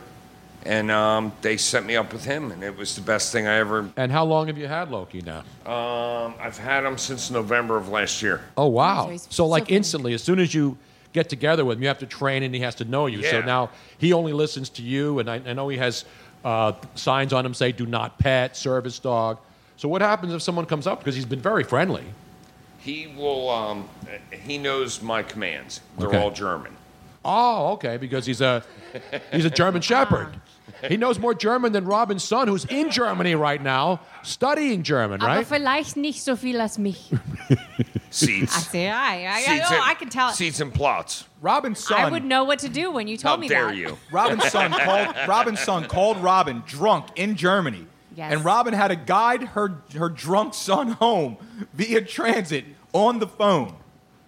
S18: and um they set me up with him, and it was the best thing I ever.
S4: And how long have you had Loki now?
S18: Um, I've had him since November of last year.
S4: Oh wow! So like instantly, as soon as you get together with him, you have to train, and he has to know you. So
S18: Yeah.
S4: now he only listens to you, and I, I know he has uh, signs on him say "Do not pet," "Service dog." So what happens if someone comes up because he's been very friendly?
S18: He will. Um, he knows my commands. They're
S4: Okay.
S18: all German.
S4: Oh, okay, because he's a he's a German Shepherd. He knows more German than Robin's son, who's in Germany right now studying German,
S7: Aber
S4: right?
S7: vielleicht nicht so viel als mich. I
S18: Seats.
S7: say, I, I, I,
S18: Seats
S7: oh,
S18: and-
S7: I can tell.
S18: Seats and plots.
S10: Robinson.
S7: I would know what to do when you told me that.
S10: Robinson called Robinson called Robin drunk in Germany.
S7: Yes.
S10: And Robin had to guide her her drunk son home via transit on the phone.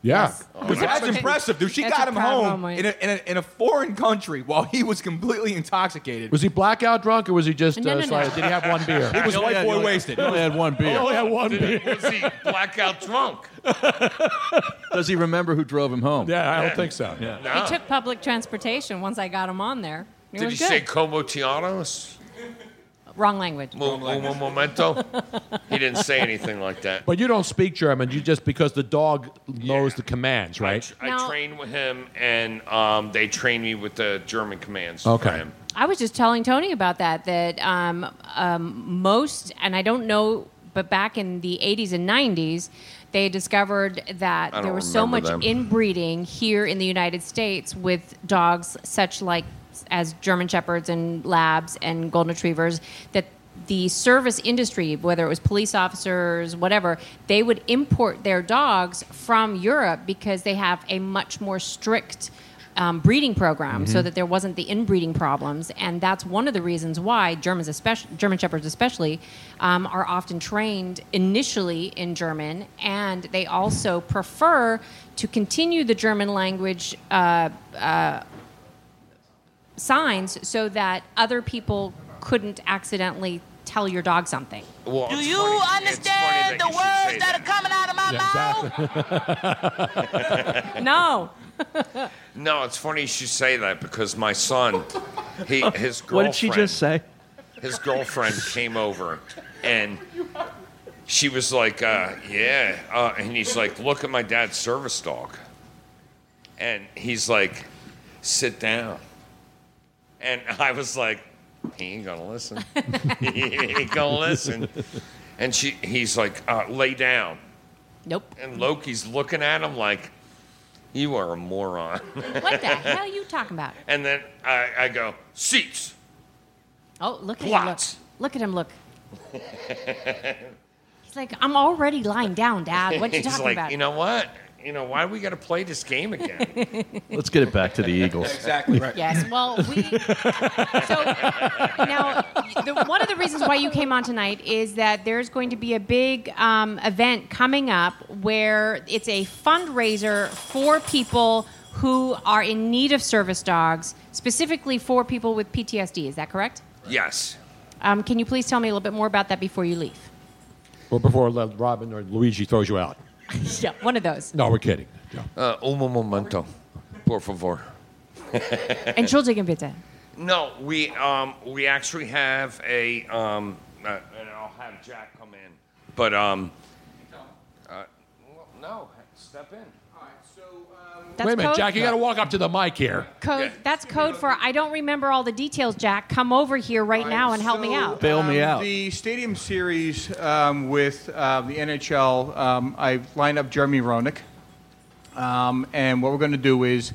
S4: Yeah.
S10: Because that's impressive, dude. She
S7: That's
S10: got
S7: a
S10: him
S7: proud
S10: home
S7: moment.
S10: in a, in, a, in a foreign country while he was completely intoxicated.
S4: Was he blackout drunk or was he just
S10: No,
S4: uh,
S10: no, no.
S4: slightly- did he have one beer?
S10: He was He only white had- boy he only- wasted. he only had
S9: one beer.
S4: He only had Oh, one beer.
S18: Was he blackout drunk?
S9: Does he remember who drove him home?
S4: Yeah, I don't think so.
S9: Yeah.
S18: No.
S7: He took public transportation once I got him on there. It
S18: Ah. Did
S7: was
S18: he
S7: good.
S18: say como tianos?
S7: Wrong language.
S18: Mo- mo- momento. he didn't say anything like that.
S4: But you don't speak German. You just because the dog knows the commands, right?
S18: I trained with him, and um, they trained me with the German commands. For
S4: Okay.
S18: him.
S7: I was just telling Tony about that. That um, um, most, and I don't know, but back in the 80s and 90s, they discovered that
S18: I
S7: there
S18: don't
S7: was so
S18: remember them.
S7: much inbreeding here in the United States with dogs such like as German shepherds and labs and golden retrievers that the service industry, whether it was police officers, whatever, they would import their dogs from Europe because they have a much more strict um, breeding program so
S18: Mm-hmm.
S20: Mhm.
S7: that there wasn't the inbreeding problems. And that's one of the reasons why Germans, especially German shepherds, especially, um, are often trained initially in German, and they also prefer to continue the German language. Uh, uh, signs so that other people couldn't accidentally tell your dog something.
S18: Well,
S5: Do you understand the words that are coming out of my
S7: no.
S18: no, it's funny you should say that because my son, he his girlfriend.
S9: What did she just say?
S18: His girlfriend came over, and she was like, uh, "Yeah," uh, and he's like, "Look at my dad's service dog," and he's like, "Sit down," and I was like, "He ain't gonna listen. he ain't gonna listen." And she, he's like, uh, lay down.
S7: Nope.
S18: And Loki's looking at him like, you are a moron.
S7: What the hell are you talking about?
S18: And then I, I go, seats.
S7: Oh, look at him. Look. look at him. Look. He's like, I'm already lying down, Dad. Uh, What you
S18: He's
S7: talking
S18: like,
S7: about?
S18: You know what? You know why we got to play this game again?
S9: Let's get it back to the Eagles.
S20: Exactly right.
S7: Yes. Well, we. So now, the, one of the reasons why you came on tonight is that there's going to be a big um, event coming up where it's a fundraiser for people who are in need of service dogs, specifically for people with PTSD. Is that correct?
S18: yes.
S7: Um, can you please tell me a little bit more about that before you leave?
S4: Well, before Le- Robin or Luigi throws you out.
S7: yeah, one of those.
S4: No, we're kidding.
S18: Uh, un momento, por favor.
S7: Entschuldigen bitte.
S18: No, we um, we actually have a um, uh, and I'll have Jack come in, but um, uh, well, no, step in. All right, so um,
S7: That's
S4: Wait a minute,
S7: code-
S4: Jack. You got to walk up to the mic here.
S7: Code. That's code for I don't remember all the details, Jack. Come over here right now and help me out.
S9: Bail me
S20: Um,
S9: out.
S20: The stadium series um, with uh, the NHL, um, I lined up Jeremy Roenick. Um, and what we're going to do is,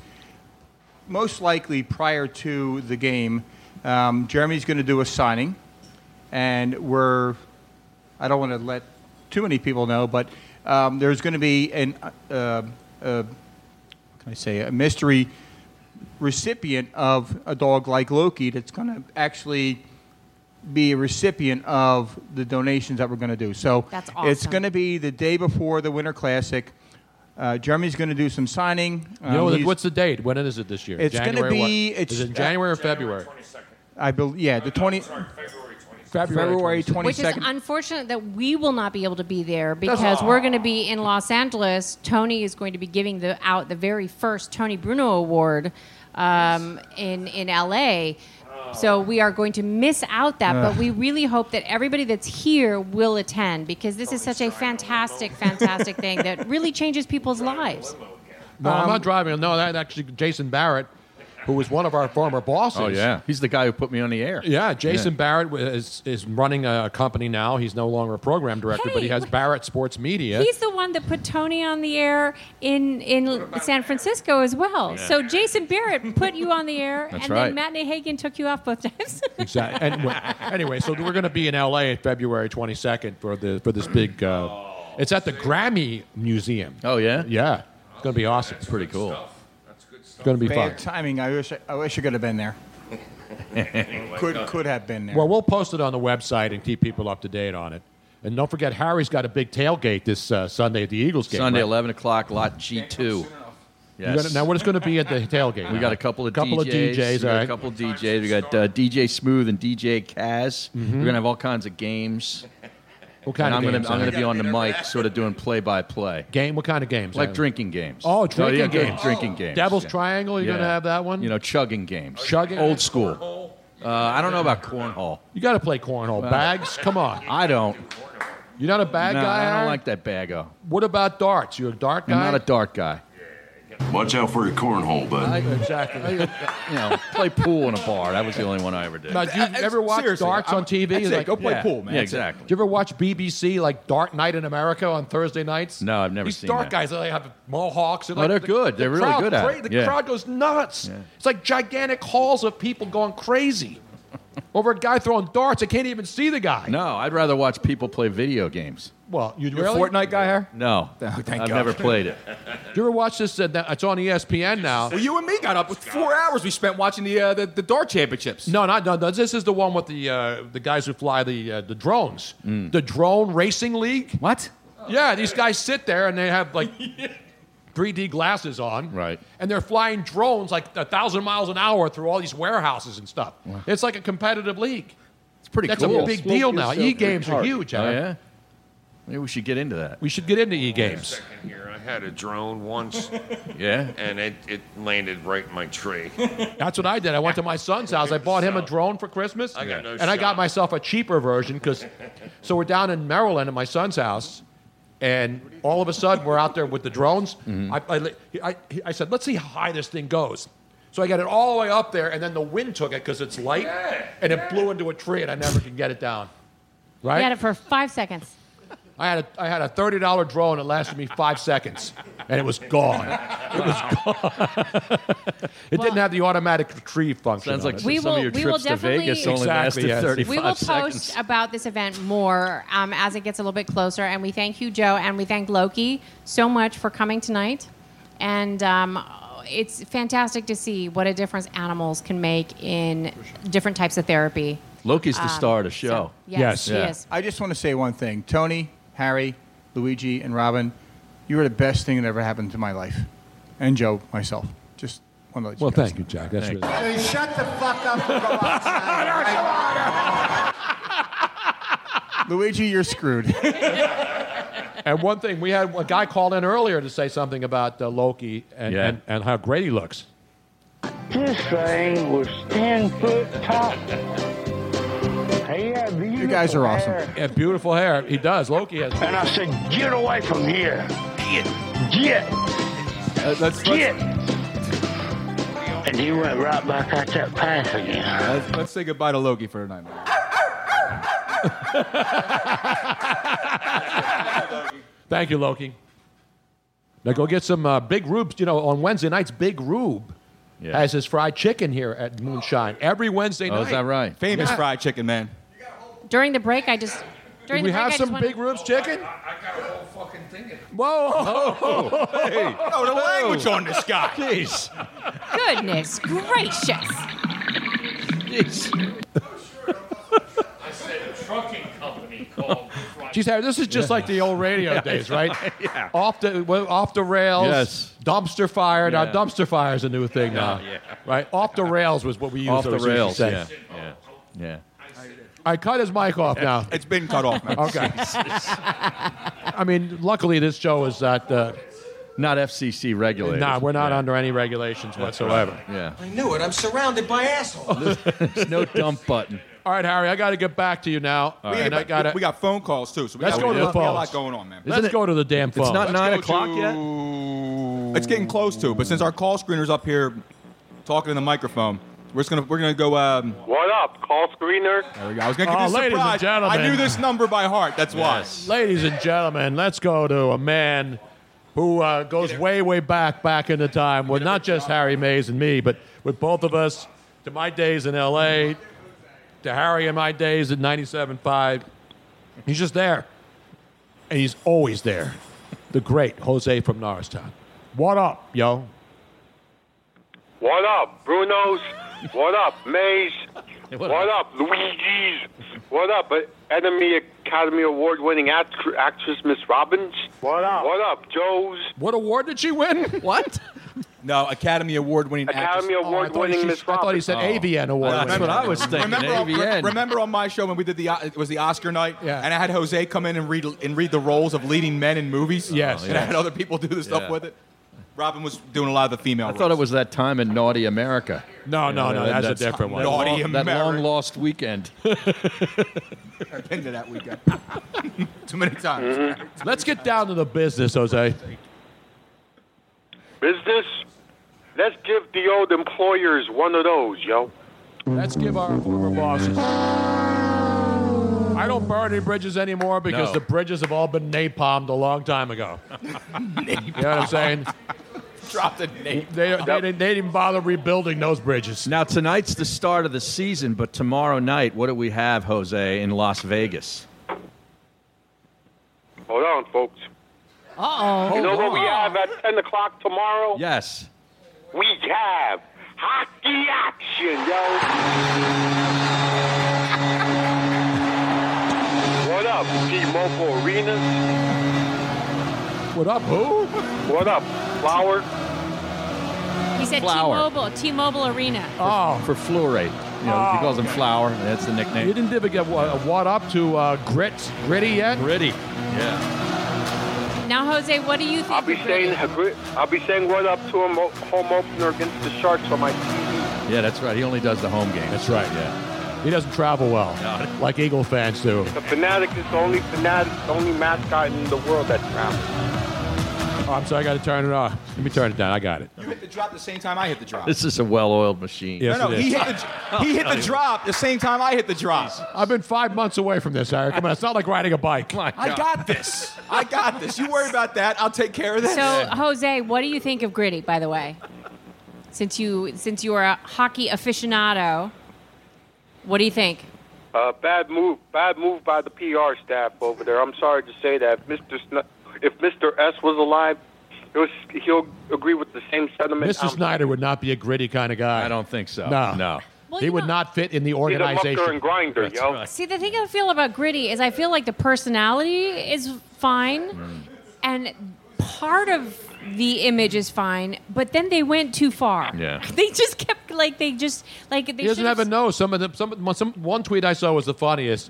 S20: most likely prior to the game, um, Jeremy's going to do a signing. And we're, I don't want to let too many people know, but um, there's going to be an, uh, uh, uh, what can I say, a mystery recipient of a dog like Loki that's going to actually be a recipient of the donations that we're going to do. So
S10: That's
S20: it's
S10: awesome.
S20: going to be the day before the Winter Classic. Uh, Jeremy's going to do some signing. Um,
S4: You
S9: Um,
S4: know,
S20: he's-
S4: what's the date? When is it this year?
S20: It's gonna
S4: January what?
S20: be- it's- uh,
S4: is it in January or February?
S20: I believe, yeah, the 20, February 22nd.
S7: Which is unfortunate that we will not be able to be there because
S20: Aw.
S7: we're going to be in Los Angeles. Tony is going to be giving the, out the very first Tony Bruno Award um, in in LA. So we are going to miss out that,
S20: Ugh.
S7: but we really hope that everybody that's here will attend because this is such a fantastic, fantastic thing that really changes people's lives.
S4: No, I'm
S9: Um,
S4: not driving. No, that actually Jason Barrett, who was one of our former bosses.
S9: Oh, yeah. He's the guy who put me on the air.
S4: Yeah, Jason Barrett wa- is, is running a company now. He's no longer a program director, but he has Barrett Sports Media.
S7: He's the one that put Tony on the air in in San Francisco as well.
S4: Yeah.
S7: So Jason Barrett put you on the air,
S4: That's
S7: and
S4: right.
S7: then Matt Nahagian took you off both times.
S4: Exactly. Anyway, anyway, so we're going to be in LA on February 22nd for the for this big. Uh, it's at the Grammy Museum.
S9: Oh yeah,
S4: yeah. It's going to be awesome. It's
S9: pretty cool.
S18: That's good stuff.
S4: It's going to be fun.
S20: Bad timing. I wish I, wish I could have been there. could could have been there.
S4: Well, we'll post it on the website and keep people up to date on it. And don't forget, Harry's got a big tailgate this uh, Sunday at the Eagles game.
S9: Sunday,
S4: right?
S9: 11 o'clock, lot G2.
S4: You gotta- now, what is going to be at the tailgate?
S9: We got a couple of
S4: couple
S9: DJs.
S4: of DJs.
S9: we got
S4: all right.
S9: a couple of DJs. We got uh, DJ Smooth and DJ Kaz.
S4: Mhm.
S9: We're gonna have all kinds of games.
S4: What
S9: and
S4: kind of
S9: I'm gonna,
S4: games,
S9: I'm
S4: Adam?
S9: gonna be on the mic, sort of doing play by play.
S4: Game? What kind of games?
S9: Like
S4: Adam?
S9: drinking games.
S4: Oh,
S9: No, yeah,
S4: drinking
S9: game-
S4: games.
S9: Drinking games.
S4: Devil's
S9: yeah.
S4: Triangle. You're going to
S9: Yeah.
S4: have that one.
S9: You know, chugging games.
S4: Chugging?
S9: Old school. Uh, I don't know about cornhole.
S4: You got to play cornhole.
S9: Well,
S4: Bags. Come on.
S9: I don't.
S4: You're not a bag
S9: no,
S4: guy.
S9: I
S4: Aaron?
S9: don't like that baggo.
S4: What about darts? You a dart guy?
S9: I'm not a dart guy.
S21: Watch out for your cornhole, bud.
S9: I-
S4: exactly.
S9: you know, play pool in a bar. That was the only one I ever did.
S4: Now, do you ever watch
S9: Uh, Seriously,
S4: darts
S9: I'm-
S4: on TV?
S9: that's it.
S4: Like-
S9: Go play Yeah. pool, man. Yeah, exactly.
S4: Do you ever watch BBC like Dart Night in America on Thursday nights?
S9: No, I've never
S4: These
S9: seen
S4: dart
S9: that.
S4: guys, they have mohawks. And,
S9: Oh,
S4: like,
S9: they're
S4: the-
S9: good.
S4: the
S9: They're really
S4: crowd
S9: good at
S4: cra-
S9: it.
S4: The
S9: Yeah.
S4: crowd goes nuts. It's like gigantic halls of people going crazy over a guy throwing darts. I can't even see the guy.
S9: No, I'd rather watch people play video games.
S4: Well, you
S20: You're a
S4: really?
S20: Fortnite guy here?
S9: No,
S4: Oh,
S9: I've
S20: God.
S9: never played it.
S4: Do you ever watch this? Uh, that- it's on ESPN now.
S20: Well, you and me got up with four hours we spent watching the uh, the, the dart championships.
S4: No, not no, no. This is the one with the uh, the guys who fly the uh, the drones. The drone racing league.
S9: Mm. What?
S4: Yeah, these guys sit there and they have like 3D glasses on.
S9: Right.
S4: And they're flying drones like a thousand miles an hour through all these warehouses and stuff.
S9: Wow.
S4: It's like a competitive league. It's
S9: pretty
S4: That's
S9: cool.
S4: a big
S9: Smoke
S4: deal now.
S9: yourself
S4: E games
S9: retarded.
S4: are huge.
S9: Oh,
S4: Aaron.
S9: yeah? Maybe we should get into that.
S4: We should get into e games.
S18: Second here, I had a drone once.
S9: Yeah.
S18: And it, it landed right in my tree.
S4: That's what I did. I went to my son's house. I bought him a drone for Christmas.
S18: I got no
S4: and I got myself a cheaper version because, so we're down in Maryland at my son's house, and all of a sudden we're out there with the drones. I, I li- I, I said, let's see how high this thing goes. So I got it all the way up there, and then the wind took it because it's light, and it blew into a tree, and I never could get it down. Right?
S7: He had it for five seconds.
S4: I had a, I had a thirty dollar draw and it lasted me five seconds, and it was gone. It was gone. it didn't have the automatic retrieve function.
S9: Sounds
S4: on
S9: like
S4: it.
S7: We will, we will definitely
S4: Exactly, yes.
S7: We will post about this event more um, as it gets a little bit closer. And we thank you, Joe, and we thank Loki so much for coming tonight. And um, it's fantastic to see what a difference animals can make in different types of therapy.
S9: Loki's the
S7: Um,
S9: star of the show.
S7: yes, Yes. he is.
S20: I just want to say one thing. Tony, Harry, Luigi, and Robin, you were the best thing that ever happened to my life. And Joe, myself. Just one of those
S4: Well, thank you, Jack. That's really.
S5: Hey, shut the fuck up and go outside.
S4: Luigi, you're screwed. and one thing, we had a guy call in earlier to say something about uh, Loki and, and, and how great he looks.
S5: this thing was 10 foot tall.
S4: You
S20: guys are awesome.
S4: Yeah, beautiful hair. He does. Loki has. And I said,
S5: Get away from here. Get. Get.
S20: let's,
S5: Get. And he went right back out that path again.
S10: Let's, let's say goodbye to Loki for tonight. man.
S4: Thank you, Loki. Now go get some uh, Big Rube. You know, on Wednesday nights, Big Rube has his fried chicken here at Moonshine every Wednesday night.
S20: Oh, is that right? Famous
S4: fried chicken, man.
S7: During the break, I just. During
S4: we
S7: the break,
S4: have
S7: I
S4: some
S7: just wanted-
S4: Big Rube's chicken?
S5: Whoa.
S4: Whoa!
S5: Hey. Oh, the language on this guy.
S4: Jeez.
S7: Goodness gracious.
S5: I said a trucking company called.
S4: Jeez, Harry, this is just
S5: Yeah.
S4: like the old radio
S5: Yeah,
S4: days,
S5: yeah,
S4: right?
S5: yeah.
S4: Off the well, off the rails.
S9: Yes.
S4: Dumpster fire.
S9: Yeah.
S4: Now dumpster fire is a new thing now.
S9: Yeah, yeah.
S4: Right. Off the rails was what we used
S9: Off
S4: to
S9: the
S4: always used to
S9: rails.
S4: say.
S9: Yeah. Yeah. Yeah.
S4: I cut his mic off now.
S10: It's been cut off, man.
S4: okay. I mean, luckily this show is at uh,
S9: not FCC regulated.
S4: No, we're not under any regulations
S9: That's
S4: whatsoever.
S9: right. Yeah.
S4: I knew it. I'm surrounded by assholes.
S9: There's no dump button.
S4: All right, Harry, I got to get back to you now.
S9: All right.
S4: And I gotta,
S10: we got phone calls too, so we
S4: let's
S10: got,
S4: go to
S10: we
S4: the
S10: got a
S4: phones.
S10: lot going on, man.
S4: Let's go to the damn phone.
S10: yet. It's getting close to, but since our call screener's up here talking in the microphone, we're just gonna we're gonna go. Um,
S15: What up, call screener?
S10: there we go. I was gonna give
S4: Oh,
S10: you a surprise.
S4: ladies and gentlemen.
S10: I knew this number by heart. That's why.
S4: Ladies and gentlemen, let's go to a man who uh, goes way, way back, back in the time with not just Harry Mays and me, but with both of us to my days in L.A., to Harry and my days at 97.5. He's just there. And he's always there. The great Jose from Norristown. What up, yo?
S15: What up, Bruno's? What up, Mays? What, up, Luigi's? What up, uh, Enemy Academy Award winning act- actress Miss Robbins? What up? What up, Joe's?
S4: What award did she win? What?
S10: No, Academy Award winning
S15: Academy Award winning Miss Robbins.
S9: Oh.
S10: Remember, on- re- remember on my show when we did the uh, it was the Oscar night, and I had Jose come in and read and read the roles of leading men in movies.
S9: Oh, Yes.
S10: and I had other people do the stuff
S9: Yeah.
S10: with it. Robin was doing a lot of the female.
S9: I
S10: roles.
S9: thought it was that time in Naughty America.
S4: No, no, no, that's a different one.
S9: That
S10: Naughty
S9: long, Oh, that
S10: America.
S9: long lost weekend.
S10: I've been to that weekend too many times.
S4: Let's get down to the business, Jose.
S15: Business? Let's give the old employers one of those, yo.
S4: Let's give our former bosses. I don't burn any bridges anymore because
S9: No.
S4: the bridges have all been napalmed a long time ago. you know
S9: Mm-hmm.
S4: what I'm saying?
S10: Drop the
S4: They, they, they didn't bother rebuilding those bridges.
S9: Now tonight's the start of the season, but tomorrow night, what do we have, Jose, in Las Vegas?
S15: Hold on, folks.
S7: Uh
S15: You know what we have at 10 o'clock tomorrow?
S9: Yes.
S15: We have hockey action, yo. What up, T-Mobile Arenas?
S4: What up, who?
S15: What up, Flower?
S7: He said
S9: Flower.
S7: T-Mobile, T-Mobile Arena.
S4: Oh.
S9: For Fluorate. You know, he calls him Flower. and That's the nickname.
S4: You didn't ever get what, what up to uh, grit, gritty yet?
S9: Gritty. Yeah.
S7: Now, Jose, what do you think?
S15: I'll be saying I'll be saying what up to a mo- home opener against the Sharks on my TV.
S9: Yeah, that's right. He only does the home game. That's
S4: right. Yeah. He doesn't travel well, like Eagle fans do.
S15: The Fanatic is the only Fanatic, the only mascot in the world that travels.
S4: Oh, I'm sorry, I got to turn it off. Let me turn it down. I got it.
S10: You hit the drop the same time I hit the drop.
S9: This is a well-oiled machine.
S10: no, no, he hit, the, he hit the drop the same time I hit the drop.
S4: I've been five months away from this, Eric. Come on, it's not like riding a bike.
S10: I got this. I got this. You worry about that. I'll take care of this.
S7: So, Jose, what do you think of Gritty, by the way? Since you since you are a hockey aficionado, what do you think?
S1: Uh, bad move, bad move by the PR staff over there. I'm sorry to say that, Mr. Sn- if Mr. S was alive, it was he'll agree with the same sentiment.
S4: Mr. Snyder would not be a gritty kind of guy. I don't
S9: think so.
S4: No,
S9: No.
S7: Well,
S4: he
S7: you
S4: would not fit in the
S1: I'm, he's a
S4: organization.
S1: mucker and grinder, yo.
S7: See, the thing I feel about Gritty is I feel like the personality is fine, and part of the image is fine, but then they went too far.
S4: Yeah.
S7: They just kept like they just like they
S4: he doesn't
S7: should've-
S4: have a nose. Some of them, some, some one tweet I saw was the funniest.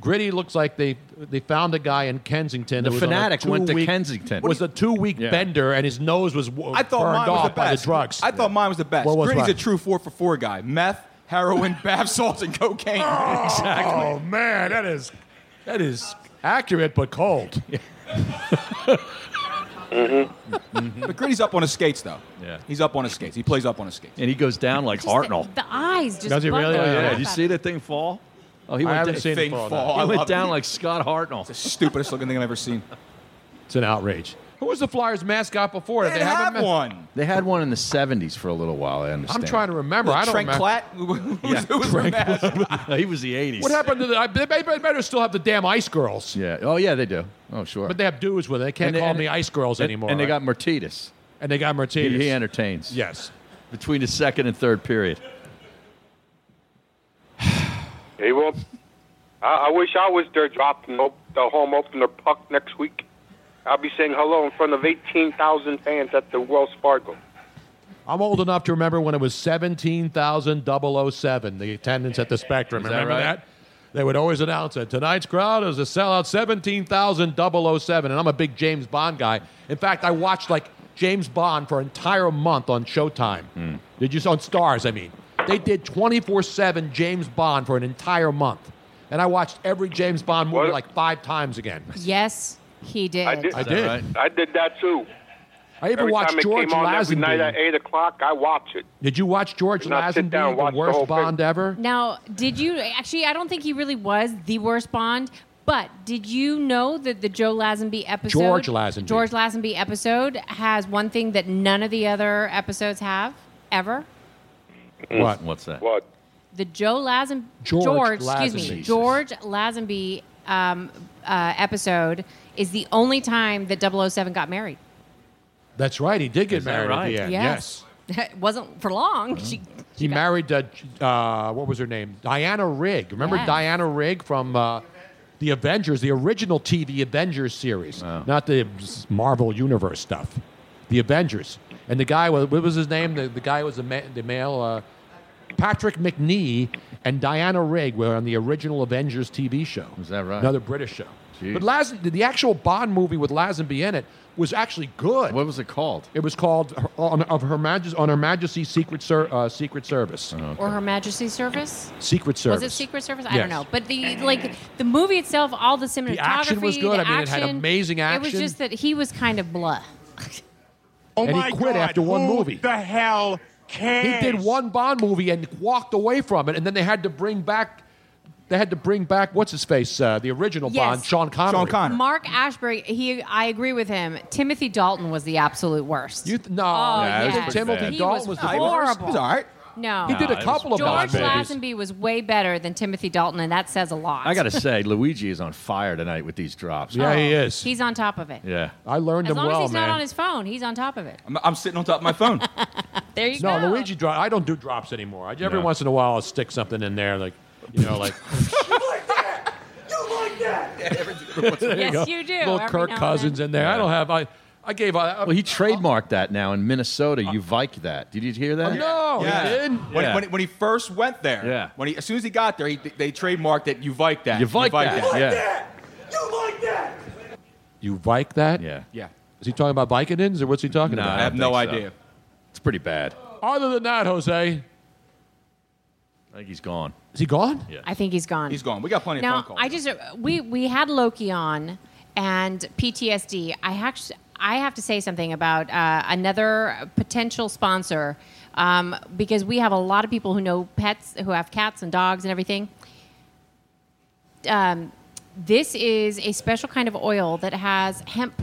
S4: Gritty looks like they they found a guy in Kensington.
S9: The
S4: that was on a
S9: fanatic went to
S4: two-week-
S9: Kensington.
S4: Was a two week bender, and his nose was w-
S10: I thought
S4: burned
S10: mine was
S4: off
S10: the
S4: by the
S10: best.
S4: drugs.
S10: I thought mine was the best.
S4: What was
S10: Gritty's
S4: mine?
S10: a true four for four guy. Meth, heroin, bath salts, and cocaine. exactly.
S4: Oh man, that is that is accurate but cold.
S10: Mm-hmm. But Gritty's up on his skates though.
S9: Yeah.
S10: He's up on his skates. He plays up on his skates.
S9: And he goes down like Hartnell.
S7: The eyes just.
S9: Does he really?
S7: bugged
S9: Oh,
S7: the
S9: yeah.
S7: crap
S9: Did you
S7: out
S9: see that thing fall? Oh, he
S10: I
S9: went
S10: haven't
S9: down,
S10: seen it
S9: thing
S10: fall,
S9: fall.
S10: no.
S9: He
S10: I
S9: went
S10: love
S9: down
S10: it.
S9: like Scott Hartnell. It's
S10: the stupidest looking thing I've ever seen.
S4: It's an outrage. Who was the Flyers mascot before?
S10: They
S4: Did
S10: didn't
S4: have a
S10: have
S4: ma-
S10: one.
S9: They had one in the '70s for a little while. I understand.
S4: I'm trying to remember. I don't
S9: Trank
S4: remember.
S9: Platt?
S10: yeah.
S9: he was the '80s.
S4: What happened to the? I- They they better still have the damn Ice Girls,
S9: Yeah. Oh yeah, they do. Oh sure.
S4: but they have dudes with it. They can't
S9: And they-
S4: call
S9: and-
S4: me Ice Girls
S9: and-
S4: anymore.
S9: And they
S4: right?
S9: got Martitas.
S4: And they got Martinez.
S9: He, he entertains.
S4: Yes.
S9: Between the second and third period.
S1: He will. I, I wish I was there dropping op- the home opener puck next week. I'll be saying hello in front of 18,000 fans at the Wells Fargo.
S4: I'm old enough to remember when it was 17,007, the attendance at the Spectrum.
S9: Is that
S4: remember
S9: right?
S4: that? They would always announce it. Tonight's crowd is a sellout 17,007. And I'm a big James Bond guy. In fact, I watched like James Bond for an entire month on Showtime.
S9: Hmm.
S4: Did you on Stars, I mean. They did 24/7 James Bond for an entire month. And I watched every James Bond movie like 5 times again.
S7: of- Yes, he did.
S1: I did.
S4: I did.
S1: I did that too.
S4: I even
S1: every
S4: watched
S1: time it
S4: George
S1: came on every night
S4: Lazenby.
S1: at eight o'clock, I watch it.
S4: Did you watch George
S1: Now sit down,
S4: Lazenby,
S1: watch
S4: the
S1: the
S4: worst
S1: whole thing.
S4: Bond ever?
S7: Now, did you actually? I don't think he really was the worst Bond, but did you know that the Joe Lazenby episode,
S4: George Lazenby.
S7: George Lazenby episode has one thing that none of the other episodes have ever?
S4: Mm.
S9: What? What's that?
S1: What?
S7: The Joe Lazen
S9: George
S7: excuse
S9: Lazenby.
S7: me, George Lazenby um, uh, episode is the only time that 007 got married.
S4: That's right. He did get
S9: Is that
S4: married
S9: right?
S4: at the end. Mm-hmm.
S7: Yes. it wasn't for long. She,
S4: He married uh, uh, what was her name? Diana Rigg. Remember
S7: Yes.
S4: Diana Rigg from uh, the Avengers, the original TV Avengers series, not the Marvel Universe stuff. The Avengers. And the guy was what was his name? The, the guy was the, ma- the male uh, Patrick McNee and Diana Rigg were on the original Avengers TV show. Is that right? Another British show. But Lazen, the actual Bond movie with Lazenby in it was actually good. What
S9: was it called?
S4: It was called Her- on, of Her Majesty on Her Majesty's Secret Ser, uh, Secret Service.
S7: or Her Majesty's Service.
S4: Secret Service.
S7: Was it Secret Service? I
S4: Yes.
S7: don't know. But the like the movie itself, all the cinematography,
S4: action was good.
S7: the
S4: I mean, it had
S7: action,
S4: amazing
S7: It was
S4: action.
S7: just that he was kind of blah.
S4: Oh and he quit after one movie.
S22: The hell
S4: He did one Bond movie and walked away from it, and then they had to bring back. They had to bring back what's his face, uh, the original
S7: Yes.
S4: Bond, Sean Connery.
S7: Mark Ashbury. He, I agree with him. Timothy Dalton was the absolute worst.
S4: You th- no,
S7: oh,
S4: Yeah, it was
S7: yes.
S4: pretty Timothy bad.
S7: He
S4: Dalton was the
S7: horrible.
S4: worst. He was all right.
S7: No,
S9: He did a Nah, it couple was of
S7: George
S9: bad movies.
S7: Lazenby was way better than Timothy Dalton, and that says a lot.
S9: I got to say, Luigi is on fire tonight with these drops.
S7: Oh, He's on top of it.
S9: Yeah.
S4: I learned
S7: As long as he's not on his phone, he's on top of it.
S4: I'm, I'm sitting on top of my phone.
S7: There you
S4: no,
S7: go.
S4: Luigi. Dro- I don't do drops anymore. I, every
S9: No.
S4: once in a while, I'll stick something in there, like you know, like There
S5: Yes,
S4: go.
S5: you do,
S4: Little
S5: every
S4: Kirk
S5: now and
S4: Cousins in there. I don't have. I I gave. I,
S9: Well, he trademarked that now in Minnesota. You vike that. Did you hear that?
S4: Oh,
S10: yeah. When,
S9: Yeah.
S10: when, when he first went there,
S9: Yeah.
S10: when he, as soon as he got there, he, they trademarked it. You Vike that.
S9: You Vike that, yeah.
S4: you Vike that?
S9: Yeah.
S10: Yeah.
S4: Is he talking about Vicodins or what's he talking
S9: No,
S4: about?
S9: I have no I don't think idea. so. It's pretty bad.
S4: Other than that, Jose,
S9: I think he's gone.
S4: Is he gone?
S9: Yeah.
S7: I think he's gone.
S9: He's gone. We got plenty of
S7: now,
S9: phone calls.
S7: I just we we had Loki on and PTSD. I actually I have to say something about uh, another potential sponsor um, because we have a lot of people who know pets, who have cats and dogs and everything. Um, this is a special kind of oil that has hemp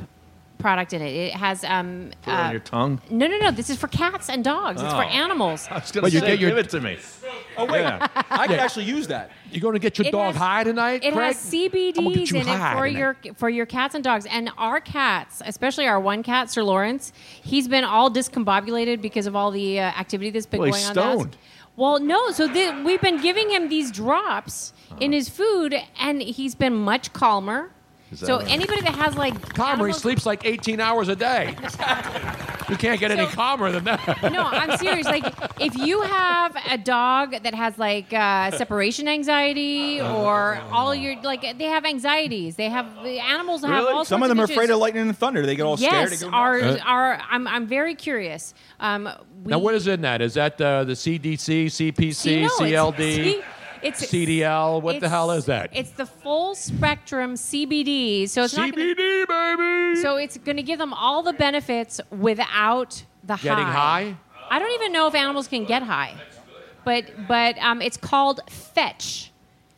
S7: product in it. It has um,
S9: Put it on
S7: uh,
S9: your tongue.
S7: no, no, no. This is for cats and dogs. It's for
S9: Oh.
S7: animals.
S9: But you get your, give it to me.
S10: Oh wait,
S9: Yeah.
S10: I can
S9: Yeah.
S10: actually use that.
S4: You going to get your
S7: It
S4: dog
S7: has-
S4: high tonight,
S7: It
S4: Craig?
S7: has
S4: I'm gonna get
S7: CBDs
S4: you
S7: in it
S4: high
S7: for
S4: tonight.
S7: your for your cats and dogs, and our cats, especially our one cat, Sir Lawrence. He's been all discombobulated because of all the uh, activity that's been
S5: Well,
S7: going
S5: he's
S7: on. down-
S5: stoned.
S7: Well, no. So th- we've been giving him these drops
S4: Uh-huh.
S7: in his food, and he's been much calmer.
S4: Is that
S7: So
S4: right?
S7: anybody that has like
S4: Calmer, he sleeps like 18 hours a day. you can't get any calmer than that.
S7: no, I'm serious. Like, if you have a dog that has like uh, separation anxiety
S10: Uh-huh.
S7: or all your like, they have anxieties. They have the animals have all
S10: Some
S7: sorts
S10: of them are
S7: issues.
S10: afraid of lightning and thunder. They get all scared.
S7: Yes,
S10: They go-
S7: are
S4: Uh,
S7: are I'm I'm very curious. Um, we,
S4: now, what is in that? Is that uh, the CDC, CPC,
S7: See, no, it's-
S4: CLD,
S7: see, it's-
S4: CDL? What the
S7: it's-
S4: hell is that?
S7: It's the full spectrum CBD. So it's not
S4: CBD, baby.
S7: So it's going to give them all the benefits without the
S4: Getting high?
S7: I don't even know if animals can get high, but but um, it's called fetch.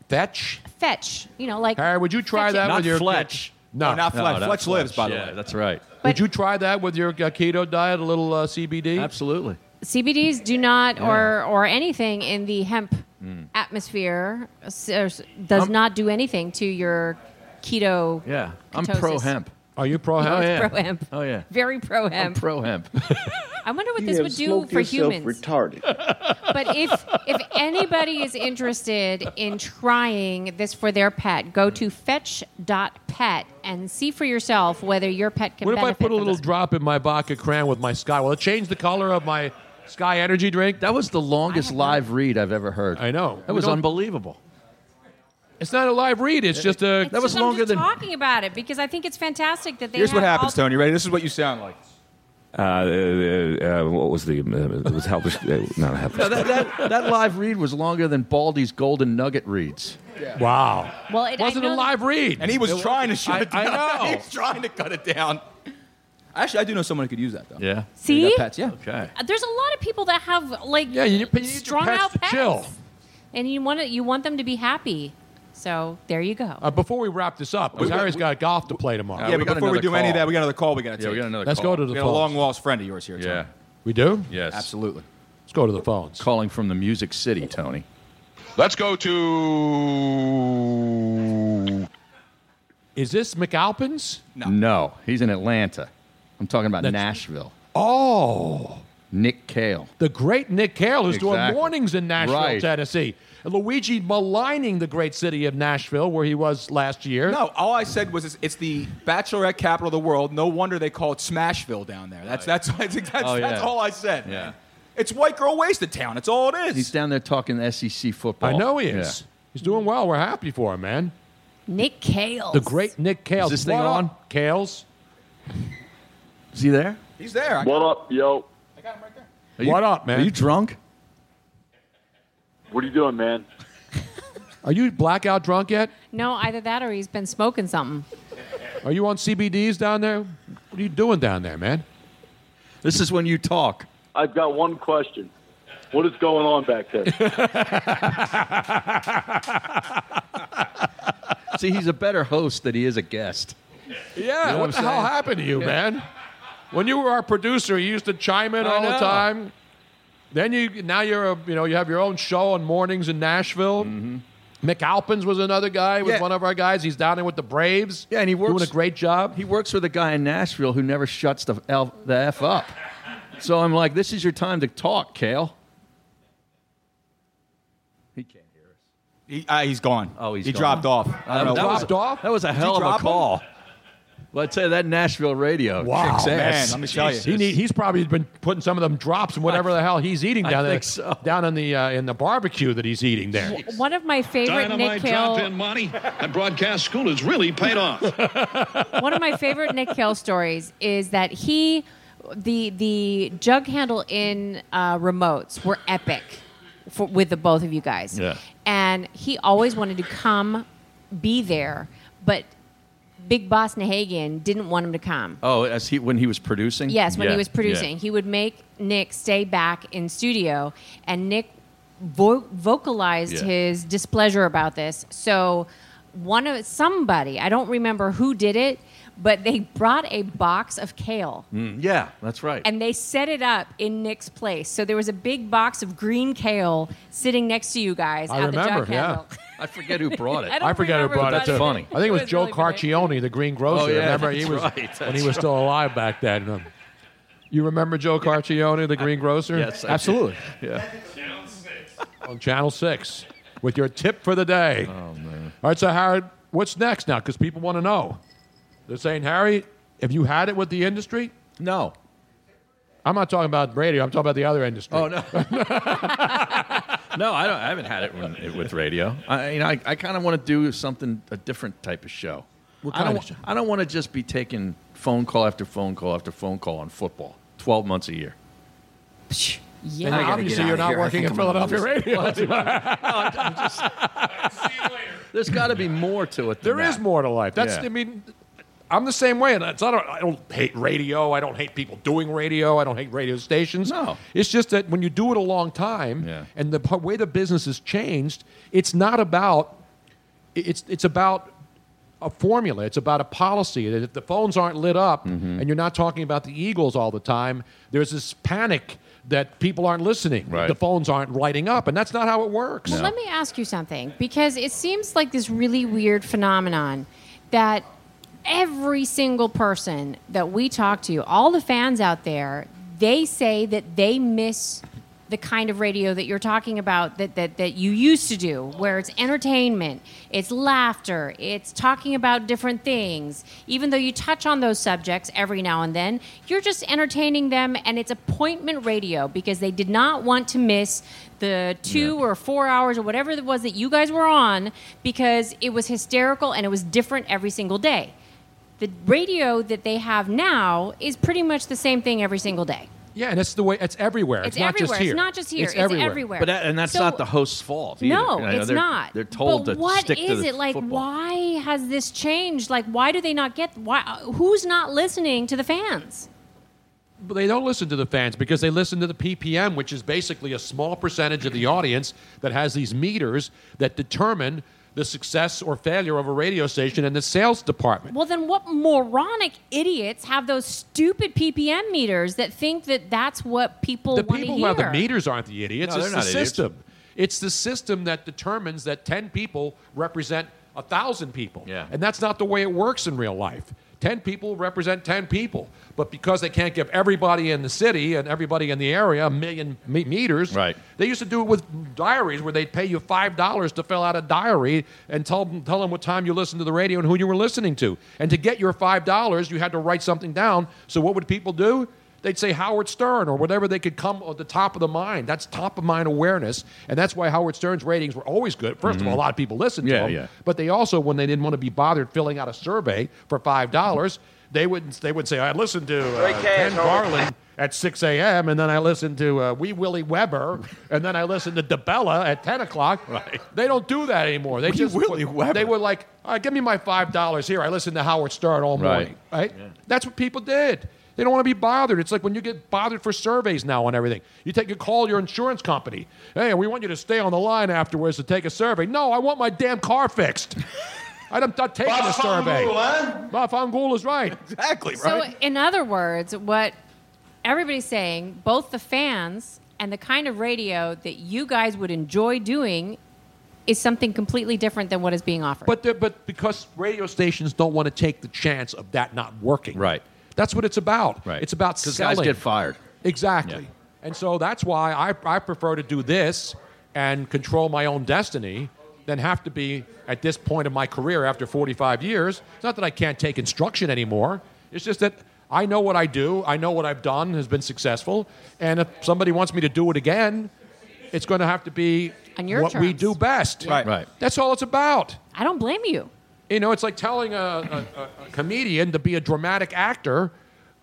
S4: Fetch?
S7: Fetch. You know, like
S4: Harry, would you try
S7: fetch it.
S4: that with your
S9: Fletch.
S4: No,
S9: No, not No, Fletch. not Fletch lives, Fletch. by the Yeah, way.
S4: That's right. would you try that with your uh, keto diet? A little uh, CBD? Absolutely.
S7: CBDs do not or or anything in the hemp
S4: Mm.
S7: atmosphere s- uh, s- does not do anything to your keto.
S9: Yeah, I'm
S7: ketosis.
S9: pro hemp.
S4: Are you pro
S7: hemp?
S9: Oh, yeah.
S7: Pro hemp.
S9: Oh yeah.
S7: Very pro
S9: I'm
S7: hemp.
S9: pro hemp.
S7: I wonder what this would do for humans.
S9: Retarded.
S7: but if if anybody is interested in trying this for their pet, go to fetch.pet and see for yourself whether your pet can
S4: What if I
S7: benefit.
S4: put a little drop in my vodka cran with my Sky? Will it change the color of my Sky Energy drink?
S9: That was the longest live read I've ever heard. I
S4: know.
S9: That
S4: We
S9: was
S4: don't-
S9: unbelievable.
S4: It's not a live read. It's just a.
S7: It's just- I'm just talking about it because I think it's fantastic that they
S10: Here's
S7: have
S10: what happens,
S7: all-
S10: Tony. Ready? This is what you sound like.
S2: Uh, uh, uh, what was the? Uh, it was helpless. Uh, not helpless.
S9: No, that, that, that live read was longer than Baldy's Golden Nugget reads.
S4: Wow.
S7: Well, it
S10: Wasn't
S7: I know
S10: a
S4: live read.
S10: And he was
S9: It was-
S10: trying to shut
S9: I-
S10: it down.
S9: I know.
S10: he was trying to cut it down. Actually, I do know someone who could use that though.
S9: Yeah.
S10: They
S7: See?
S10: got pets. Yeah. Okay.
S7: Uh, There's a lot of people that have like
S10: Yeah, you- you need your
S7: strung
S10: pets
S7: out
S10: to
S7: pets,
S4: chill.
S7: and you want it, you want them to be happy. So there you go.
S4: Uh, before we wrap this up, because
S10: We- we-
S4: Harry's got golf to play tomorrow.
S10: yeah, but before we do any of that, we got another call. We got to
S4: Yeah,
S10: take.
S4: we got another Let's call. go to the
S10: We got
S4: phones.
S10: a long lost friend of yours here. Yeah.
S4: We do?
S9: Yes.
S10: Absolutely.
S4: Let's go to the phones.
S9: Calling from the Music City, Tony.
S23: Let's go to.
S4: Is this McAlpin's?
S9: No. No, he's in Atlanta. I'm talking about Nashville.
S4: Oh.
S9: Nick Cale.
S4: The great Nick Cale, who's doing
S9: Exactly.
S4: mornings in Nashville,
S9: Right.
S4: Tennessee. Luigi maligning the great city of Nashville, where he was last year.
S10: No, all I said was it's, it's the bachelorette capital of the world. No wonder they call it Smashville down there. That's that's that's, that's,
S9: Oh,
S10: that's
S9: yeah.
S10: all I said. Yeah. It's white girl wasted town. It's all it is.
S9: He's down there talking SEC football.
S4: I know he is. He's doing well. We're happy for him, man.
S7: Nick Cale.
S4: The great Nick Cales.
S9: this thing
S4: What up,
S9: on?
S4: Cales.
S9: Is he there?
S10: He's there. I-
S22: What up, yo?
S9: Are you-
S4: What up, man?
S9: Are you drunk?
S22: What are you doing, man?
S4: Are you blackout drunk yet?
S7: No, either that or he's been smoking something.
S4: Are you on CBDs down there? What are you doing down there, man?
S9: This is when you talk.
S22: I've got one question. What is going on back there?
S9: See, he's a better host than he is a guest.
S4: Yeah,
S9: You know
S4: what
S9: what
S4: the
S9: I'm
S4: hell
S9: saying?
S4: happened to you,
S9: Yeah.
S4: man? When you were our producer, you used to chime in
S9: I
S4: all the
S9: know.
S4: time. Then you now you're a, you know you have your own show on mornings in Nashville.
S9: Mm-hmm.
S4: McAlpins was another guy, was
S9: Yeah.
S4: one of our guys. He's down there with the Braves.
S9: Yeah, and he works
S4: doing a great job.
S9: He works with a guy in Nashville who never shuts the L, the f up. So I'm like, this is your time to talk, Cale. He can't hear us.
S10: He, uh, he's gone.
S9: Oh, he's
S10: he
S9: gone.
S10: dropped off. I don't
S9: Um,
S10: know.
S9: that was- That was a
S10: Did you
S9: hell of
S10: drop
S9: a
S10: him?
S9: call. Well, I tell you that Nashville radio.
S4: Wow,
S9: kicks
S4: man!
S9: ass.
S4: Let me tell you, he need, he's probably been putting some of them drops and whatever the hell he's eating
S9: I
S4: down there,
S9: think so.
S4: down in the uh, in the barbecue that he's eating there.
S7: One of my favorite
S24: Dynamite
S7: Nick Cale.
S24: drop in money. That broadcast school has really paid off.
S7: one of my favorite Nick Cale stories is that he, the the jug handle in uh, remotes were epic, for, with the both of you guys.
S5: Yeah.
S7: And he always wanted to come, be there, but Big Boss Nahagian didn't want him to come.
S9: Oh, as he when he was producing.
S7: Yes, when
S9: Yeah,
S7: he was producing,
S9: yeah.
S7: he would make Nick stay back in studio, and Nick vo- vocalized
S9: Yeah.
S7: his displeasure about this. So, one of somebody I don't remember who did it, but they brought a box of kale.
S9: Mm, yeah, that's right.
S7: And they set it up in Nick's place. So there was a big box of green kale sitting next to you guys
S4: I
S7: at
S4: remember,
S7: the Jack
S4: yeah.
S7: Handle.
S9: I forget who brought it.
S7: I don't
S4: I forget who
S7: remember
S4: brought it.
S7: who
S4: too.
S7: brought it.
S4: I think it was,
S7: It was
S4: Joe
S7: really
S4: Carcione, the green grocer.
S9: Oh, yeah,
S4: remember he
S9: that's
S4: was
S9: right,
S4: when
S9: that's
S4: he was still alive back then. You remember Joe Carcione, the green grocer?
S9: Yes, I do.
S4: absolutely.
S9: Yeah.
S4: On Channel Six with your tip for the day. Oh man! All right, so Howard, what's next now? Because people want to know. They're saying, Harry, have you had it with the industry?
S9: No.
S4: I'm not talking about radio. I'm talking about the other industry.
S9: Oh no. no, I don't. I haven't had it with, with radio. I, you know, I, I kind of want to do something a different type of show.
S4: What
S9: I
S4: kind
S9: don't,
S4: of show?
S9: I don't want to just be taking phone call after phone call after phone call on football, twelve months a year.
S7: Yeah.
S4: And obviously, you're not working at Philadelphia radio.
S9: There's got to be more to it.
S4: There is more to life. That's
S9: Yeah.
S4: I mean, I'm the same way. And it's not. A, I don't hate radio. I don't hate people doing radio. I don't hate radio stations. No, it's just that when you do it a long time, and the p- way the business has changed, it's not about. it- It's it's about. A formula. It's about a policy that if the phones aren't lit up and you're not talking about the Eagles all the time, there's this panic that people aren't listening. The phones aren't lighting up, and that's not how it works.
S7: Well, let me ask you something because it seems like this really weird phenomenon that every single person that we talk to, all the fans out there, they say that they miss the kind of radio that you're talking about that, that, that you used to do, where it's entertainment, it's laughter, it's talking about different things. Even though you touch on those subjects every now and then, you're just entertaining them and it's appointment radio because they did not want to miss the two or four hours or whatever it was that you guys were on because it was hysterical and it was different every single day. The radio that they have now is pretty much the same thing every single day.
S4: Yeah, and it's the way it's everywhere.
S7: It's
S4: It's, not
S7: everywhere.
S4: just
S7: It's
S4: here.
S7: not just here. It's everywhere.
S9: But that, and that's
S7: So-
S9: not the host's fault. either.
S7: No,
S9: You know,
S7: it's
S9: they're-
S7: not.
S9: They're told
S7: but
S9: to
S7: what
S9: stick to
S7: is
S9: the
S7: it like?
S9: football.
S7: Why has this changed? Like, why do they not get? Why who's not listening to the fans?
S4: But they don't listen to the fans because they listen to the PPM, which is basically a small percentage of the audience that has these meters that determine the success or failure of a radio station and the sales department.
S7: Well, then what moronic idiots have those stupid PPM meters that think that that's what people
S4: The
S7: want to
S4: people who
S7: hear?
S4: have the meters aren't the idiots.
S9: No,
S4: it's the
S9: they're not idiots.
S4: system. It's the system that determines that 10 people represent 1,000 people. Yeah. And that's not the way it works in real life. 10 people represent 10 people. But because they can't give everybody in the city and everybody in the area a million me- meters, right. they used to do it with diaries where they'd pay you $5 to fill out a diary and tell them, tell them what time you listened to the radio and who you were listening to. And to get your $5, you had to write something down. So what would people do? They'd say Howard Stern or whatever they could come at the top of the mind. That's top of mind awareness, and that's why Howard Stern's ratings were always good. 1st of all, a lot of people listened
S9: Mm-hmm. Yeah,
S4: to him,
S9: yeah.
S4: but they also, when they didn't want to be bothered filling out a survey for five dollars, they wouldn't. They would say, "I listened to
S5: Great
S4: uh,
S5: cash,
S4: Ken
S5: Howard."
S4: Garland at 6 a.m., and then I listened to uh, Wee Willie Weber, and then I listened to DeBella at 10 o'clock." Right. They don't do that anymore. They just Willie Weber. They were like, all right, "Give me my five dollars here. I listened to Howard Stern all
S9: Right.
S4: morning." right? That's what people did. They don't want to be bothered. It's like when you get bothered for surveys now on everything. You take a call your insurance company. Hey, we want you to stay on the line afterwards to take a survey. No, I want my damn car fixed. I'm not taking a survey. Bob Fangool is right. Exactly
S7: So, in other words, what everybody's saying, both the fans and the kind of radio that you guys would enjoy doing, is something completely different than what is being offered.
S4: But the- but because radio stations don't want to take the chance of that not working. Right. That's what it's about. Right. It's about
S9: 'Cause guys
S4: selling.
S9: get fired.
S4: Exactly. And so that's why I, I prefer to do this and control my own destiny than have to be at this point of my career after 45 years. It's not that I can't take instruction anymore. It's just that I know what I do. I know what I've done has been successful. And if somebody wants me to do it again, it's going to have to be
S7: On your
S4: what we
S7: terms.
S4: do best.
S7: Right. Right.
S4: That's all it's about.
S7: I don't blame you.
S4: You know, it's like telling a, a, a- a comedian to be a dramatic actor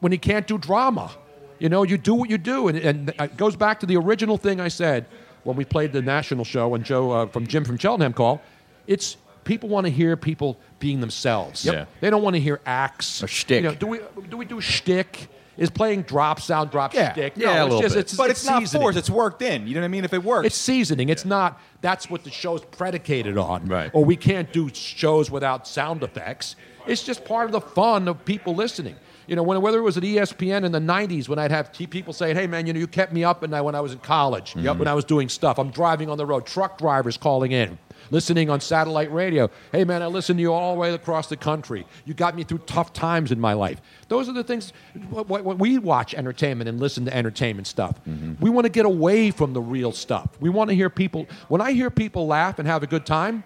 S4: when he can't do drama. You know, you do what you do, and, and it goes back to the original thing I said when we played the national show and Joe uh, from Jim from Cheltenham call. It's people want to hear people being themselves.
S9: Yep. Yeah.
S4: They don't want to hear acts or
S9: shtick.
S4: do we do we do shtick? Is playing drop sound drop
S10: Yeah.
S4: shtick?
S10: Yeah, a
S4: no,
S10: little
S4: it's just
S10: bit.
S4: it's
S10: But it's not
S4: seasoning.
S10: forced, it's worked in. You know what I mean? If it works,
S4: it's seasoning. It's not that's what the show's predicated on. Right. Or we can't do shows without sound effects. It's just part of the fun of people listening. You know, when, whether it was at E ESPN in the '90s when I'd have t- people saying, "Hey, man, you know, you kept me up," and I, when I was in college,
S2: Yep.
S4: when I was doing stuff, I'm driving on the road, truck drivers calling in. Listening on satellite radio. Hey man, I listen to you all the way across the country. You got me through tough times in my life. Those are the things. What, what, what we watch entertainment and listen to entertainment stuff.
S9: Mm-hmm.
S4: We want to get away from the real stuff. We want to hear people. When I hear people laugh and have a good time,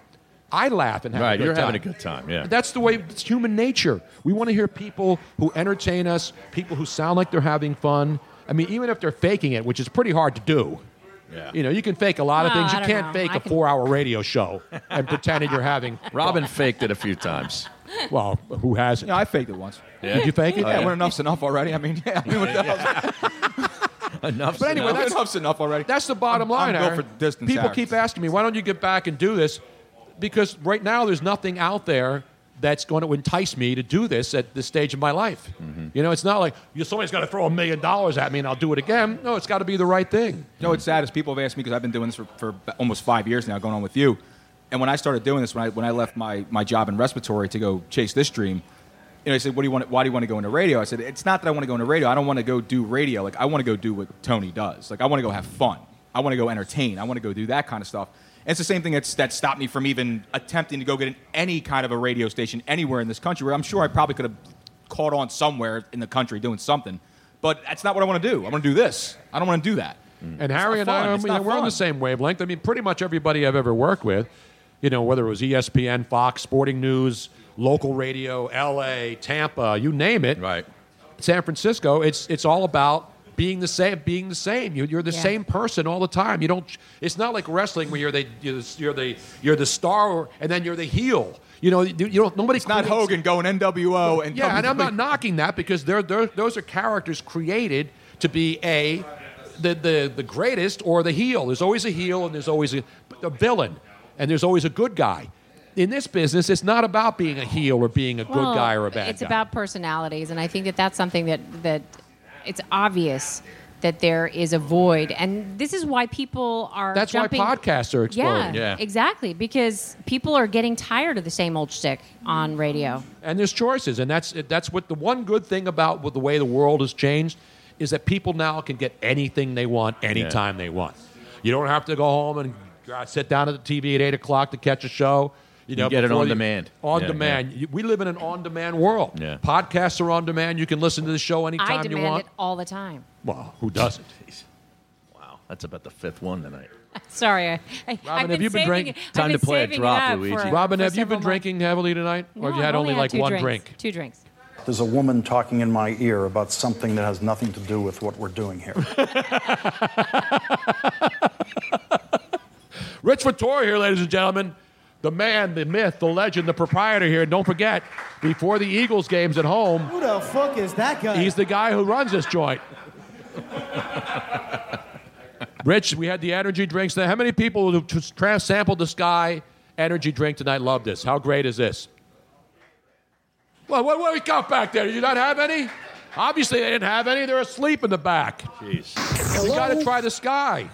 S4: I laugh and have
S9: Right,
S4: a good
S9: you're
S4: time.
S9: having a good time, yeah.
S4: That's the way it's human nature. We want to hear people who entertain us, people who sound like they're having fun. I mean, even if they're faking it, which is pretty hard to do.
S9: Yeah.
S4: You know, you can fake a lot of
S9: No,
S4: things.
S9: I
S4: You
S9: don't
S4: can't
S9: know.
S4: fake
S9: I
S4: a
S9: can-
S4: four-hour radio show and pretending you're having.
S9: Robin faked it a few times.
S4: Well, who hasn't?
S10: No, I faked it once.
S9: Yeah.
S4: Did you fake it?
S10: Yeah, when enough's enough already. I mean, yeah. I mean, what the
S9: Enough's
S4: but anyway, that's
S10: enough's enough already.
S4: That's the bottom line.
S10: I'm built
S4: Aaron.
S10: for distance,
S4: People
S10: Aaron.
S4: keep asking me, why don't you get back and do this? Because right now, there's nothing out there that's going to entice me to do this at this stage of my life.
S10: Mm-hmm.
S4: You know, it's not like you somebody's got to throw a million dollars at me and I'll do it again. No, it's got to be the right thing.
S10: You know what's sad is people have asked me because I've been doing this for, for ba- almost five years now, going on with you. And when I started doing this, when I when I left my, my job in respiratory to go chase this dream, you know, they said, "What do you want? Why do you want to go into radio?" I said, "It's not that I want to go into radio. I don't want to go do radio. Like I want to go do what Tony does. Like I want to go have fun. I want to go entertain. I want to go do that kind of stuff." And it's the same thing that's that stopped me from even attempting to go get in any kind of a radio station anywhere in this country. Where I'm sure I probably could have caught on somewhere in the country doing something, but that's not what I want to do. I want to do this. I don't want to do that.
S4: And Harry and I, I mean, we're on the same wavelength. I mean, pretty much everybody I've ever worked with, you know, whether it was E ESPN, Fox, Sporting News, local radio, LA, Tampa, you name it, right? San Francisco. It's it's all about being the same. Being the same. You, you're the
S2: Yeah.
S4: same person all the time. You don't. It's not like wrestling where you're the you're the you're the, you're the star and then you're the heel. You know, you, you don't. Nobody. It's
S10: not Hogan going NWO and
S4: yeah, and I'm not knocking that because they're, they're, those are characters created to be a the, the the greatest or the heel. There's always a heel and there's always a, a villain and there's always a good guy. In this business, it's not about being a heel or being a
S7: Well,
S4: good guy or a bad
S7: it's
S4: guy.
S7: about personalities and i think that that's something that that it's obvious that there is a void and this is why people are
S4: That's
S7: jumping-
S4: why podcasts are exploding.
S7: yeah, exactly because people are getting tired of the same old shtick on radio
S4: and there's choices and that's that's what the one good thing about with the way the world has changed is that people now can get anything they want anytime they want you don't have to go home and uh, sit down at the tv at 8 o'clock to catch a show you
S9: You
S4: know
S9: get it
S4: before
S9: on
S4: you-
S9: demand.
S4: on
S9: Yeah,
S4: demand You- we live in an on demand world podcasts are on demand you can listen to the show
S7: i
S4: anytime you
S7: demand
S4: want
S7: it all the time
S4: well who doesn't
S9: wow that's about the fifth one tonight
S7: sorry I, I, I've
S4: Robin, have you been
S7: saving
S4: drinking?
S7: it- I've been saving it up for-
S4: Robin,
S7: for
S4: have you
S7: several
S4: been
S7: months.
S4: drinking heavily tonight, or have you
S7: No,
S4: had
S7: I've
S4: only,
S7: had
S4: like
S7: two
S4: one
S7: drinks,
S4: drink?
S7: two drinks
S3: There's a woman talking in my ear about something that has nothing to do with what we're doing here.
S4: Rich Vittori here, ladies and gentlemen. The man, the myth, the legend, the proprietor here. And don't forget, before the Eagles games at home,
S8: Who the fuck is that guy?
S4: he's the guy who runs this joint. Rich, we had the energy drinks. Now, how many people who t- tra- sampled the Sky energy drink tonight love this? How great is this? Well, what, what we got back there? Did you not have any? Obviously, they didn't have any. They're asleep in the back. Jeez. You got to try the Sky.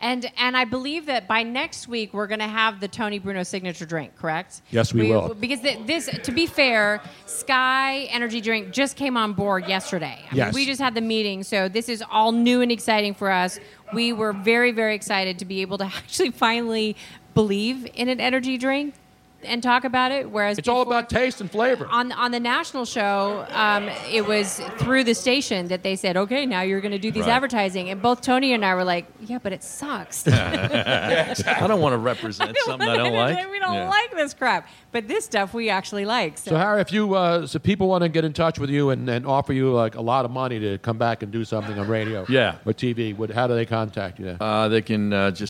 S7: And and I believe that by next week we're going to have the Tony Bruno signature drink, correct?
S4: Yes, we will.
S7: Because th- this, to be fair, Sky Energy Drink just came on board yesterday. I
S12: Yes.
S7: mean, we just had the meeting, so this is all new and exciting for us. We were very very excited to be able to actually finally believe in an energy drink and talk about it. Whereas
S4: It's all about taste and flavor.
S7: on on the national show, um, it was through the station that they said, "Okay, now you're going to do these
S9: Right.
S7: advertising." And both Tony and I were like, "Yeah, but it sucks."
S9: I don't want to represent something I don't like.
S7: we don't
S4: Yeah.
S7: like this crap, but this stuff we actually like. So,
S4: So Harry, if you uh, so people want to get in touch with you and, and offer you like a lot of money to come back and do something on radio,
S9: Yeah.
S4: or TV, would how do they contact you?
S9: Uh, they can uh, just